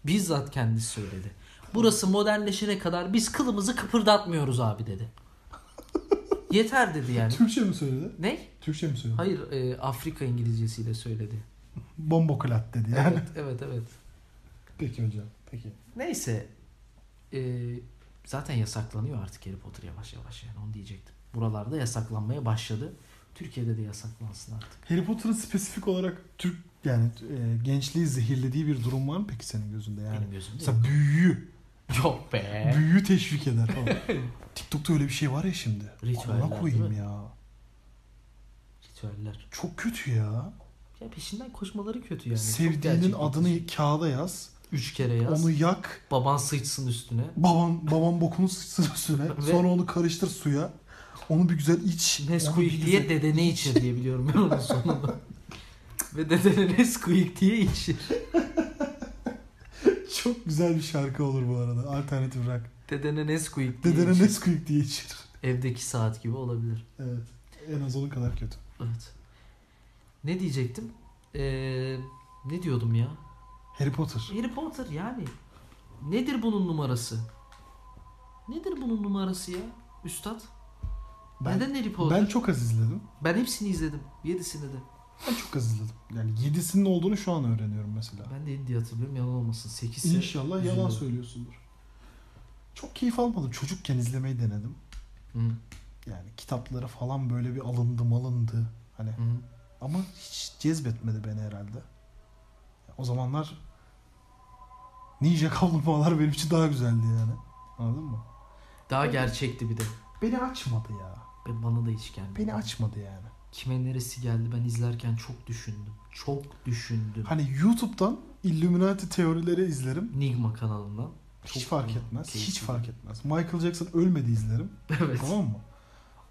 [SPEAKER 1] Bizzat kendisi söyledi. Burası modernleşene kadar biz kılımızı kıpırdatmıyoruz abi dedi. Yeter dedi
[SPEAKER 2] [laughs]
[SPEAKER 1] yani.
[SPEAKER 2] Türkçe mi söyledi?
[SPEAKER 1] Ne?
[SPEAKER 2] Türkçe mi söyledi?
[SPEAKER 1] Hayır e, Afrika İngilizcesiyle söyledi.
[SPEAKER 2] Bomboklat dedi yani.
[SPEAKER 1] Evet evet evet.
[SPEAKER 2] [laughs] Peki hocam. Peki.
[SPEAKER 1] Neyse. e, zaten yasaklanıyor artık Harry Potter yavaş yavaş yani onu diyecektim. Buralarda yasaklanmaya başladı. Türkiye'de de yasaklansın artık.
[SPEAKER 2] Harry Potter'ın spesifik olarak Türk yani e, gençliği zehirlediği bir durum var mı peki senin gözünde yani?
[SPEAKER 1] Benim gözümde.
[SPEAKER 2] Mesela büyüyü,
[SPEAKER 1] Yok be.
[SPEAKER 2] büyüyü teşvik eder falan.
[SPEAKER 1] [laughs]
[SPEAKER 2] TikTok'ta öyle bir şey var ya şimdi.
[SPEAKER 1] Ritüeller,
[SPEAKER 2] Ona koyayım
[SPEAKER 1] değil mi?
[SPEAKER 2] ya.
[SPEAKER 1] Ritüeller.
[SPEAKER 2] Çok kötü ya.
[SPEAKER 1] Ya peşinden koşmaları kötü yani. Çok
[SPEAKER 2] Sevdiğinin
[SPEAKER 1] gerçekten
[SPEAKER 2] adını
[SPEAKER 1] kötü.
[SPEAKER 2] kağıda yaz,
[SPEAKER 1] üç kere yaz.
[SPEAKER 2] Onu yak.
[SPEAKER 1] Baban sıçsın üstüne.
[SPEAKER 2] Babam babam bokunu sıçsın üstüne.
[SPEAKER 1] Ve-
[SPEAKER 2] Sonra onu karıştır suya. Onu bir güzel iç. onu bir
[SPEAKER 1] Nesquik diye
[SPEAKER 2] güzel-
[SPEAKER 1] dedene içir diye biliyorum ben onun sonunu. Ve dedene Nesquik diye içir.
[SPEAKER 2] [laughs] Çok güzel bir şarkı olur bu arada. Alternatif rock.
[SPEAKER 1] Dedene Nesquik diye
[SPEAKER 2] Dedene
[SPEAKER 1] içir.
[SPEAKER 2] Nesquik diye içir.
[SPEAKER 1] Evdeki saat gibi olabilir.
[SPEAKER 2] Evet. En az onun kadar kötü.
[SPEAKER 1] Evet. Ne diyecektim? Ee, ne diyordum ya?
[SPEAKER 2] Harry Potter.
[SPEAKER 1] Harry Potter yani. Nedir bunun numarası? Nedir bunun numarası ya? Üstad.
[SPEAKER 2] Ben-
[SPEAKER 1] Neden Harry Potter?
[SPEAKER 2] Ben çok az izledim.
[SPEAKER 1] ben hepsini izledim. Yedisini de.
[SPEAKER 2] Ben çok az izledim. Yani 7'sinin olduğunu şu an öğreniyorum mesela.
[SPEAKER 1] Ben de diye hatırlıyorum yalan olmasın. 8'si
[SPEAKER 2] İnşallah yalan söylüyorsundur. Çok keyif almadım. Çocukken izlemeyi denedim. Yani kitapları falan böyle bir alındı malındı. Hani ama hiç cezbetmedi beni herhalde. O zamanlar ninja kaplumbağalar benim için daha güzeldi yani. Anladın mı?
[SPEAKER 1] Daha gerçekti bir de.
[SPEAKER 2] Beni açmadı ya.
[SPEAKER 1] Ben bana da hiç gelmedi.
[SPEAKER 2] Beni açmadı yani.
[SPEAKER 1] Kime neresi geldi ben izlerken çok düşündüm. Çok düşündüm.
[SPEAKER 2] Hani YouTube'dan Illuminati teorileri izlerim.
[SPEAKER 1] Nigma kanalından. [laughs]
[SPEAKER 2] Hiç
[SPEAKER 1] Çok
[SPEAKER 2] fark
[SPEAKER 1] keyifli.
[SPEAKER 2] etmez. Hiç fark etmez. Michael Jackson ölmedi izlerim.
[SPEAKER 1] Evet.
[SPEAKER 2] Tamam mı?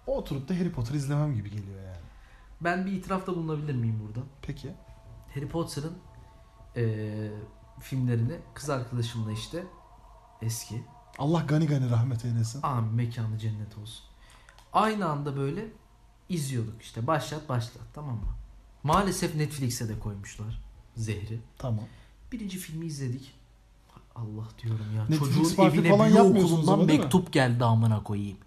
[SPEAKER 2] Oturup da Harry Potter izlemem gibi geliyor yani.
[SPEAKER 1] Ben bir itirafta bulunabilir miyim burada?
[SPEAKER 2] Peki.
[SPEAKER 1] Harry Potter'ın eee, filmlerini kız arkadaşımla işte eski
[SPEAKER 2] Allah gani gani rahmet eylesin.
[SPEAKER 1] Amin mekanı cennet olsun. Aynı anda böyle izliyorduk işte başlat başlat tamam mı? Maalesef Netflix'e de koymuşlar zehri.
[SPEAKER 2] Tamam.
[SPEAKER 1] Birinci filmi izledik. Allah diyorum ya.
[SPEAKER 2] Netflix
[SPEAKER 1] Çocuğun
[SPEAKER 2] parti
[SPEAKER 1] evine
[SPEAKER 2] falan
[SPEAKER 1] büyü
[SPEAKER 2] yapmıyorsunuz
[SPEAKER 1] okulundan
[SPEAKER 2] ama değil mi?
[SPEAKER 1] mektup geldi amına koyayım.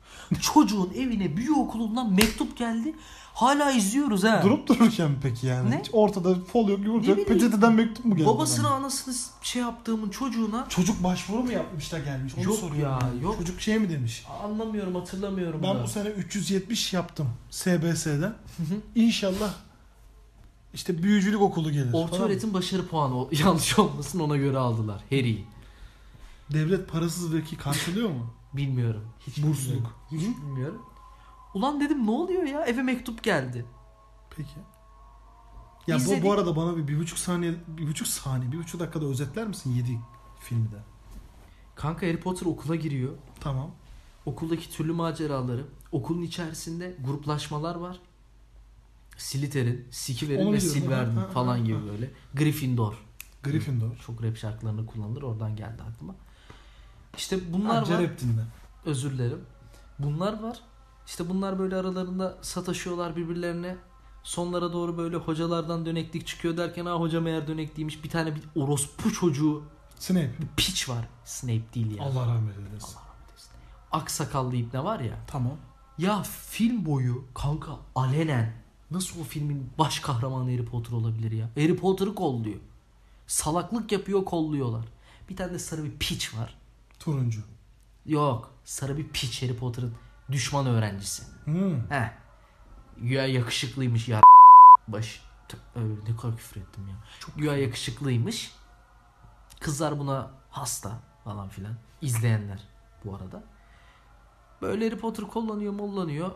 [SPEAKER 1] Çocuğun evine büyü okulundan mektup geldi. Hala izliyoruz ha.
[SPEAKER 2] Durup dururken mi peki yani?
[SPEAKER 1] Ne?
[SPEAKER 2] Hiç Ortada fol yok yumurta yok.
[SPEAKER 1] bileyim.
[SPEAKER 2] Peçeteden mektup mu geldi?
[SPEAKER 1] Babasını
[SPEAKER 2] bana?
[SPEAKER 1] anasını şey yaptığımın çocuğuna
[SPEAKER 2] Çocuk başvuru mu yapmış da gelmiş? Onu
[SPEAKER 1] Yok
[SPEAKER 2] soruyorum
[SPEAKER 1] ya,
[SPEAKER 2] ben.
[SPEAKER 1] yok.
[SPEAKER 2] Çocuk şey mi demiş?
[SPEAKER 1] anlamıyorum hatırlamıyorum
[SPEAKER 2] Ben
[SPEAKER 1] da.
[SPEAKER 2] bu sene 370 yaptım SBS'den.
[SPEAKER 1] hı.
[SPEAKER 2] İnşallah işte büyücülük okulu gelir.
[SPEAKER 1] Orta
[SPEAKER 2] falan.
[SPEAKER 1] öğretim başarı puanı o- [laughs] yanlış olmasın ona göre aldılar. Harry'i.
[SPEAKER 2] Devlet parasız veki karşılıyor mu?
[SPEAKER 1] Bilmiyorum. Hiç
[SPEAKER 2] Bursluluk.
[SPEAKER 1] bilmiyorum. Hiç
[SPEAKER 2] Hı?
[SPEAKER 1] bilmiyorum. Ulan dedim ne oluyor ya? Eve mektup geldi.
[SPEAKER 2] Peki. Ya bu,
[SPEAKER 1] İzledik.
[SPEAKER 2] bu arada bana bir, bir buçuk saniye, bir buçuk saniye, bir buçuk dakikada özetler misin 7 filmi de?
[SPEAKER 1] Kanka Harry Potter okula giriyor.
[SPEAKER 2] Tamam.
[SPEAKER 1] Okuldaki türlü maceraları. Okulun içerisinde gruplaşmalar var. Slytherin,
[SPEAKER 2] Onu
[SPEAKER 1] Sikiverin ve
[SPEAKER 2] biliyorum.
[SPEAKER 1] Silverdin
[SPEAKER 2] Ha, ha, ha,
[SPEAKER 1] falan gibi
[SPEAKER 2] ha.
[SPEAKER 1] böyle. Gryffindor.
[SPEAKER 2] Gryffindor.
[SPEAKER 1] Çok rap şarkılarını kullanılır. Oradan geldi aklıma. İşte bunlar
[SPEAKER 2] Bunlar
[SPEAKER 1] var.
[SPEAKER 2] Rap dinle.
[SPEAKER 1] Özür dilerim. Bunlar var. İşte bunlar böyle aralarında sataşıyorlar birbirlerine. Sonlara doğru böyle hocalardan döneklik çıkıyor derken ha hoca meğer dönekliymiş. Bir tane bir orospu çocuğu
[SPEAKER 2] Snape.
[SPEAKER 1] bir piç var. Snape değil yani.
[SPEAKER 2] Allah rahmet eylesin.
[SPEAKER 1] Allah rahmet eylesin. Aksakallı ibne var ya.
[SPEAKER 2] Tamam.
[SPEAKER 1] Ya film boyu kanka alenen nasıl o filmin baş kahramanı Harry Potter olabilir ya? Harry Potter'ı kolluyor. Salaklık yapıyor kolluyorlar. Bir tane de sarı bir piç var.
[SPEAKER 2] Turuncu.
[SPEAKER 1] Yok. Sarı bir piç Harry Potter'ın düşman öğrencisi.
[SPEAKER 2] Hmm.
[SPEAKER 1] He. Güya yakışıklıymış ya. Baş. Tüh, öyle ne kadar küfür ettim ya. Çok Güya yakışıklıymış. Kızlar buna hasta falan filan. İzleyenler bu arada. Böyle Harry Potter kullanıyor mollanıyor.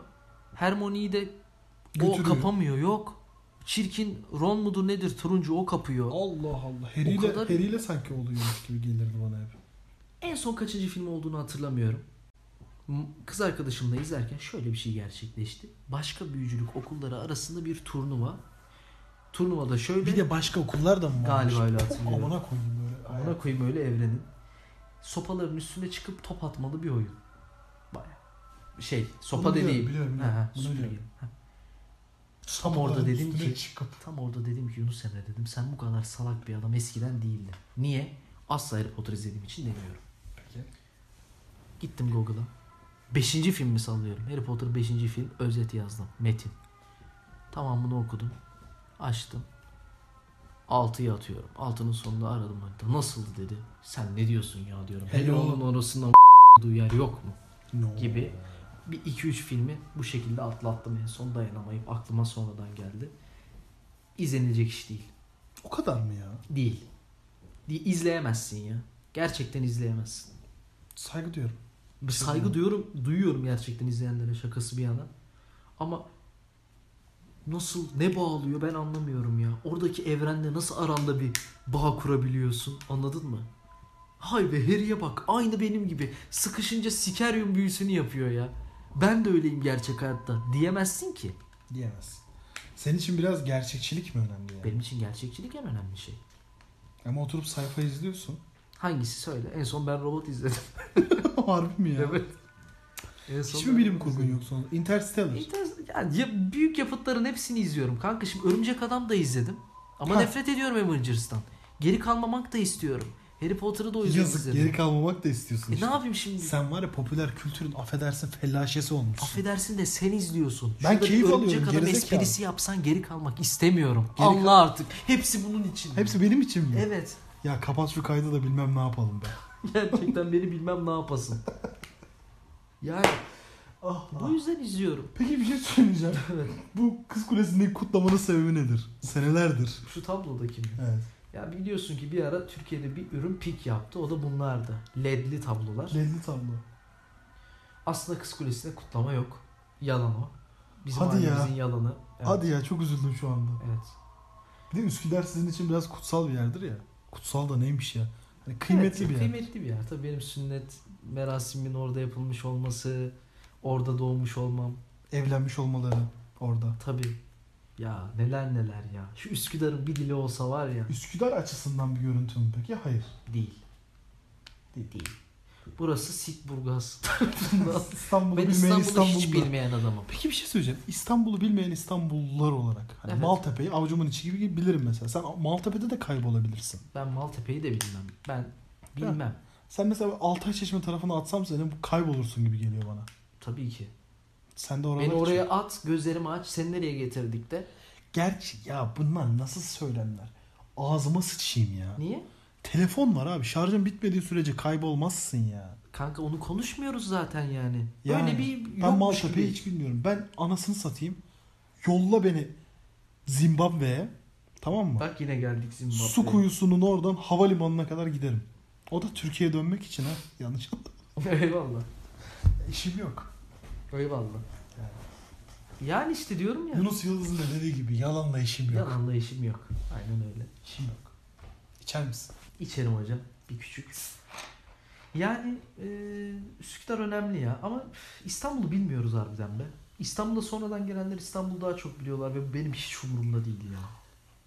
[SPEAKER 1] Hermione'yi de o
[SPEAKER 2] Götürüyor.
[SPEAKER 1] kapamıyor yok. Çirkin Ron mudur nedir turuncu o kapıyor.
[SPEAKER 2] Allah Allah. Harry
[SPEAKER 1] O
[SPEAKER 2] ile,
[SPEAKER 1] kadar-
[SPEAKER 2] Harry ile sanki oluyormuş gibi gelirdi bana hep.
[SPEAKER 1] En son kaçıncı film olduğunu hatırlamıyorum. M- Kız arkadaşımla izlerken şöyle bir şey gerçekleşti. Başka büyücülük okulları arasında bir turnuva. Turnuvada şöyle
[SPEAKER 2] Bir de başka okullar da mı varmış?
[SPEAKER 1] Galiba öyle
[SPEAKER 2] Puh,
[SPEAKER 1] hatırlıyorum.
[SPEAKER 2] Amına koyayım böyle.
[SPEAKER 1] ona koyayım öyle evrenin. Sopaların üstüne çıkıp top atmalı bir oyun. Baya. Şey, sopa
[SPEAKER 2] Bunu biliyorum,
[SPEAKER 1] dediğim.
[SPEAKER 2] biliyorum, biliyorum.
[SPEAKER 1] Ha, ha,
[SPEAKER 2] Bunu
[SPEAKER 1] süper
[SPEAKER 2] biliyorum.
[SPEAKER 1] iyi. Ha. Tam orada
[SPEAKER 2] Sapların
[SPEAKER 1] dedim
[SPEAKER 2] üstüne
[SPEAKER 1] ki
[SPEAKER 2] Çıkıp.
[SPEAKER 1] Tam orada dedim ki Yunus Emre dedim sen bu kadar salak bir adam eskiden değildin. Niye? Asla Harry Potter izlediğim için demiyorum.
[SPEAKER 2] Peki.
[SPEAKER 1] Gittim Google'a. Beşinci filmi sallıyorum. Harry Potter 5. film. Özet yazdım. Metin. Tamamını okudum. Açtım. 6'yı atıyorum. 6'nın sonunda aradım hatta. Nasıldı dedi. Sen ne diyorsun ya diyorum.
[SPEAKER 2] Hele
[SPEAKER 1] Hele
[SPEAKER 2] oğlum.
[SPEAKER 1] onun [laughs] orasında yer yok mu?
[SPEAKER 2] No.
[SPEAKER 1] Gibi. Bir 2-3 filmi bu şekilde atlattım en son dayanamayıp aklıma sonradan geldi. İzlenilecek iş değil.
[SPEAKER 2] O kadar mı ya?
[SPEAKER 1] Değil. Di- İzleyemezsin ya. Gerçekten izleyemezsin.
[SPEAKER 2] Saygı duyuyorum.
[SPEAKER 1] Bir saygı duyuyorum, duyuyorum gerçekten izleyenlere şakası bir yana. Ama nasıl ne bağlıyor ben anlamıyorum ya. Oradaki evrende nasıl aranda bir bağ kurabiliyorsun anladın mı? Hay be Harry'e bak aynı benim gibi sıkışınca sikeryum büyüsünü yapıyor ya. Ben de öyleyim gerçek hayatta diyemezsin ki.
[SPEAKER 2] Diyemezsin. Senin için biraz gerçekçilik mi önemli yani?
[SPEAKER 1] Benim için gerçekçilik en önemli şey.
[SPEAKER 2] Ama oturup sayfa izliyorsun. [laughs]
[SPEAKER 1] Hangisi söyle. En son ben robot izledim.
[SPEAKER 2] Harbi mi ya?
[SPEAKER 1] [laughs] evet. En son
[SPEAKER 2] Hiç
[SPEAKER 1] ben
[SPEAKER 2] mi bilim
[SPEAKER 1] robot
[SPEAKER 2] kurgun
[SPEAKER 1] izledim.
[SPEAKER 2] yok sonunda? Interstellar.
[SPEAKER 1] İnter- Yani ya- büyük yapıtların hepsini izliyorum. Kanka şimdi Örümcek Adam da izledim. Ama
[SPEAKER 2] Ha.
[SPEAKER 1] nefret ediyorum Avengers'tan. Geri kalmamak da istiyorum. Harry Potter'ı da o yüzden
[SPEAKER 2] Yazık
[SPEAKER 1] izledim.
[SPEAKER 2] geri kalmamak da istiyorsun
[SPEAKER 1] e
[SPEAKER 2] işte.
[SPEAKER 1] ne yapayım şimdi?
[SPEAKER 2] Sen var ya popüler kültürün affedersin fellaşesi olmuşsun.
[SPEAKER 1] Affedersin de sen izliyorsun.
[SPEAKER 2] Ben
[SPEAKER 1] bir
[SPEAKER 2] keyif
[SPEAKER 1] Örümcek
[SPEAKER 2] alıyorum,
[SPEAKER 1] Adam
[SPEAKER 2] gerizekalı.
[SPEAKER 1] esprisi yapsan geri kalmak istemiyorum.
[SPEAKER 2] Geri kal-
[SPEAKER 1] Allah artık. Hepsi bunun için.
[SPEAKER 2] Hepsi benim için mi?
[SPEAKER 1] Evet. [laughs]
[SPEAKER 2] Ya kapat şu kaydı da bilmem ne yapalım be.
[SPEAKER 1] Gerçekten beni bilmem ne yapasın. Yani
[SPEAKER 2] Ah,
[SPEAKER 1] bu yüzden izliyorum.
[SPEAKER 2] Peki bir şey söyleyeceğim. [laughs]
[SPEAKER 1] Evet.
[SPEAKER 2] Bu Kız Kulesi'ndeki kutlamanın sebebi nedir? Senelerdir.
[SPEAKER 1] Şu tablodaki mi?
[SPEAKER 2] Evet.
[SPEAKER 1] Ya biliyorsun ki bir ara Türkiye'de bir ürün pik yaptı. O da bunlardı. LED'li tablolar.
[SPEAKER 2] Lelli tablo.
[SPEAKER 1] Aslında Kız Kulesi'nde kutlama yok. Yalan o. Bizim
[SPEAKER 2] Hadi ya.
[SPEAKER 1] ailemizin yalanı. Evet.
[SPEAKER 2] Hadi ya çok üzüldüm şu anda.
[SPEAKER 1] Evet.
[SPEAKER 2] Bir de Üsküdar sizin için biraz kutsal bir yerdir ya. Kutsal da neymiş ya? Hani kıymetli
[SPEAKER 1] Evet,
[SPEAKER 2] bir yer.
[SPEAKER 1] Kıymetli bir yer. Tabii benim sünnet merasimin orada yapılmış olması, orada doğmuş olmam.
[SPEAKER 2] Evlenmiş olmaları orada.
[SPEAKER 1] Tabii. Ya neler neler ya. Şu Üsküdar'ın bir dili olsa var ya.
[SPEAKER 2] Üsküdar açısından bir görüntü mü peki? Hayır.
[SPEAKER 1] Değil. Değil. Burası Sikburgaz [laughs] tarafından.
[SPEAKER 2] İstanbul'u
[SPEAKER 1] ben
[SPEAKER 2] bilmeyen
[SPEAKER 1] İstanbul'u
[SPEAKER 2] İstanbul'da.
[SPEAKER 1] hiç bilmeyen adamım.
[SPEAKER 2] Peki bir şey söyleyeceğim. İstanbul'u bilmeyen İstanbullular olarak. Hani
[SPEAKER 1] Evet.
[SPEAKER 2] Maltepe'yi avcumun içi gibi bilirim mesela. Sen Maltepe'de de kaybolabilirsin.
[SPEAKER 1] Ben Maltepe'yi de bilmem. Ben bilmem.
[SPEAKER 2] Sen mesela Altay Çeşme tarafına atsam seni kaybolursun gibi geliyor bana.
[SPEAKER 1] Tabii ki.
[SPEAKER 2] Sen de oralar
[SPEAKER 1] Beni
[SPEAKER 2] için-
[SPEAKER 1] oraya at, gözlerimi aç. Seni nereye getirdik de.
[SPEAKER 2] Gerçi ya bunlar nasıl söylemler? Ağzıma sıçayım ya.
[SPEAKER 1] Niye?
[SPEAKER 2] Telefon var abi. Şarjın bitmediği sürece kaybolmazsın ya.
[SPEAKER 1] Kanka onu konuşmuyoruz zaten yani.
[SPEAKER 2] Yani,
[SPEAKER 1] Böyle bir
[SPEAKER 2] Ben
[SPEAKER 1] yokmuş
[SPEAKER 2] Maltepe'yi
[SPEAKER 1] gibi.
[SPEAKER 2] hiç bilmiyorum. Ben anasını satayım. Yolla beni Zimbabwe'ye. Tamam mı?
[SPEAKER 1] Bak yine geldik Zimbabwe'ye.
[SPEAKER 2] Su kuyusunun oradan havalimanına kadar giderim. O da Türkiye'ye dönmek için ha. [laughs] Yanlış anladım.
[SPEAKER 1] [laughs] Eyvallah.
[SPEAKER 2] İşim yok.
[SPEAKER 1] Eyvallah. Yani işte diyorum ya.
[SPEAKER 2] Yunus Yıldız'ın da dediği gibi yalanla işim yok.
[SPEAKER 1] Yalanla işim yok. Aynen öyle.
[SPEAKER 2] İşim yok. İçer misin?
[SPEAKER 1] İçerim hocam. Bir küçük. Yani e, Üsküdar önemli ya. Ama üf, İstanbul'u bilmiyoruz harbiden be. İstanbul'a sonradan gelenler İstanbul'u daha çok biliyorlar ve bu benim hiç umurumda değil ya.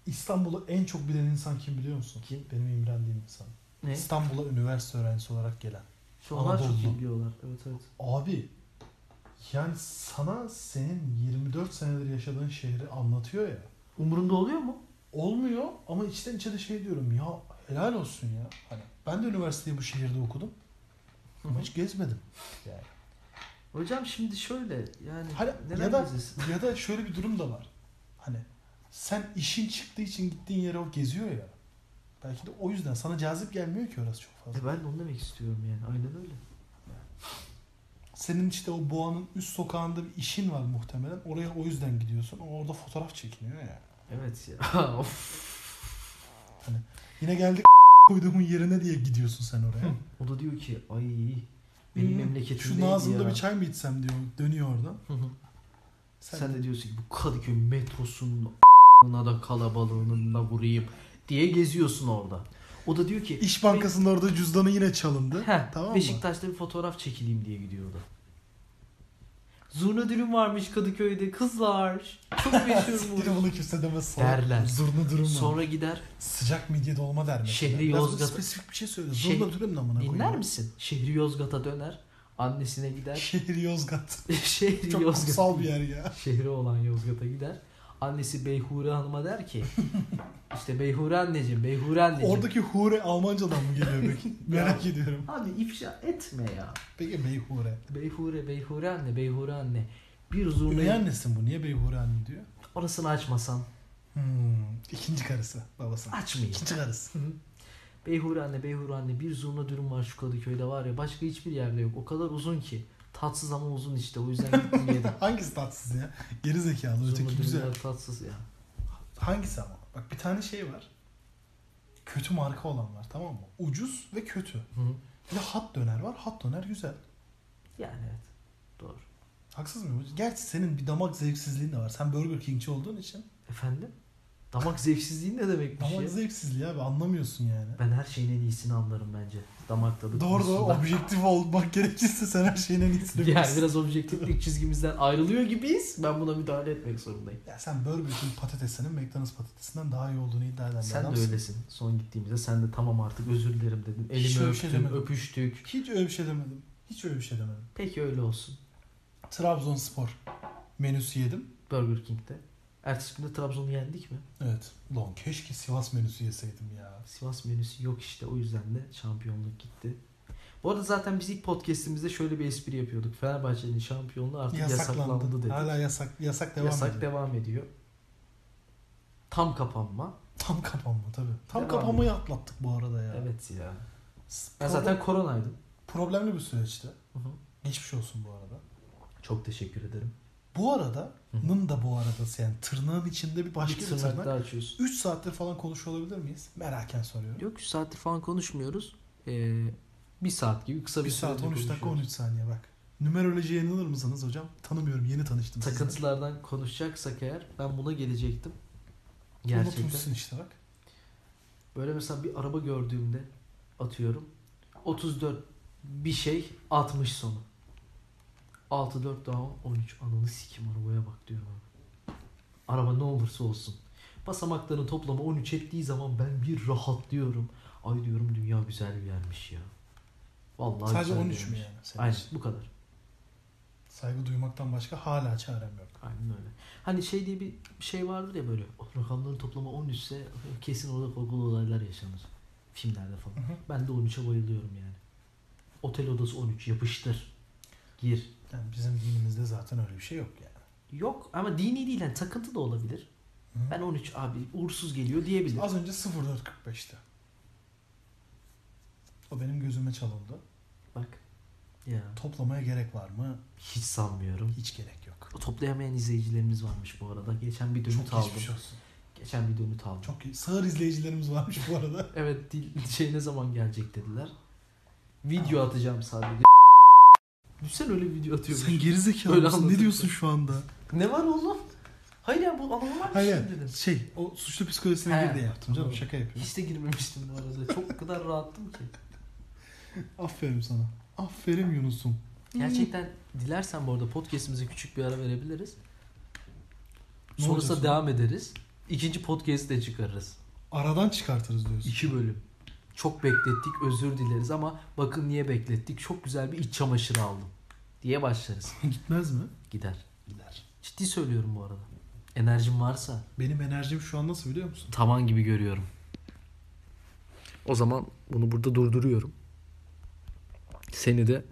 [SPEAKER 2] İstanbul'u en çok bilen insan kim biliyor musun?
[SPEAKER 1] Kim?
[SPEAKER 2] Benim imrendiğim insan.
[SPEAKER 1] Ne?
[SPEAKER 2] İstanbul'a üniversite öğrencisi olarak gelen.
[SPEAKER 1] Onlar çok
[SPEAKER 2] Anadolu'dan.
[SPEAKER 1] iyi biliyorlar. Evet evet.
[SPEAKER 2] Abi yani sana senin 24 senedir yaşadığın şehri anlatıyor ya.
[SPEAKER 1] Umurunda oluyor mu?
[SPEAKER 2] Olmuyor ama içten içe de şey diyorum ya helal olsun ya. Hani ben de üniversiteyi bu şehirde okudum. Ama hiç gezmedim. Yani.
[SPEAKER 1] Hocam şimdi şöyle yani
[SPEAKER 2] Hala-
[SPEAKER 1] neler
[SPEAKER 2] Hani ya da-
[SPEAKER 1] gezeceğiz?
[SPEAKER 2] Ya da şöyle bir durum da var. Hani sen işin çıktığı için gittiğin yere o geziyor ya. Belki de o yüzden sana cazip gelmiyor ki orası çok fazla.
[SPEAKER 1] E ben de onu demek istiyorum yani. Aynen öyle.
[SPEAKER 2] Senin işte o boğanın üst sokağında bir işin var muhtemelen. Oraya o yüzden gidiyorsun. Ama orada fotoğraf çekiniyor ya.
[SPEAKER 1] Evet ya. [laughs] of.
[SPEAKER 2] Yine geldik [laughs] koyduğumun yerine diye gidiyorsun sen oraya.
[SPEAKER 1] O da diyor ki ay benim
[SPEAKER 2] Hmm,
[SPEAKER 1] memleketimdeydi
[SPEAKER 2] Şu Nazım'da
[SPEAKER 1] ya.
[SPEAKER 2] bir çay mı içsem diyor. Dönüyor oradan.
[SPEAKER 1] Hı hı.
[SPEAKER 2] Sen,
[SPEAKER 1] Sen, [laughs] de diyorsun ki bu Kadıköy metrosunun a**ına da kalabalığına da vurayım diye geziyorsun orada. O da diyor ki
[SPEAKER 2] İş Bankası'nda orada cüzdanı yine çalındı.
[SPEAKER 1] Heh,
[SPEAKER 2] tamam mı?
[SPEAKER 1] Beşiktaş'ta bir fotoğraf çekileyim diye gidiyordu. Zurna dürüm varmış Kadıköy'de kızlar.
[SPEAKER 2] [laughs]
[SPEAKER 1] Çok meşhurmuş.
[SPEAKER 2] Siktir bunu kimse demez sana.
[SPEAKER 1] Derler.
[SPEAKER 2] Zurna durum var.
[SPEAKER 1] Sonra gider
[SPEAKER 2] Sıcak midye dolma der mesela.
[SPEAKER 1] Şehri
[SPEAKER 2] Biraz
[SPEAKER 1] Yozgat'a-
[SPEAKER 2] spesifik bir şey söyle.
[SPEAKER 1] Şey-
[SPEAKER 2] Zurna durum da amına koyayım.
[SPEAKER 1] dinler misin? Şehri Yozgat'a döner. Annesine gider.
[SPEAKER 2] Şehri Yozgat.
[SPEAKER 1] [laughs] Şehri
[SPEAKER 2] Çok
[SPEAKER 1] Yozgat.
[SPEAKER 2] kutsal bir yer ya.
[SPEAKER 1] Şehri olan Yozgat'a gider. Annesi Beyhure Hanım'a der
[SPEAKER 2] [laughs]
[SPEAKER 1] ki işte Beyhure anneciğim, Beyhure anneciğim.
[SPEAKER 2] Oradaki hure Almancadan mı
[SPEAKER 1] [laughs]
[SPEAKER 2] geliyor peki? Merak ediyorum.
[SPEAKER 1] Abi ifşa etme ya.
[SPEAKER 2] Peki Beyhure.
[SPEAKER 1] Beyhure, Beyhure anne, Beyhure anne. Bir zurnayı
[SPEAKER 2] Üvey annesin bu. Niye Beyhure anne diyor?
[SPEAKER 1] orasını açmasan
[SPEAKER 2] Hmm. İkinci karısı babası.
[SPEAKER 1] açmayayım.
[SPEAKER 2] İkinci karısı.
[SPEAKER 1] Beyhure anne, Beyhure anne bir zurna dürüm var şu Kadıköy'de var ya başka hiçbir yerde yok. O kadar uzun ki. Tatsız ama uzun işte o yüzden gittim
[SPEAKER 2] [laughs]
[SPEAKER 1] yedim.
[SPEAKER 2] Hangisi tatsız ya? Geri zekalı
[SPEAKER 1] zurna
[SPEAKER 2] öteki güzel.
[SPEAKER 1] dürümler tatsız ya.
[SPEAKER 2] Hangisi ama? Bak bir tane şey var. Kötü marka olan var tamam mı? Ucuz ve kötü.
[SPEAKER 1] Hı.
[SPEAKER 2] Bir de hat döner var. Hat döner güzel.
[SPEAKER 1] Yani evet. Doğru.
[SPEAKER 2] Haksız mıyım? Gerçi senin bir damak zevksizliğin de var. Sen Burger King'ci olduğun için.
[SPEAKER 1] Efendim? Damak zevksizliği ne demekmiş
[SPEAKER 2] Damak
[SPEAKER 1] ya?
[SPEAKER 2] zevksizliği abi anlamıyorsun yani.
[SPEAKER 1] Ben her şeyin en iyisini anlarım bence. Damak tadı
[SPEAKER 2] Doğru doğru
[SPEAKER 1] konusunda.
[SPEAKER 2] objektif olmak gerekirse sen her şeyin en iyisini
[SPEAKER 1] Yani
[SPEAKER 2] bilirsin.
[SPEAKER 1] biraz objektiflik çizgimizden ayrılıyor gibiyiz. Ben buna müdahale etmek zorundayım.
[SPEAKER 2] Ya sen Burger King patatesinin McDonald's patatesinden daha iyi olduğunu iddia eden bir
[SPEAKER 1] Sen de
[SPEAKER 2] adamsın.
[SPEAKER 1] öylesin. Son gittiğimizde sen de tamam artık özür dilerim dedin. Elimi
[SPEAKER 2] Hiç öyle bir şey
[SPEAKER 1] öptün,
[SPEAKER 2] demedim.
[SPEAKER 1] öpüştük.
[SPEAKER 2] Hiç öyle bir şey demedim. Hiç öyle bir şey demedim.
[SPEAKER 1] Peki öyle olsun.
[SPEAKER 2] Trabzonspor menüsü yedim.
[SPEAKER 1] Burger King'de. Ertesi günde Trabzon'u yendik mi?
[SPEAKER 2] Evet. Lan keşke Sivas menüsü yeseydim ya.
[SPEAKER 1] Sivas menüsü yok işte o yüzden de şampiyonluk gitti. Bu arada zaten biz ilk podcastimizde şöyle bir espri yapıyorduk. Fenerbahçe'nin şampiyonluğu artık yasaklandı,
[SPEAKER 2] Yasaklandı.
[SPEAKER 1] dedik.
[SPEAKER 2] Hala yasak yasak devam
[SPEAKER 1] Yasak
[SPEAKER 2] ediyor.
[SPEAKER 1] devam ediyor. Tam kapanma.
[SPEAKER 2] Tam kapanma tabii. Tam
[SPEAKER 1] Devam
[SPEAKER 2] kapanmayı atlattık bu arada ya.
[SPEAKER 1] Evet ya. Ben
[SPEAKER 2] Problem-
[SPEAKER 1] zaten koronaydım.
[SPEAKER 2] problemli bir süreçti.
[SPEAKER 1] Hı hı.
[SPEAKER 2] Geçmiş olsun bu arada.
[SPEAKER 1] Çok teşekkür ederim.
[SPEAKER 2] Bu arada nın da bu arada yani tırnağın içinde bir başka
[SPEAKER 1] Bir
[SPEAKER 2] bir
[SPEAKER 1] tırnak
[SPEAKER 2] tırnak.
[SPEAKER 1] daha açıyorsun.
[SPEAKER 2] 3 saattir falan konuşuyor olabilir miyiz? Meraken soruyorum.
[SPEAKER 1] Yok 3 saattir falan konuşmuyoruz. Ee, 1 saat gibi kısa bir
[SPEAKER 2] 1 saat
[SPEAKER 1] sürede
[SPEAKER 2] 13 dakika
[SPEAKER 1] konuşuyoruz.
[SPEAKER 2] 13 saniye bak. Numerolojiye inanır mısınız hocam? Tanımıyorum yeni tanıştım sizinle.
[SPEAKER 1] Takıntılardan konuşacaksak eğer ben buna gelecektim. Gerçekten.
[SPEAKER 2] Unutmuşsun işte bak.
[SPEAKER 1] Böyle mesela bir araba gördüğümde atıyorum 34 bir şey 60 sonu. 6 4 daha 10, 13 ananı sikim arabaya bak diyorum abi. Araba ne olursa olsun. Basamakların toplamı 13 ettiği zaman ben bir rahatlıyorum. Ay diyorum dünya güzel bir yermiş ya. Vallahi
[SPEAKER 2] Sadece
[SPEAKER 1] güzel bir
[SPEAKER 2] 13 mü
[SPEAKER 1] yermiş.
[SPEAKER 2] yani? senin
[SPEAKER 1] Aynen
[SPEAKER 2] için?
[SPEAKER 1] bu kadar.
[SPEAKER 2] Saygı duymaktan başka hala çarem yok.
[SPEAKER 1] Aynen öyle. Hani şey diye bir şey vardır ya böyle "Oh, rakamların toplamı 13 ise kesin orada korkulu olaylar yaşanır. Filmlerde falan.
[SPEAKER 2] Hı hı.
[SPEAKER 1] Ben de 13'e bayılıyorum yani. Otel odası 13 yapıştır. Gir.
[SPEAKER 2] Yani bizim dinimizde zaten öyle bir şey yok yani.
[SPEAKER 1] Yok ama dini değil yani takıntı da olabilir.
[SPEAKER 2] Hı.
[SPEAKER 1] Ben 13 abi uğursuz geliyor diyebilir.
[SPEAKER 2] Az önce 04.45'ti. O benim gözüme çalındı.
[SPEAKER 1] Bak. Ya
[SPEAKER 2] Toplamaya gerek var mı?
[SPEAKER 1] hiç sanmıyorum.
[SPEAKER 2] Hiç gerek yok.
[SPEAKER 1] Toplayamayan izleyicilerimiz varmış bu arada. Geçen bir dönüt
[SPEAKER 2] Çok
[SPEAKER 1] aldım.
[SPEAKER 2] geçmiş olsun.
[SPEAKER 1] Geçen bir dönüt aldım.
[SPEAKER 2] Çok iyi. sağır izleyicilerimiz varmış bu arada.
[SPEAKER 1] Evet dil, şey ne zaman gelecek dediler. Video atacağım sadece. Sen öyle bir video [laughs] atıyormuş.
[SPEAKER 2] gerizekalı
[SPEAKER 1] Öyle anlatıyor.
[SPEAKER 2] şu anda?
[SPEAKER 1] Ne var oğlum? Hayır ya bu anormal bir şey
[SPEAKER 2] Hayır
[SPEAKER 1] dedim.
[SPEAKER 2] şey o suçlu psikolojisine
[SPEAKER 1] He.
[SPEAKER 2] gir diye yaptım canım
[SPEAKER 1] Tamam.
[SPEAKER 2] şaka yapıyorum.
[SPEAKER 1] Hiç de girmemiştim
[SPEAKER 2] [laughs]
[SPEAKER 1] bu arada. Çok o kadar rahattım ki.
[SPEAKER 2] Aferin sana. Aferin Yunus'um.
[SPEAKER 1] Gerçekten dilersen bu arada podcast'imize küçük bir ara verebiliriz.
[SPEAKER 2] Ne olacak
[SPEAKER 1] Sonrasında
[SPEAKER 2] sonra?
[SPEAKER 1] devam ederiz. İkinci podcast'i de çıkarırız.
[SPEAKER 2] Aradan çıkartırız diyorsun.
[SPEAKER 1] İki bölüm. Çok beklettik özür dileriz ama bakın niye beklettik. Çok güzel bir iç çamaşırı aldım diye başlarız.
[SPEAKER 2] Gitmez mi?
[SPEAKER 1] Gider.
[SPEAKER 2] Gider.
[SPEAKER 1] Ciddi söylüyorum bu arada. Enerjim varsa
[SPEAKER 2] Benim enerjim şu an nasıl biliyor musun?
[SPEAKER 1] tavan gibi görüyorum. O zaman bunu burada durduruyorum. Seni de